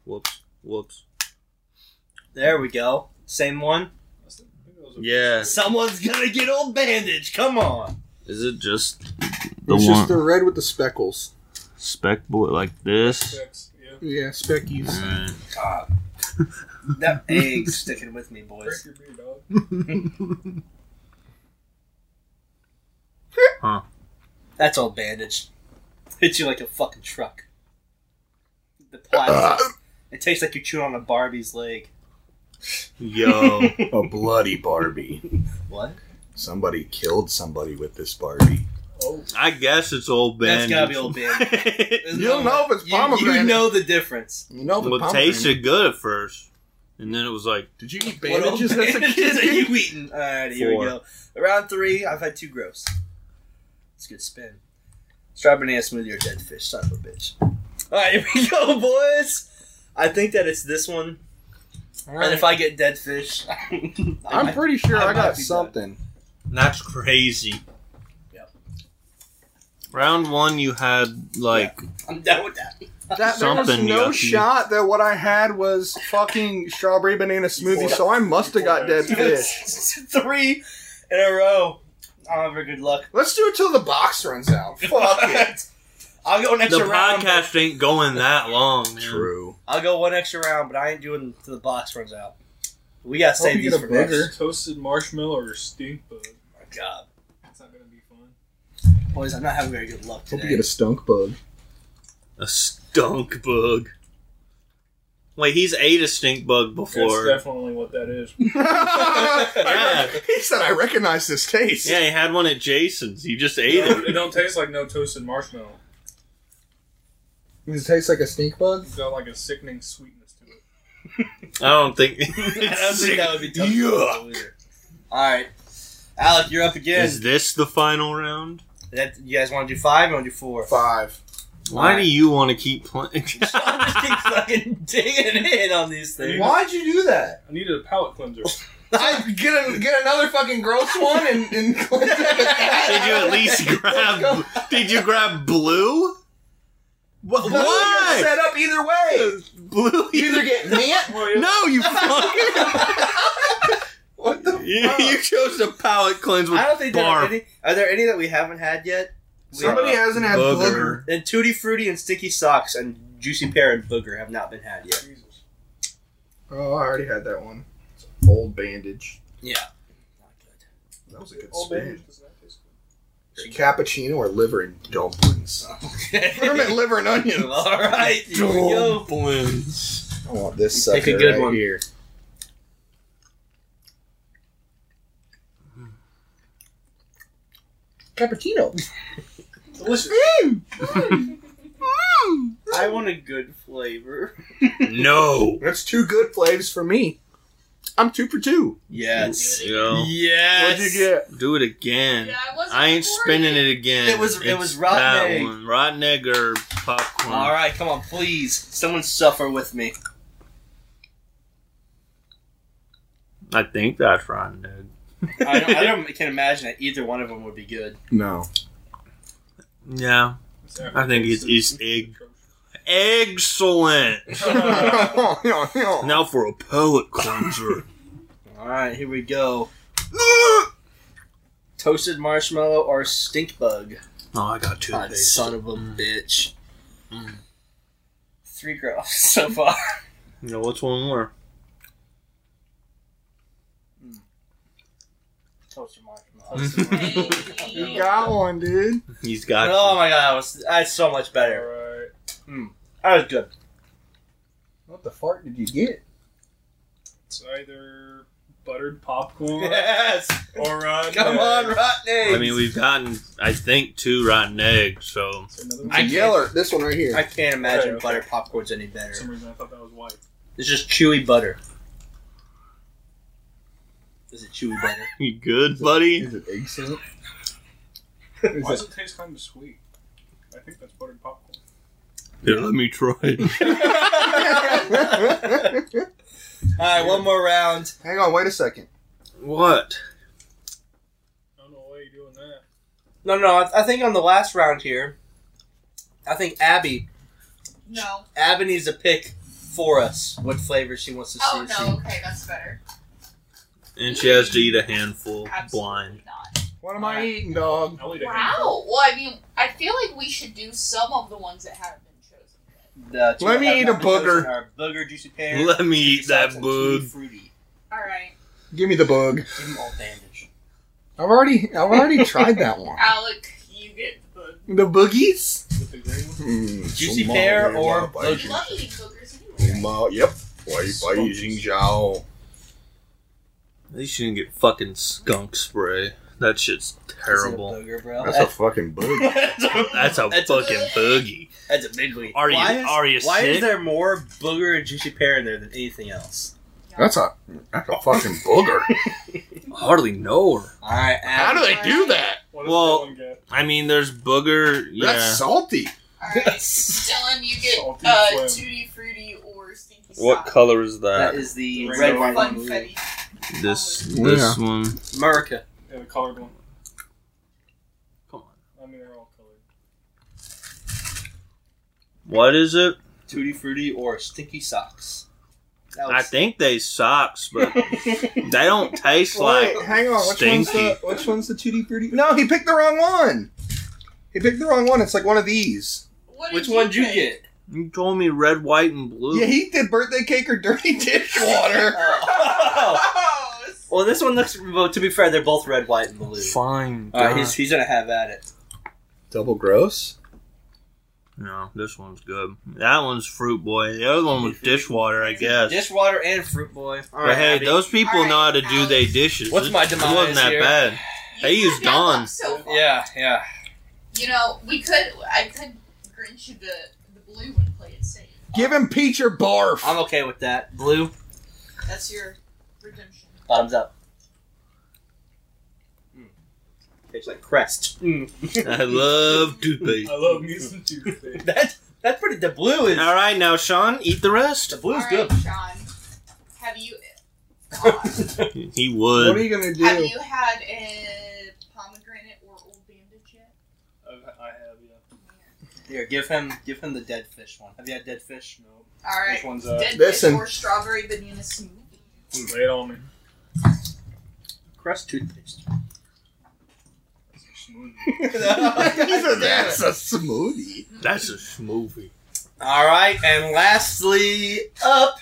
[SPEAKER 1] Whoops. Whoops.
[SPEAKER 4] There we go. Same one.
[SPEAKER 3] I think that was a-
[SPEAKER 1] Yeah.
[SPEAKER 4] Someone's gonna get old bandage. Come on.
[SPEAKER 1] Is it just the
[SPEAKER 2] It's
[SPEAKER 1] one
[SPEAKER 2] just the red with the speckles.
[SPEAKER 1] spec boy like this?
[SPEAKER 3] Six. Yeah.
[SPEAKER 2] Yeah,
[SPEAKER 1] All
[SPEAKER 2] speckies.
[SPEAKER 1] right.
[SPEAKER 4] God. that egg's sticking with me,
[SPEAKER 3] Break
[SPEAKER 4] boys.
[SPEAKER 3] your beer, dog.
[SPEAKER 4] That's all bandage. Hits you like a fucking truck. The
[SPEAKER 2] Uh.
[SPEAKER 4] plastic. it tastes like you're chewing on a Barbie's leg.
[SPEAKER 1] Yo.
[SPEAKER 2] A bloody Barbie.
[SPEAKER 4] What?
[SPEAKER 2] Somebody killed somebody with this Barbie.
[SPEAKER 3] Oh,
[SPEAKER 1] I guess it's old
[SPEAKER 4] That's
[SPEAKER 1] bandages.
[SPEAKER 4] gotta be old bandage.
[SPEAKER 2] You don't know if it's pomegranate.
[SPEAKER 4] You, you know the difference.
[SPEAKER 2] You know, the
[SPEAKER 1] well, it
[SPEAKER 2] pomegranate-
[SPEAKER 1] tasted good at first, and then it was like,
[SPEAKER 2] Did you eat
[SPEAKER 4] What old
[SPEAKER 2] bandages as a
[SPEAKER 4] bandages are
[SPEAKER 2] kid?
[SPEAKER 4] you eating? Alright, here
[SPEAKER 1] Four.
[SPEAKER 4] we go. Round three, I've had two gross. It's a good spin. Strawberry banana smoothie or dead fish, son of a bitch. All right, here we go, boys. I think that it's this one. And if I get dead fish,
[SPEAKER 2] I'm pretty sure
[SPEAKER 4] I
[SPEAKER 2] I,
[SPEAKER 4] might
[SPEAKER 2] got
[SPEAKER 4] be
[SPEAKER 2] something.
[SPEAKER 1] That's crazy.
[SPEAKER 4] Yep.
[SPEAKER 1] Round one, you had like
[SPEAKER 4] I'm down with that.
[SPEAKER 2] That, there was
[SPEAKER 1] Something
[SPEAKER 2] no
[SPEAKER 1] yucky.
[SPEAKER 2] shot that what I had was fucking strawberry banana smoothie, so I must have got dead fish.
[SPEAKER 4] Three in a row. I'll have good luck.
[SPEAKER 2] Let's do it till the box runs out. Fuck it.
[SPEAKER 4] I'll go an
[SPEAKER 1] the
[SPEAKER 4] extra round. but-
[SPEAKER 1] podcast ain't going that long. Man.
[SPEAKER 9] True.
[SPEAKER 4] I'll go one extra round, but I ain't doing till the box runs out. We gotta save
[SPEAKER 2] you
[SPEAKER 4] these
[SPEAKER 2] get
[SPEAKER 4] for
[SPEAKER 2] a burger.
[SPEAKER 4] next.
[SPEAKER 3] Toasted marshmallow or stink bug?
[SPEAKER 4] Oh my God,
[SPEAKER 3] That's not gonna be fun.
[SPEAKER 4] boys, I'm not having very good luck today.
[SPEAKER 2] stunk bug.
[SPEAKER 1] A skunk bug. Wait, he's ate a stink bug before.
[SPEAKER 3] That's definitely what that is.
[SPEAKER 1] Yeah.
[SPEAKER 2] He said, "I recognize this taste."
[SPEAKER 1] yeah, he had one at Jason's. He just ate
[SPEAKER 3] it
[SPEAKER 1] it.
[SPEAKER 3] don't taste like no toasted marshmallow.
[SPEAKER 2] Does it taste like a stink bug?
[SPEAKER 3] It's got like a sickening sweetness to it.
[SPEAKER 1] I don't think.
[SPEAKER 4] I don't think that would be tough.
[SPEAKER 1] Yuck.
[SPEAKER 4] All right, Alec, you're up again.
[SPEAKER 1] Is this the final round?
[SPEAKER 4] That, you guys want to do five? You want to do four?
[SPEAKER 2] Five.
[SPEAKER 1] Why
[SPEAKER 4] Alright.
[SPEAKER 1] do you want to keep playing?
[SPEAKER 4] I'm just keep fucking digging in on these things.
[SPEAKER 2] Why'd you do that?
[SPEAKER 3] I needed a palate cleanser.
[SPEAKER 2] I get a, get another fucking gross one and, and
[SPEAKER 1] did
[SPEAKER 2] did
[SPEAKER 1] you at least grab? Did you grab blue? Wh- Why?
[SPEAKER 2] Set up either way.
[SPEAKER 1] Blue?
[SPEAKER 2] You either get mint.
[SPEAKER 3] Well, yeah,
[SPEAKER 1] No, you fucking.
[SPEAKER 2] What the?
[SPEAKER 1] you, you chose the palate cleanse with
[SPEAKER 4] I don't think there are
[SPEAKER 1] barf.
[SPEAKER 4] any. Are there any that we haven't had yet? We
[SPEAKER 2] Somebody
[SPEAKER 4] have,
[SPEAKER 2] hasn't had booger.
[SPEAKER 4] and Tutti Frutti and Sticky Socks and Juicy Pear and Booger have not been had yet.
[SPEAKER 3] Jesus.
[SPEAKER 2] Oh, I already had that one. It's an old bandage.
[SPEAKER 4] Yeah.
[SPEAKER 2] That was a good
[SPEAKER 3] Old
[SPEAKER 2] spin.
[SPEAKER 3] Bay does not taste good.
[SPEAKER 2] Cappuccino or liver and dumplings? Put 'em at liver and onions.
[SPEAKER 4] All right, here we go.
[SPEAKER 1] Dumplings.
[SPEAKER 2] I want this sucker
[SPEAKER 4] Take a good
[SPEAKER 2] right
[SPEAKER 4] one.
[SPEAKER 2] here. Cappuccino.
[SPEAKER 4] I want a good flavor.
[SPEAKER 1] No.
[SPEAKER 2] That's two good flavors for me. I'm two for two.
[SPEAKER 4] Yes.
[SPEAKER 1] Yo,
[SPEAKER 4] Yes.
[SPEAKER 2] What'd you get?
[SPEAKER 1] do it again.
[SPEAKER 7] Yeah, I wasn't
[SPEAKER 1] I ain't
[SPEAKER 7] recording.
[SPEAKER 1] spinning it again.
[SPEAKER 4] It was- it
[SPEAKER 1] It's
[SPEAKER 4] was rotten
[SPEAKER 1] that
[SPEAKER 4] egg.
[SPEAKER 1] one. Rotten egg or popcorn.
[SPEAKER 4] All right, come on, please. Someone suffer with me.
[SPEAKER 1] I think that's rotten egg.
[SPEAKER 4] I, don't, I don't, can imagine that either one of them would be good.
[SPEAKER 2] No.
[SPEAKER 1] Yeah.
[SPEAKER 3] It's after-
[SPEAKER 1] I think it's- it's egg. Excellent. Now for a palate cleanser.
[SPEAKER 4] All right, here we go.
[SPEAKER 1] Oh,
[SPEAKER 4] Toasted marshmallow or stink bug?
[SPEAKER 1] oh, I got two.
[SPEAKER 4] God, son of a bitch. Hmm. Three girls so far.
[SPEAKER 1] No, what's one more?
[SPEAKER 4] Toasted marshmallow.
[SPEAKER 2] you got one, dude.
[SPEAKER 1] He's got.
[SPEAKER 4] oh my god, that was that's so much better.
[SPEAKER 3] Alright.
[SPEAKER 4] That was good.
[SPEAKER 2] What the fart did you get?
[SPEAKER 3] It's either buttered popcorn
[SPEAKER 4] Yes. Oh,
[SPEAKER 3] or rotten
[SPEAKER 4] Come
[SPEAKER 3] egg.
[SPEAKER 4] on, rotten eggs.
[SPEAKER 1] I mean, we've gotten, I think, two rotten eggs. So
[SPEAKER 3] It's another one.
[SPEAKER 4] I-
[SPEAKER 3] For
[SPEAKER 2] Yeller, this one right
[SPEAKER 4] I
[SPEAKER 2] here.
[SPEAKER 4] can't imagine
[SPEAKER 3] Okay, okay.
[SPEAKER 4] butter popcorn's any better.
[SPEAKER 3] some reason I thought that was white.
[SPEAKER 4] It's just chewy butter. Is it chewy butter?
[SPEAKER 1] you good, buddy?
[SPEAKER 2] it egg salad?
[SPEAKER 3] Why does it taste kind of sweet? I think that's buttered popcorn.
[SPEAKER 1] Here, let me try it.
[SPEAKER 4] All right, one more round.
[SPEAKER 2] Hang on, wait a second.
[SPEAKER 1] what?
[SPEAKER 3] I don't know why you're doing that.
[SPEAKER 4] No, no, I, I think on the last round here, I think Abby,
[SPEAKER 7] No.
[SPEAKER 4] Abby needs to pick for us what flavor she wants to see.
[SPEAKER 7] Oh no. Okay, that's better.
[SPEAKER 1] And she has to eat a handful
[SPEAKER 7] Absolutely
[SPEAKER 1] blind.
[SPEAKER 7] not.
[SPEAKER 2] What am I eating, dog?
[SPEAKER 3] I'll eat a handful.
[SPEAKER 7] Wow. Well, I mean, I feel like we should do some of the ones that haven't been chosen.
[SPEAKER 4] The
[SPEAKER 7] yet.
[SPEAKER 4] two
[SPEAKER 2] Let me
[SPEAKER 4] that
[SPEAKER 2] eat a
[SPEAKER 4] have not been
[SPEAKER 2] booger.
[SPEAKER 4] chosen are Booger juicy pear.
[SPEAKER 1] Let me
[SPEAKER 4] sticky
[SPEAKER 1] eat that
[SPEAKER 4] sauce, and
[SPEAKER 1] bug.
[SPEAKER 4] Tutti Frutti.
[SPEAKER 7] All right,
[SPEAKER 2] Give me the bug.
[SPEAKER 4] Give him all bandage.
[SPEAKER 2] I've already, I've already tried that one.
[SPEAKER 7] Alec, you get the
[SPEAKER 2] The boogies.
[SPEAKER 3] With the green one?
[SPEAKER 2] Hmm,
[SPEAKER 4] Juicy pear or
[SPEAKER 7] You
[SPEAKER 4] booger?
[SPEAKER 7] love eating boogers anyway.
[SPEAKER 2] Yep. Why by using Zhao?
[SPEAKER 1] At least you didn't get fucking skunk spray. That shit's terrible.
[SPEAKER 4] Is it a booger, bro.
[SPEAKER 2] That's a fucking bug.
[SPEAKER 1] That's a
[SPEAKER 4] That's a-
[SPEAKER 1] fucking boogie.
[SPEAKER 4] That's a big leap.
[SPEAKER 1] Are you-
[SPEAKER 4] Why is,
[SPEAKER 1] are you
[SPEAKER 4] Why is
[SPEAKER 1] sick?
[SPEAKER 4] there more booger and juicy pear in there than anything else?
[SPEAKER 2] That's a that's a fucking booger.
[SPEAKER 1] Hardly know her.
[SPEAKER 4] All right,
[SPEAKER 2] How
[SPEAKER 4] Abby.
[SPEAKER 2] do they do that?
[SPEAKER 3] What What does
[SPEAKER 1] Well-
[SPEAKER 3] Dylan get?
[SPEAKER 1] I mean, there's booger.
[SPEAKER 10] That's salty.
[SPEAKER 7] Alright, Dylan, you get
[SPEAKER 3] Salty swim.
[SPEAKER 7] uh, tutti frutti or stinky
[SPEAKER 1] What
[SPEAKER 7] sock.
[SPEAKER 1] color is that?
[SPEAKER 4] That is the
[SPEAKER 3] Rainbow
[SPEAKER 4] red wine.
[SPEAKER 7] Funfetti.
[SPEAKER 1] this
[SPEAKER 2] Yeah.
[SPEAKER 1] this one.
[SPEAKER 4] America.
[SPEAKER 3] Yeah, the colored one.
[SPEAKER 1] Come
[SPEAKER 3] I mean, they're all colored.
[SPEAKER 1] What is it?
[SPEAKER 4] Tutti Frutti or Stinky Socks. That
[SPEAKER 1] I think they socks, but they don't taste
[SPEAKER 2] Wait,
[SPEAKER 1] like.
[SPEAKER 2] hang on. Which one's the
[SPEAKER 1] stinky.
[SPEAKER 2] which one's the tutti frutti? No, he picked the wrong one. He picked the wrong one. It's like one of these.
[SPEAKER 7] What
[SPEAKER 4] Which one did you
[SPEAKER 7] pick?
[SPEAKER 4] get?
[SPEAKER 1] You told me red, white, and blue.
[SPEAKER 2] Yeah, he did birthday cake or dirty dishwater.
[SPEAKER 4] Oh.
[SPEAKER 7] Oh, it's-
[SPEAKER 4] well, this one looks. Well, to be fair, they're both red, white, and blue.
[SPEAKER 1] Fine.
[SPEAKER 4] All right,
[SPEAKER 1] God.
[SPEAKER 4] he's, he's gonna have at it.
[SPEAKER 10] Double gross.
[SPEAKER 1] No, this one's good. That one's Fruit Boy. The other one was dishwater, I guess.
[SPEAKER 4] Dishwater and Fruit Boy. All
[SPEAKER 1] but hey,
[SPEAKER 4] Abby.
[SPEAKER 1] those people know how to
[SPEAKER 7] Alright,
[SPEAKER 1] do
[SPEAKER 7] Alex.
[SPEAKER 1] their dishes.
[SPEAKER 4] What's
[SPEAKER 1] It-
[SPEAKER 4] my
[SPEAKER 1] It
[SPEAKER 4] demise
[SPEAKER 1] wasn't that
[SPEAKER 4] here?
[SPEAKER 1] bad. Hey,
[SPEAKER 7] You
[SPEAKER 1] he's
[SPEAKER 7] got
[SPEAKER 1] gone.
[SPEAKER 7] luck So far.
[SPEAKER 4] Yeah, yeah.
[SPEAKER 7] You know, we could. I could Grinch you the the blue one. Play it safe.
[SPEAKER 2] Give him peach or barf.
[SPEAKER 4] I'm okay with that. Blue,
[SPEAKER 7] That's your redemption.
[SPEAKER 4] bottoms up. Mm. Tastes like Crest. Mm.
[SPEAKER 1] I love toothpaste.
[SPEAKER 3] I love me some toothpaste.
[SPEAKER 4] That that's pretty. The blue is
[SPEAKER 1] All right, now Sean, eat the rest.
[SPEAKER 4] the blue's
[SPEAKER 7] All right,
[SPEAKER 4] good.
[SPEAKER 7] Sean. Have you? God.
[SPEAKER 1] He
[SPEAKER 2] What are
[SPEAKER 1] would.
[SPEAKER 2] you gonna
[SPEAKER 7] Have
[SPEAKER 2] do?
[SPEAKER 7] you had a pomegranate or old bandage yet?
[SPEAKER 3] I've- I have, yeah.
[SPEAKER 4] Here, give him give him the dead fish one. Have you had dead fish?
[SPEAKER 3] No.
[SPEAKER 7] All
[SPEAKER 3] Which
[SPEAKER 7] right.
[SPEAKER 4] uh,
[SPEAKER 3] one's that?
[SPEAKER 7] Dead
[SPEAKER 2] Listen.
[SPEAKER 7] fish or strawberry banana smoothie.
[SPEAKER 3] Lay it on me.
[SPEAKER 4] Crest toothpaste.
[SPEAKER 2] He said, That's a smoothie.
[SPEAKER 1] That's a smoothie.
[SPEAKER 4] All right, and lastly up,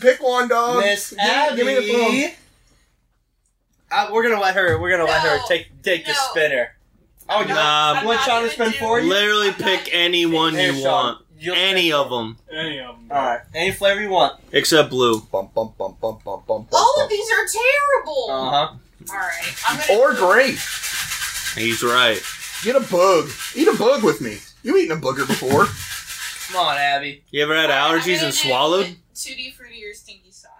[SPEAKER 2] Pick one,
[SPEAKER 1] Um,
[SPEAKER 2] dog.
[SPEAKER 4] Miss Abby.
[SPEAKER 2] give- give me the
[SPEAKER 4] Uh, we're gonna let her. We're gonna let her
[SPEAKER 7] No.
[SPEAKER 4] take take the
[SPEAKER 7] No.
[SPEAKER 4] spinner. Oh, you
[SPEAKER 1] Nah,
[SPEAKER 7] I'm
[SPEAKER 4] want
[SPEAKER 7] not
[SPEAKER 4] Sean to
[SPEAKER 7] gonna
[SPEAKER 4] spin
[SPEAKER 7] do-
[SPEAKER 4] for you?
[SPEAKER 1] Literally
[SPEAKER 7] I'm not
[SPEAKER 1] pick
[SPEAKER 7] gonna
[SPEAKER 1] any
[SPEAKER 7] do
[SPEAKER 1] one
[SPEAKER 4] Here,
[SPEAKER 1] you
[SPEAKER 4] Sean,
[SPEAKER 1] want.
[SPEAKER 4] you'll
[SPEAKER 1] Any
[SPEAKER 4] spin.
[SPEAKER 1] of them
[SPEAKER 3] Any of them.
[SPEAKER 4] All right, any flavor you want.
[SPEAKER 1] except blue.
[SPEAKER 2] Bum, bum, bum, bum, bum, bum,
[SPEAKER 7] All of these are terrible.
[SPEAKER 2] Oh.
[SPEAKER 4] Uh huh.
[SPEAKER 7] All right. I'm gonna.
[SPEAKER 2] Or grape.
[SPEAKER 1] He's right.
[SPEAKER 2] Get a bug. Eat a bug with me. You eaten a booger before.
[SPEAKER 4] Come on, Abby.
[SPEAKER 1] You ever had
[SPEAKER 7] I'm
[SPEAKER 1] allergies
[SPEAKER 7] gonna
[SPEAKER 1] and
[SPEAKER 7] do
[SPEAKER 1] swallowed?
[SPEAKER 7] Tutti frutti or stinky sock.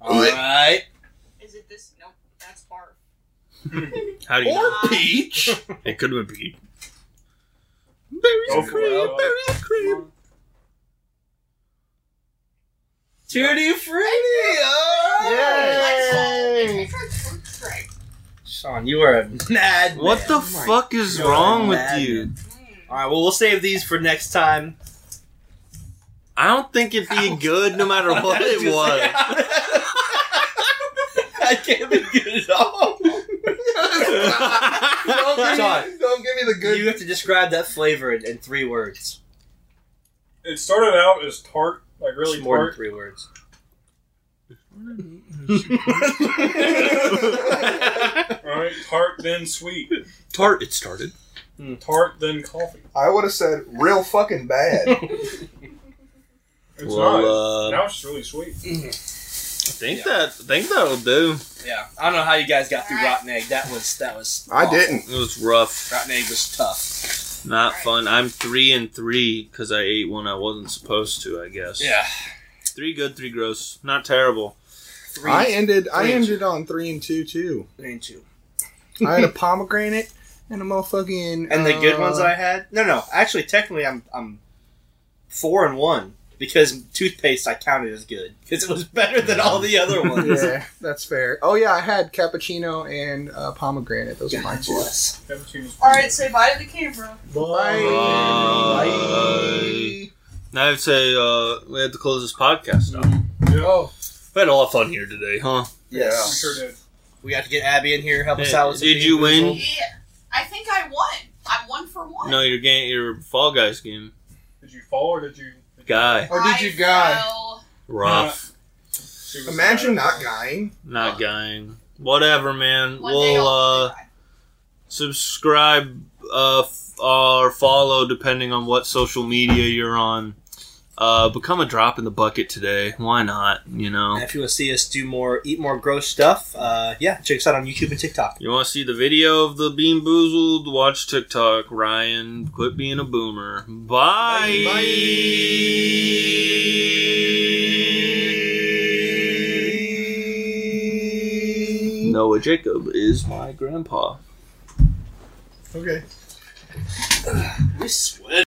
[SPEAKER 4] All right.
[SPEAKER 7] Is it this? Nope. That's barf.
[SPEAKER 1] How do you?
[SPEAKER 2] or
[SPEAKER 1] know?
[SPEAKER 2] peach.
[SPEAKER 1] It could have been.
[SPEAKER 3] Go
[SPEAKER 1] Berries
[SPEAKER 3] for it,
[SPEAKER 1] cream,
[SPEAKER 3] Alex.
[SPEAKER 1] berries cream.
[SPEAKER 3] Come
[SPEAKER 4] Tutti frutti. All
[SPEAKER 7] Yay!
[SPEAKER 4] Sean, you are a mad.
[SPEAKER 1] What the fuck is wrong with
[SPEAKER 4] Mad
[SPEAKER 1] you?
[SPEAKER 7] Hmm.
[SPEAKER 4] All right. Well, we'll save these for next time.
[SPEAKER 1] I don't think it'd be good no matter what it was.
[SPEAKER 4] I can't be good at all.
[SPEAKER 2] don't, give me,
[SPEAKER 4] Sean.
[SPEAKER 2] don't give me the good.
[SPEAKER 4] You have to describe that flavor in, in three words.
[SPEAKER 3] on. It started out as tart, like really
[SPEAKER 4] It's more than
[SPEAKER 3] tart.
[SPEAKER 4] three words.
[SPEAKER 3] Alright, tart then sweet.
[SPEAKER 1] Tart, it started.
[SPEAKER 3] Tart then coffee.
[SPEAKER 2] I would have said real fucking bad.
[SPEAKER 3] It's not.
[SPEAKER 1] Well, uh,
[SPEAKER 3] now it's really sweet.
[SPEAKER 1] I think that I think that'll do.
[SPEAKER 4] Yeah, I don't know how you guys got through rotten egg. That was that was.
[SPEAKER 2] I
[SPEAKER 4] awful.
[SPEAKER 2] didn't.
[SPEAKER 1] It was rough,
[SPEAKER 4] Rotten egg was tough.
[SPEAKER 1] not
[SPEAKER 7] Alright.
[SPEAKER 1] fun. I'm three and three because I ate one I wasn't supposed to. I guess.
[SPEAKER 4] Yeah.
[SPEAKER 1] Three good, three gross. Not terrible.
[SPEAKER 4] Three,
[SPEAKER 2] I ended. I
[SPEAKER 4] three and
[SPEAKER 2] ended on three and two too.
[SPEAKER 4] three and two.
[SPEAKER 2] I had a pomegranate and a motherfucking.
[SPEAKER 4] And the good
[SPEAKER 2] uh,
[SPEAKER 4] ones I had? No, no. Actually, technically, I'm I'm four and one because toothpaste I counted as good because it was better than all the other ones.
[SPEAKER 2] Yeah, that's fair. Oh yeah, I had cappuccino and uh, pomegranate. Those are my two.
[SPEAKER 4] bless.
[SPEAKER 3] Cappuccino's
[SPEAKER 7] All right, say bye to the camera.
[SPEAKER 1] Bye. Now I'd say uh, we have to close this podcast out.
[SPEAKER 2] Oh,
[SPEAKER 1] We had a lot of fun here today, huh?
[SPEAKER 3] We
[SPEAKER 2] Yeah.
[SPEAKER 4] Yes.
[SPEAKER 3] sure did.
[SPEAKER 4] We got to get Abby in here help us out. With some
[SPEAKER 1] Did you
[SPEAKER 4] beans.
[SPEAKER 1] win?
[SPEAKER 7] Yeah, I think I won. I'm one for one.
[SPEAKER 1] No, your game, your Fall Guys game.
[SPEAKER 3] Did you fall or did you? Did
[SPEAKER 1] Guy,
[SPEAKER 2] or did
[SPEAKER 7] I
[SPEAKER 2] you guy?
[SPEAKER 7] fell.
[SPEAKER 1] rough,
[SPEAKER 3] you she was
[SPEAKER 2] Imagine
[SPEAKER 3] mad at
[SPEAKER 2] not guying.
[SPEAKER 1] not guying. Whatever, man.
[SPEAKER 7] One day
[SPEAKER 1] we'll
[SPEAKER 7] I'll
[SPEAKER 1] uh,
[SPEAKER 7] die.
[SPEAKER 1] subscribe uh, f- or follow depending on what social media you're on. Uh, become a drop in the bucket today. Why not? You
[SPEAKER 4] And
[SPEAKER 1] know,
[SPEAKER 4] if you want to see us do more, eat more gross stuff, uh, yeah, check us out on YouTube and TikTok.
[SPEAKER 1] you want to see the video of the bean boozled? Watch TikTok. Ryan, quit being a boomer. Bye. Noah Jacob is my grandpa.
[SPEAKER 11] Okay.
[SPEAKER 2] We sweat.